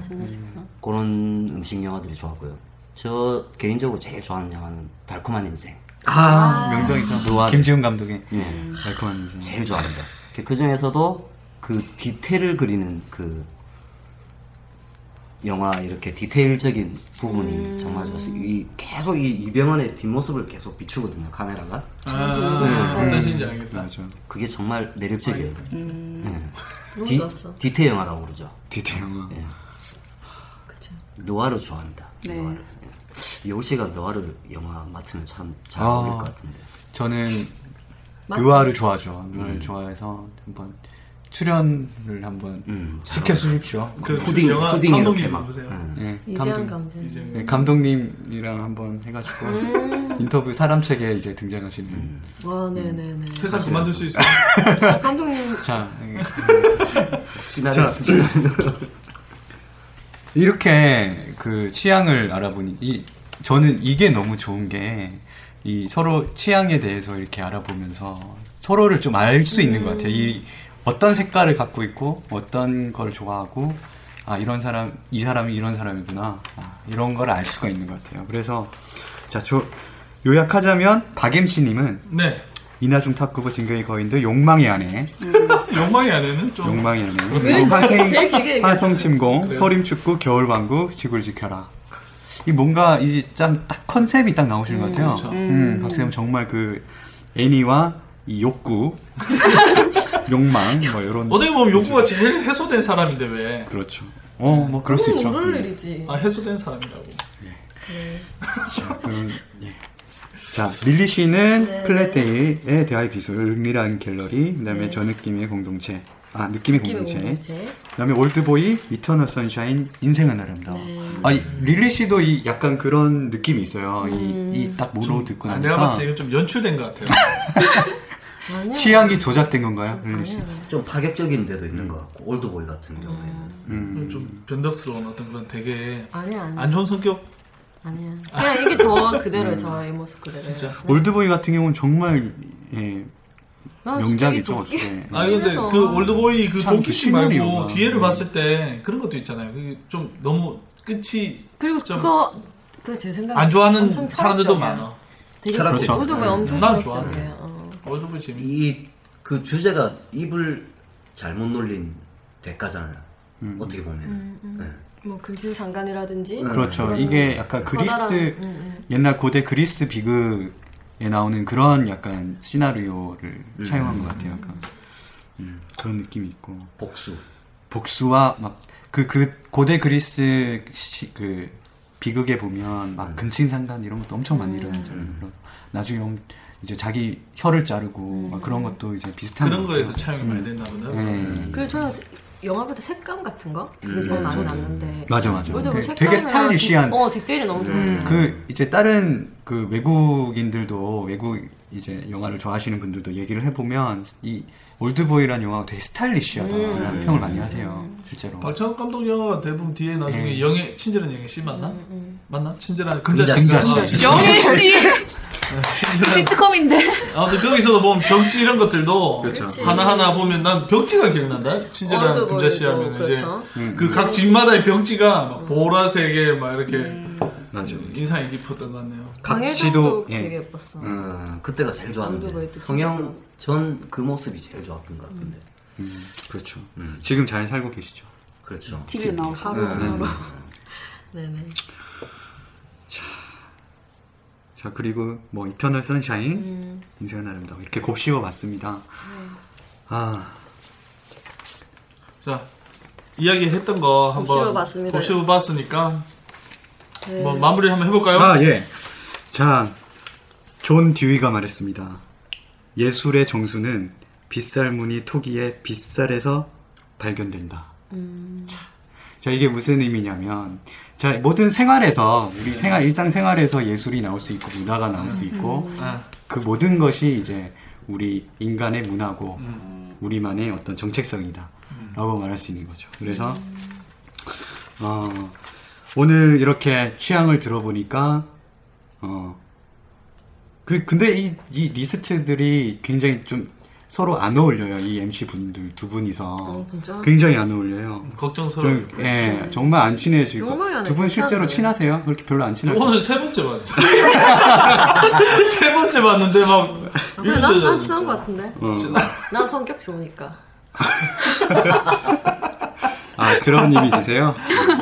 Speaker 2: 그런 음식 영화들이 좋았고요. 저 개인적으로 제일 좋아하는 영화는 달콤한 인생.
Speaker 7: 아, 명장이죠.
Speaker 2: 노아.
Speaker 7: 김지훈 감독의
Speaker 2: 예.
Speaker 7: 달콤한 인생.
Speaker 2: 제일 좋아합니다. 그 중에서도 그 디테일을 그리는 그 영화 이렇게 디테일적인 부분이
Speaker 3: 음.
Speaker 2: 정말 좋았어요. 이 계속 이 이병헌의 뒷모습을 계속 비추거든요. 카메라가.
Speaker 4: 아,
Speaker 2: 네.
Speaker 4: 어떤 뜻인지 알겠다.
Speaker 7: 음.
Speaker 2: 그게 정말 매력적이에요. 예.
Speaker 3: 너무
Speaker 2: 디,
Speaker 3: 아, 음, 좋았어.
Speaker 2: 디테 영화라고 그러죠.
Speaker 7: 디테 영화.
Speaker 2: 예. 노아를 좋아한다.
Speaker 3: 네.
Speaker 2: 노아를. 예. 여우 씨가 노아를 영화 맡으면 참 잘
Speaker 7: 아.
Speaker 2: 어울릴 것 같은데.
Speaker 7: 저는
Speaker 3: 맞-
Speaker 7: 누아를 좋아하죠.
Speaker 3: 음.
Speaker 7: 누아를 좋아해서 한번 출연을 한번 시켜주십시오.
Speaker 4: 그
Speaker 2: 푸딩,
Speaker 4: 영화
Speaker 2: 푸딩 이렇게
Speaker 4: 감독님
Speaker 2: 막.
Speaker 4: 보세요.
Speaker 7: 네,
Speaker 3: 이재현 감독님.
Speaker 7: 네, 감독님이랑 한번 해가지고
Speaker 3: 음.
Speaker 7: 인터뷰 사람책에 이제 등장하시는
Speaker 3: 와, 네네네.
Speaker 4: 회사 그만둘 수 있어요.
Speaker 3: 아, 감독님.
Speaker 7: 자 네.
Speaker 2: 시나리오 쓰
Speaker 7: 이렇게 그 취향을 알아보니 이 저는 이게 너무 좋은 게 이 서로 취향에 대해서 이렇게 알아보면서 서로를 좀 알 수 있는 것 같아요. 이 어떤 색깔을 갖고 있고 어떤 걸 좋아하고 아 이런 사람 이 사람이 이런 사람이구나 아, 이런 걸 알 수가 있는 것 같아요. 그래서 자 조, 요약하자면 박엠씨님은 *laughs*
Speaker 4: 네.
Speaker 7: 이나중 탁구부 진격의 거인들 욕망의 아내
Speaker 4: 욕망이 안에는 좀.
Speaker 7: 욕망이
Speaker 4: 왜
Speaker 7: 아니에요. 화생,
Speaker 3: 제일 길게 얘기했어요.
Speaker 7: 화성침공, 서림축구, 겨울왕국, 지구를 지켜라. 이 뭔가 이짠딱 컨셉이 딱 나오시는 것 같아요.
Speaker 4: 그렇죠.
Speaker 7: 음, 박세영 정말 그 애니와 이 욕구, *laughs* 욕망 뭐 이런.
Speaker 4: 어떻게 보면 욕구가 제일 해소된 사람인데 왜?
Speaker 7: 그렇죠. 어, 뭐 그럴 수 있죠.
Speaker 3: 모를
Speaker 7: 음.
Speaker 3: 일이지.
Speaker 4: 아 해소된 사람이라고.
Speaker 7: 자, 그럼, 예. 자, 밀리 씨는
Speaker 3: 네.
Speaker 7: 플랫데이에 대하의 비술, 은밀한 갤러리, 그다음에 저 느낌의 공동체, 아 느낌의
Speaker 3: 네. 느낌의
Speaker 7: 공동체,
Speaker 3: 공동체.
Speaker 7: 그다음에 올드보이, 이터널 선샤인, 인생은 아름다워. 아, 이 릴리 씨도 이 약간 그런 느낌이 있어요. 이 이딱 모로 듣고
Speaker 4: 아,
Speaker 7: 나니까
Speaker 4: 내가 봤을 때 이거 좀 연출된 것 같아요.
Speaker 3: 아니야.
Speaker 7: 취향이 조작된 건가요, 릴리 씨?
Speaker 3: 아니야.
Speaker 2: 좀 파격적인 데도 있는 것 같고 올드보이 같은 경우에는.
Speaker 7: 음.
Speaker 4: 좀 변덕스러운 어떤 그런 되게
Speaker 3: 아니야, 아니야.
Speaker 4: 안 좋은 성격.
Speaker 3: 아니야. 그냥 이게 저
Speaker 7: 음.
Speaker 3: 그대로예요, 저의 모습 그대로.
Speaker 4: 진짜.
Speaker 7: 올드보이 같은 경우는 정말 예,
Speaker 3: 아, 진짜 이게
Speaker 7: 명작이죠.
Speaker 3: 웃기-
Speaker 7: 어떻게?
Speaker 4: 아 근데
Speaker 3: 심해서.
Speaker 4: 그 올드보이 그
Speaker 7: 참그
Speaker 4: 도끼씨 말고
Speaker 7: 시나리오가.
Speaker 4: 뒤에를
Speaker 7: 음.
Speaker 4: 봤을 때 그런 것도 있잖아요. 그게 좀 너무 끝이
Speaker 3: 그리고
Speaker 4: 좀
Speaker 3: 그거 그제 생각에
Speaker 4: 안
Speaker 3: 그러니까 엄청
Speaker 4: 좋아하는 사람들도
Speaker 3: 철학적이야.
Speaker 4: 많아.
Speaker 3: 되게
Speaker 2: 철학적.
Speaker 3: 그렇죠. 모두
Speaker 7: 음.
Speaker 3: 뭐 엄청
Speaker 4: 난
Speaker 3: 철학적이에요. 어.
Speaker 4: 올드보이 재밌.
Speaker 2: 이 그 주제가 입을 잘못 놀린 대가잖아요. 어떻게 보면. 네.
Speaker 3: 뭐 금신상간이라든지
Speaker 7: 그렇죠.
Speaker 3: 네.
Speaker 7: 이게 약간 그리스
Speaker 3: 커다란- 음,
Speaker 7: 옛날 고대 그리스 비극에 나오는 그런 약간 시나리오를
Speaker 4: 네.
Speaker 7: 차용한 것 같아요. 약간. 음, 그런 느낌이 있고
Speaker 2: 복수.
Speaker 7: 복수와 막 그 그 고대 그리스 시, 그 비극에 보면
Speaker 4: 네.
Speaker 7: 막 근친상간 이런 것도 엄청
Speaker 3: 음.
Speaker 7: 많이 일어나잖아요.
Speaker 4: 음.
Speaker 7: 그런- 나중에 엄- 이제 자기 혀를
Speaker 3: 네.
Speaker 7: 자르고 막 그런 것도 이제 비슷한
Speaker 4: 그런
Speaker 7: 것
Speaker 4: 거에서
Speaker 7: 같아요. 음.
Speaker 4: 차용이 많이 됐나 보다.
Speaker 7: 네.
Speaker 3: 그 저는 세- 영화보다 색감 같은 거 그게 제일 많이 났는데
Speaker 7: 음. 맞아 맞아.
Speaker 3: 그래도
Speaker 7: 그
Speaker 3: 그 색감이랑
Speaker 7: 되게 스타일리시한
Speaker 3: 어 뒷대리 너무
Speaker 4: 음.
Speaker 3: 좋았어요.
Speaker 7: 그 이제 다른 그 외국인들도 외국 이제 영화를 좋아하시는 분들도 얘기를 해보면 이 올드보이란 영화가 되게
Speaker 3: 음.
Speaker 7: 스타일리시하다라는 평을 많이 하세요 실제로
Speaker 4: 박찬욱 감독 영화가 대부분 뒤에 나중에
Speaker 7: 네.
Speaker 4: 영애 친절한 영애 씨 맞나? 맞나? 친절한
Speaker 2: 금자씨.
Speaker 4: 금자씨.
Speaker 7: 금자씨.
Speaker 3: 영희 음, 씨 시트콤인데
Speaker 4: 아, 근데 거기서도 보면 벽지 이런 것들도
Speaker 7: 그렇죠. 그치.
Speaker 4: 하나하나 보면 난 벽지가 기억난다. 친절한
Speaker 3: 올드보이도
Speaker 4: 금자씨 하면 이제
Speaker 3: 그렇죠.
Speaker 7: 음.
Speaker 3: 음.
Speaker 4: 그 각 집마다의 벽지가 막 보라색에 막 이렇게
Speaker 7: 맞아
Speaker 4: 인상이 깊었던 것 같네요.
Speaker 3: 강혜정도
Speaker 7: 각지도,
Speaker 3: 되게
Speaker 7: 예.
Speaker 3: 예뻤어.
Speaker 2: 음, 그때가 제일
Speaker 3: 남자가
Speaker 2: 좋았는데
Speaker 3: 이때 진짜
Speaker 2: 성형 전 그 모습이 제일 좋았던 것 같은데.
Speaker 7: 그렇죠 지금 잘 살고 계시죠
Speaker 2: 그렇죠.
Speaker 5: TV에
Speaker 2: *laughs*
Speaker 5: 나오고
Speaker 11: 아,
Speaker 3: 하루
Speaker 7: 음.
Speaker 3: 하루 *laughs* 네네
Speaker 7: 자 그리고 뭐 이터널 선샤인 인생은 아름다워 이렇게 곱씹어 봤습니다 아
Speaker 4: 자, 이야기했던 거 한번
Speaker 3: 곱씹어봤습니다.
Speaker 4: 곱씹어봤으니까
Speaker 3: 네.
Speaker 4: 뭐 마무리 한번 해볼까요?
Speaker 7: 아, 예. 자, 존 듀이가 말했습니다. 예술의 정수는 빗살 무늬 토기의 빗살에서 발견된다. 자, 자, 이게 무슨 의미냐면 자, 모든 생활에서 우리 생활 일상 생활에서 예술이 나올 수 있고 문화가 나올 수 있고 그 모든 것이 이제 우리 인간의 문화고 우리만의 어떤 정체성이다라고 말할 수 있는 거죠. 그래서 어, 오늘 이렇게 취향을 들어보니까 어, 그 근데 이, 이 리스트들이 굉장히 좀 서로 안 어울려요. 이 MC 분들 두 분이서
Speaker 4: 어,
Speaker 10: 진짜?
Speaker 7: 굉장히 안 어울려요.
Speaker 4: 음. 걱정스러워요.
Speaker 7: 좀, 예, 정말 안 친해지고
Speaker 4: 정말 안
Speaker 7: 두 분 실제로
Speaker 4: 괜찮아요.
Speaker 7: 친하세요? 그렇게 별로 안 친하고
Speaker 4: 오늘 세 번째 봤어요.
Speaker 7: *laughs*
Speaker 4: 세 번째 봤는데 막
Speaker 10: 아,
Speaker 3: 아,
Speaker 10: 그래, 난, 난 친한 것 같은데.
Speaker 7: 어.
Speaker 10: 난 성격 좋으니까.
Speaker 7: 아 그런 이미지세요?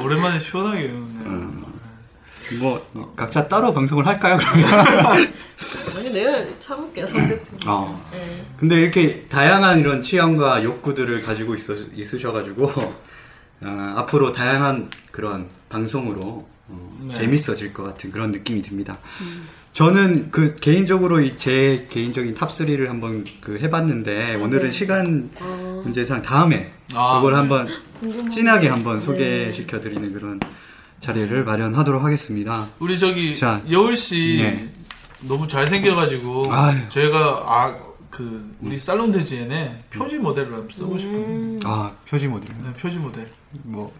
Speaker 4: 오랜만에 시원하게.
Speaker 7: 어. 뭐 어, 각자 따로 방송을 할까요 그러면?
Speaker 10: 아니, 내가 참을게, 성격 좋으니까.
Speaker 7: *laughs* 어.
Speaker 10: 예.
Speaker 12: 네.
Speaker 7: 근데 이렇게 다양한 이런 취향과 욕구들을 가지고 있어, 있으셔가지고 *laughs* 어, 앞으로 다양한 그런 방송으로 어,
Speaker 4: 네.
Speaker 7: 재밌어질 것 같은 그런 느낌이 듭니다.
Speaker 4: 음.
Speaker 7: 저는 그 개인적으로 이제 개인적인 탑 3를 한번 그 해봤는데 오늘은
Speaker 4: 네. 어.
Speaker 7: 시간 문제상 다음에 그걸 한번
Speaker 4: 궁금하네요.
Speaker 7: 진하게 한번
Speaker 4: 네.
Speaker 7: 소개시켜드리는 그런 자리를 마련하도록 하겠습니다.
Speaker 4: 우리 저기
Speaker 7: 자,
Speaker 4: 여울 씨
Speaker 7: 네.
Speaker 4: 너무 잘 생겨가지고
Speaker 7: 아유.
Speaker 4: 저희가 아 그 우리 살롱 대지엔에
Speaker 7: 음.
Speaker 4: 표지 모델을 한번
Speaker 10: 음.
Speaker 4: 쓰고 싶은.
Speaker 7: 아 표지 모델.
Speaker 4: 네, 표지 모델.
Speaker 7: 뭐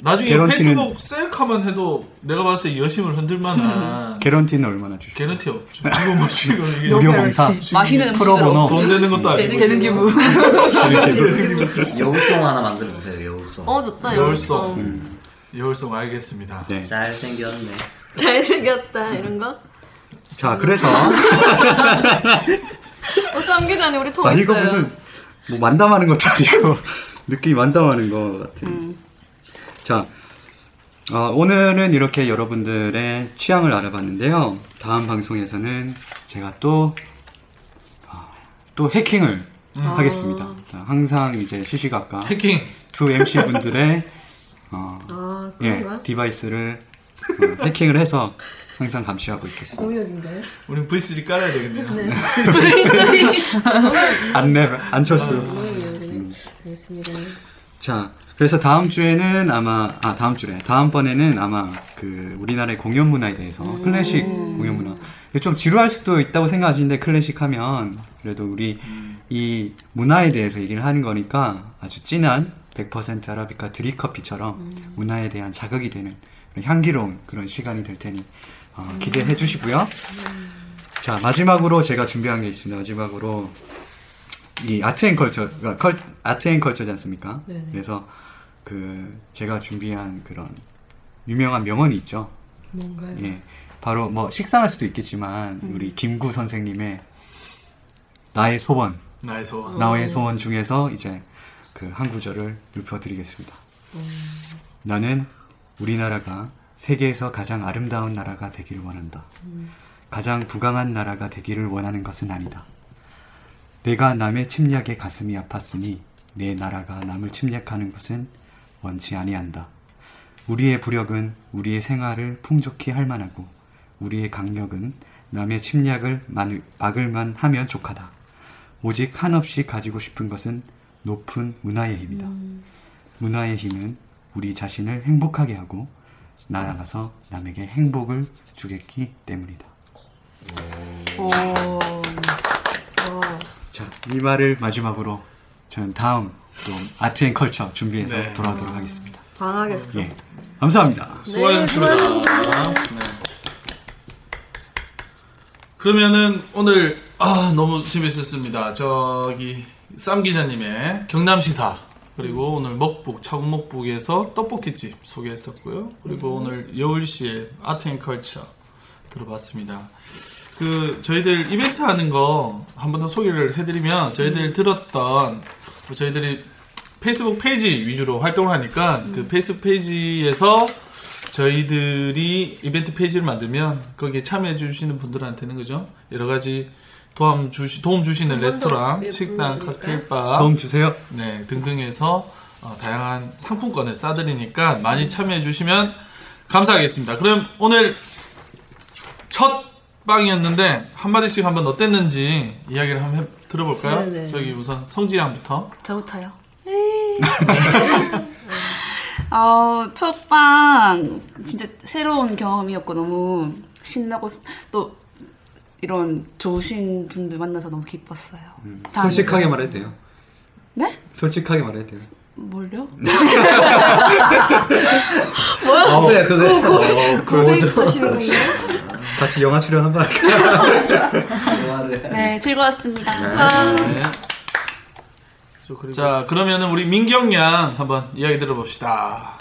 Speaker 4: 나중에
Speaker 7: 개런티는-
Speaker 4: 페이스북 셀카만 해도 내가 봤을 때 여심을
Speaker 7: *laughs*
Speaker 4: 흔들만한
Speaker 7: 개런티는 얼마나 주시죠?
Speaker 4: 개런티 없죠. 이거 뭐 지금 이게
Speaker 7: *laughs* 무료 봉사.
Speaker 5: 아,
Speaker 3: 맛있는 음식은
Speaker 7: 프로보노.
Speaker 3: 없고.
Speaker 4: 돈 되는 것도 아니고.
Speaker 3: 재능 기부.
Speaker 2: 여울송 하나 만들어주세요, 여울송.
Speaker 3: 어, 좋다,
Speaker 4: 여울송.
Speaker 3: 여울송.
Speaker 4: 여울송 알겠습니다.
Speaker 2: 잘생겼네.
Speaker 10: 잘생겼다, 이런 거.
Speaker 7: 자 그래서
Speaker 10: 어, 쌈 기자님, 우리 통했어요.
Speaker 7: 아 이거 무슨 뭐 만담하는 것도 아니고 *laughs* 느낌이 만담하는 것 같은.
Speaker 4: 음.
Speaker 7: 자 어, 오늘은 이렇게 여러분들의 취향을 알아봤는데요. 다음 방송에서는 제가 또 아, 또 해킹을
Speaker 4: 음.
Speaker 7: 하겠습니다. 자, 항상 이제 시시각각
Speaker 4: 해킹.
Speaker 7: 두 MC 분들의 어,
Speaker 10: 아,
Speaker 7: 예,
Speaker 10: 그런가요?
Speaker 7: 디바이스를 어, 해킹을 해서 항상 감시하고 있겠습니다.
Speaker 10: 공유인가요?
Speaker 4: 우린 V3 깔아야 되겠네요.
Speaker 7: *laughs*
Speaker 10: 네. 소리, 소리.
Speaker 7: 안내 안철수.
Speaker 12: 음,
Speaker 7: 음.
Speaker 10: 알겠습니다.
Speaker 7: 자, 그래서 다음 주에는 아마 아 다음 주래 다음 번에는 아마 그 우리나라의 공연 문화에 대해서 클래식 공연 문화 이게 좀 지루할 수도 있다고 생각하시는데 클래식 하면 그래도 우리 이 문화에 대해서 얘기를 하는 거니까 아주 진한 100% 아라비카 드립커피처럼 문화에 대한 자극이 되는 그런 향기로운 그런 시간이 될 테니 어, 기대해 주시고요. 자 마지막으로 제가 준비한 게 있습니다. 마지막으로 이 아트 앤 컬처, 그러니까 컬, 아트 앤 컬처지 않습니까?
Speaker 13: 네네.
Speaker 7: 그래서 그 제가 준비한 그런 유명한 명언이 있죠.
Speaker 13: 뭔가요?
Speaker 7: 예, 바로 뭐 식상할 수도 있겠지만
Speaker 13: 음.
Speaker 7: 우리 김구 선생님의 나의 소원,
Speaker 4: 나의 소원.
Speaker 7: 나의
Speaker 4: 음.
Speaker 7: 소원 중에서 이제 그 한 구절을 읊어드리겠습니다. 나는 우리나라가 세계에서 가장 아름다운 나라가 되기를 원한다. 가장 부강한 나라가 되기를 원하는 것은 아니다. 내가 남의 침략에 가슴이 아팠으니 내 나라가 남을 침략하는 것은 원치 아니한다. 우리의 부력은 우리의 생활을 풍족히 할 만하고 우리의 강력은 남의 침략을 만- 막을만 하면 족하다. 오직 한없이 가지고 싶은 것은 높은 문화의 힘이다. 문화의 힘은 우리 자신을 행복하게 하고 나아가서 남에게 행복을 주겠기 때문이다.
Speaker 3: 오. 오.
Speaker 7: 자, 이 말을 마지막으로 저는 다음 또 아트 앤 컬처 준비해서
Speaker 4: 네.
Speaker 7: 돌아오도록 하겠습니다.
Speaker 10: 반하겠어.
Speaker 7: 예. 감사합니다.
Speaker 4: 수고하셨습니다. 네. 그러면은 오늘 아 너무 재밌었습니다. 저기 쌈 기자님의 경남 시사 그리고 오늘 먹북 차국 먹북에서 떡볶이집 소개했었고요. 그리고 오늘 여울 씨의 아트앤컬처 들어봤습니다. 그 저희들 이벤트 하는 거 한 번 더 소개를 해드리면 저희들 들었던 뭐 저희들이 페이스북 페이지 위주로 활동을 하니까
Speaker 7: 음.
Speaker 4: 그 페이스북 페이지에서 저희들이 이벤트 페이지를 만들면 거기에 참여해 주시는 분들한테는 그죠 여러 가지 도움 주시 도움 주시는
Speaker 7: 한번
Speaker 4: 레스토랑,
Speaker 7: 더
Speaker 4: 식당,
Speaker 7: 불러드릴까요?
Speaker 4: 칵테일바
Speaker 7: 도움 주세요.
Speaker 4: 네 등등해서 어, 다양한 상품권을 싸드리니까 많이 참여해 주시면 감사하겠습니다. 그럼 오늘 첫 빵이었는데 한 마디씩 한번 어땠는지 이야기를 한번 해- 들어볼까요?
Speaker 10: 네네.
Speaker 4: 저기 우선 성지 양부터
Speaker 10: 저부터요.
Speaker 5: 어, 첫방 진짜 새로운 경험이었고 너무 신나고 또 이런 좋으신 분들 만나서 너무 기뻤어요.
Speaker 7: 음,
Speaker 5: 다음에-
Speaker 7: 솔직하게 말해도 돼요.
Speaker 5: 네?
Speaker 7: 솔직하게 말해도 돼요.
Speaker 5: 뭘요?
Speaker 7: 네, 어, 네, 그래.
Speaker 5: 고- 고-
Speaker 7: 어, 그거
Speaker 5: 고백
Speaker 7: 좀-
Speaker 5: 하시는군요.
Speaker 7: *laughs* 같이 영화 출연 한번 할까요?
Speaker 5: 네, 즐거웠습니다. 아,
Speaker 4: 네. 자, 그러면은 우리 민경 양 한번 이야기 들어봅시다.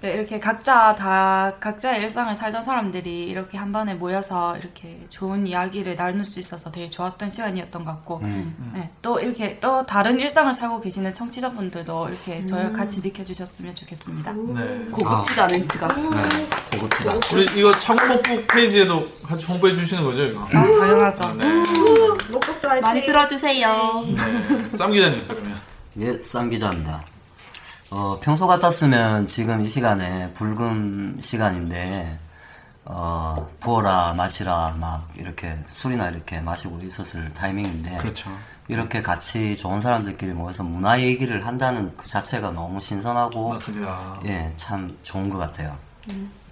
Speaker 12: 네, 이렇게 각자 다 각자의 일상을 살던 사람들이 이렇게 한 번에 모여서 이렇게 좋은 이야기를 나눌 수 있어서 되게 좋았던 시간이었던 것 같고,
Speaker 7: 음.
Speaker 12: 네, 또 이렇게 또 다른 일상을 살고 계시는 청취자분들도 이렇게
Speaker 3: 음.
Speaker 12: 저와 같이 느껴주셨으면 좋겠습니다.
Speaker 4: 네.
Speaker 5: 고급지다,
Speaker 11: 아.
Speaker 5: 멘트가.
Speaker 2: 고급지다.
Speaker 4: 우리 이거 창고북 페이지에도 같이 홍보해 주시는 거죠, 이거?
Speaker 12: 아, 당연하죠.
Speaker 4: 네.
Speaker 14: 목국도
Speaker 11: 네.
Speaker 5: 많이 들어주세요.
Speaker 4: 네. 쌈 기자님 그러면.
Speaker 2: 예, 쌈 기자입니다. 어, 평소 같았으면 지금 이 시간에 붉은 시간인데 어, 부어라 마시라 막 이렇게 술이나 이렇게 마시고 있었을 타이밍인데
Speaker 7: 그렇죠.
Speaker 2: 이렇게 같이 좋은 사람들끼리 모여서 문화 얘기를 한다는 그 자체가 너무 신선하고
Speaker 4: 맞습니다.
Speaker 2: 예, 참 좋은 것 같아요.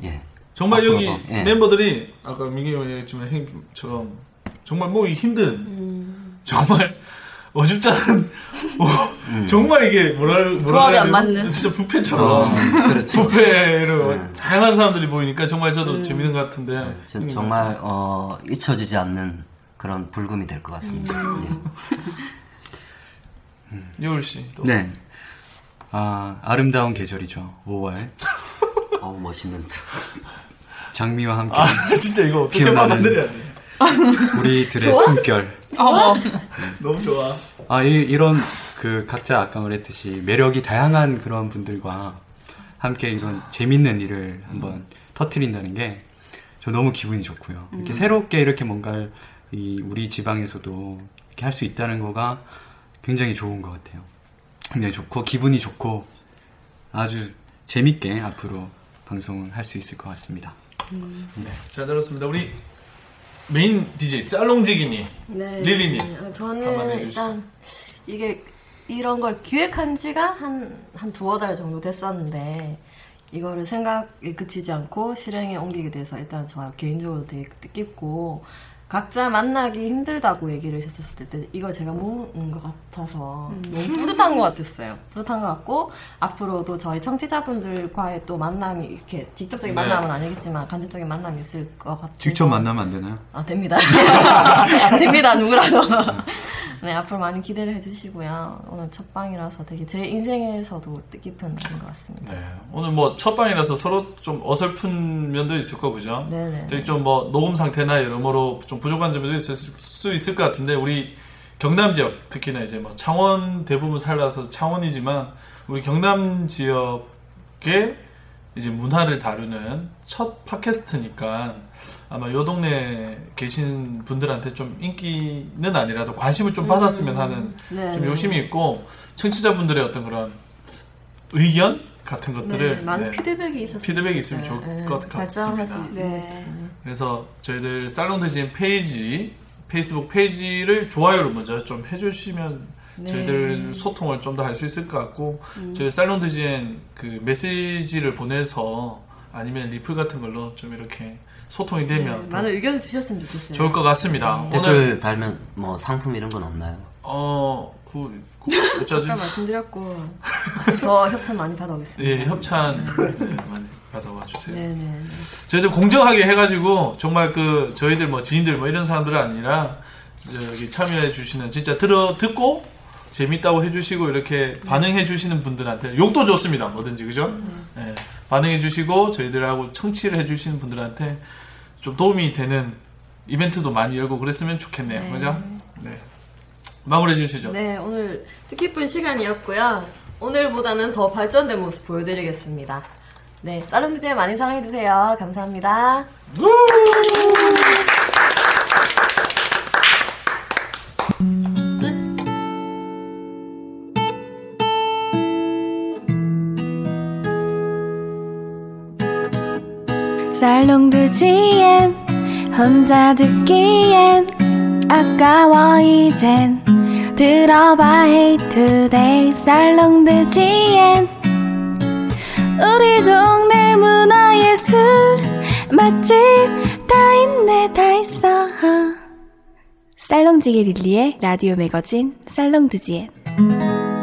Speaker 2: 예.
Speaker 4: 정말 여기
Speaker 2: 앞으로도, 예.
Speaker 4: 멤버들이 아까 민경이 형이 얘기했지만 형처럼 정말 모기 힘든
Speaker 5: 음.
Speaker 4: 정말 *laughs* 어줍잖은
Speaker 2: 음.
Speaker 4: 어, 정말 이게 뭐라 뭐라
Speaker 5: 조합이
Speaker 4: 해야
Speaker 5: 안
Speaker 4: 돼요?
Speaker 5: 맞는?
Speaker 4: 진짜
Speaker 2: 어.
Speaker 4: 뷔페처럼 *laughs*
Speaker 2: 그렇죠.
Speaker 4: 뷔페로 다양한 사람들이 보이니까 정말 저도
Speaker 5: 음.
Speaker 4: 재밌는 것 같은데
Speaker 2: 네. 저- 정말 어, 잊혀지지 않는 그런 불금이 될 것 같습니다. 예.
Speaker 4: 여울 씨 또.
Speaker 7: 네. 아, 아름다운 계절이죠. 5월.
Speaker 2: 어우 멋있는 척.
Speaker 7: 장미와 함께
Speaker 4: 아 *laughs* 진짜 이거 어떻게
Speaker 7: 기억나는-
Speaker 4: 받아들여야 돼?
Speaker 7: 우리들의
Speaker 4: 좋아?
Speaker 7: 숨결.
Speaker 4: 어머 너무 좋아.
Speaker 7: 아, 이, 이런 그 각자 아까 말했듯이 매력이 다양한 그런 분들과 함께 이런 재밌는 일을 한번 터트린다는 게 저 너무 기분이 좋고요. 이렇게
Speaker 15: 음.
Speaker 7: 새롭게 이렇게 뭔가를 이 우리 지방에서도 이렇게 할 수 있다는 거가 굉장히 좋은 것 같아요. 굉장히 좋고 기분이 좋고 아주 재밌게 앞으로 방송을 할 수 있을 것 같습니다.
Speaker 2: 네.
Speaker 4: 잘 들었습니다. 우리 메인 DJ 살롱지기님,
Speaker 3: 네.
Speaker 4: 릴리님.
Speaker 3: 어,
Speaker 4: 한번
Speaker 3: 저는
Speaker 4: 해주시죠.
Speaker 3: 일단 이게 이런 걸 기획한 지가 한, 한 두어 달 정도 됐었는데 이거를 생각에 그치지 않고 실행에 옮기게 돼서 일단 저 개인적으로 되게 뜻깊고 각자 만나기 힘들다고 얘기를 했었을 때 이걸 제가 모은 것 같아서 너무 뿌듯한 것 같았어요. 뿌듯한 것 같고 앞으로도 저희 청취자분들과의 또 만남이 이렇게 직접적인
Speaker 7: 네.
Speaker 3: 만남은 아니겠지만 간접적인 만남이 있을 것 같아요.
Speaker 7: 직접 만나면 안 되나요?
Speaker 3: 아 됩니다. *laughs* 됩니다 누구라도. *laughs* 네 앞으로 많이 기대를 해주시고요. 오늘 첫 방이라서 되게 제 인생에서도 뜻깊은 날인 것 같습니다.
Speaker 4: 네. 오늘 뭐 첫방이라서 서로 좀 어설픈 면도 있을 거 그죠?
Speaker 3: 네네.
Speaker 4: 되게 좀 뭐 녹음 상태나 여러모로 좀 부족한 점도 있을 수 있을 것 같은데 우리 경남 지역 특히나 이제 뭐 창원 대부분 살아서 창원이지만 우리 경남 지역의 이제 문화를 다루는 첫 팟캐스트니까 아마 요 동네 계신 분들한테 좀 인기는 아니라도 관심을 좀 받았으면 하는
Speaker 3: 네,
Speaker 4: 좀
Speaker 3: 네.
Speaker 4: 욕심이 있고 청취자분들의 어떤 그런 의견 같은 것들을
Speaker 3: 네, 많은
Speaker 4: 네.
Speaker 3: 피드백이 있었어요. 네,
Speaker 4: 피드백이 있으면 좋을 것
Speaker 3: 발전할 수
Speaker 4: 같습니다.
Speaker 3: 네.
Speaker 4: 그래서 저희들 살롱대진 페이지 페이스북 페이지를 좋아요를 먼저 좀 해주시면
Speaker 3: 네.
Speaker 4: 저희들 소통을 좀 더 할 수 있을 것 같고
Speaker 3: 음.
Speaker 4: 저희 살롱대진 그 메시지를 보내서 아니면 리플 같은 걸로 좀 이렇게 소통이 되면 더
Speaker 3: 네, 많은 의견을 주셨으면 좋겠어요.
Speaker 4: 좋을 것 같습니다.
Speaker 2: 댓글
Speaker 4: 아, 오늘
Speaker 2: 달면 뭐 상품 이런 건 없나요?
Speaker 4: 어그 어쩌지?
Speaker 3: 아까
Speaker 4: *laughs*
Speaker 3: 말씀드렸고 저 협찬 많이 받아오겠습니다.
Speaker 4: 예 협찬 네, 많이 받아와 주세요.
Speaker 3: 네네.
Speaker 4: 저희들 공정하게 해가지고 정말 그 저희들 뭐 지인들 뭐 이런 사람들 아니라 여기 참여해 주시는 진짜 들어 듣고 재밌다고 해주시고 이렇게
Speaker 3: 음.
Speaker 4: 반응해 주시는 분들한테 욕도 좋습니다 뭐든지 그죠? 예, 반응해 주시고 저희들하고 청취를 해 주시는 분들한테 좀 도움이 되는 이벤트도 많이 열고 그랬으면 좋겠네요
Speaker 3: 네.
Speaker 4: 그죠? 네 마무리해 주시죠.
Speaker 3: 네, 오늘 뜻깊은 시간이었고요. 오늘보다는 더 발전된 모습 보여드리겠습니다. 네, 사롱제 많이 사랑해주세요. 감사합니다.
Speaker 16: 살롱드지엔 혼자 듣기엔 아까워 이젠 들어봐 Hey Today 살롱드지엔 우리 동네 문화예술 맛집 다 있네 다 있어 살롱지게 릴리의 라디오 매거진 살롱드지엔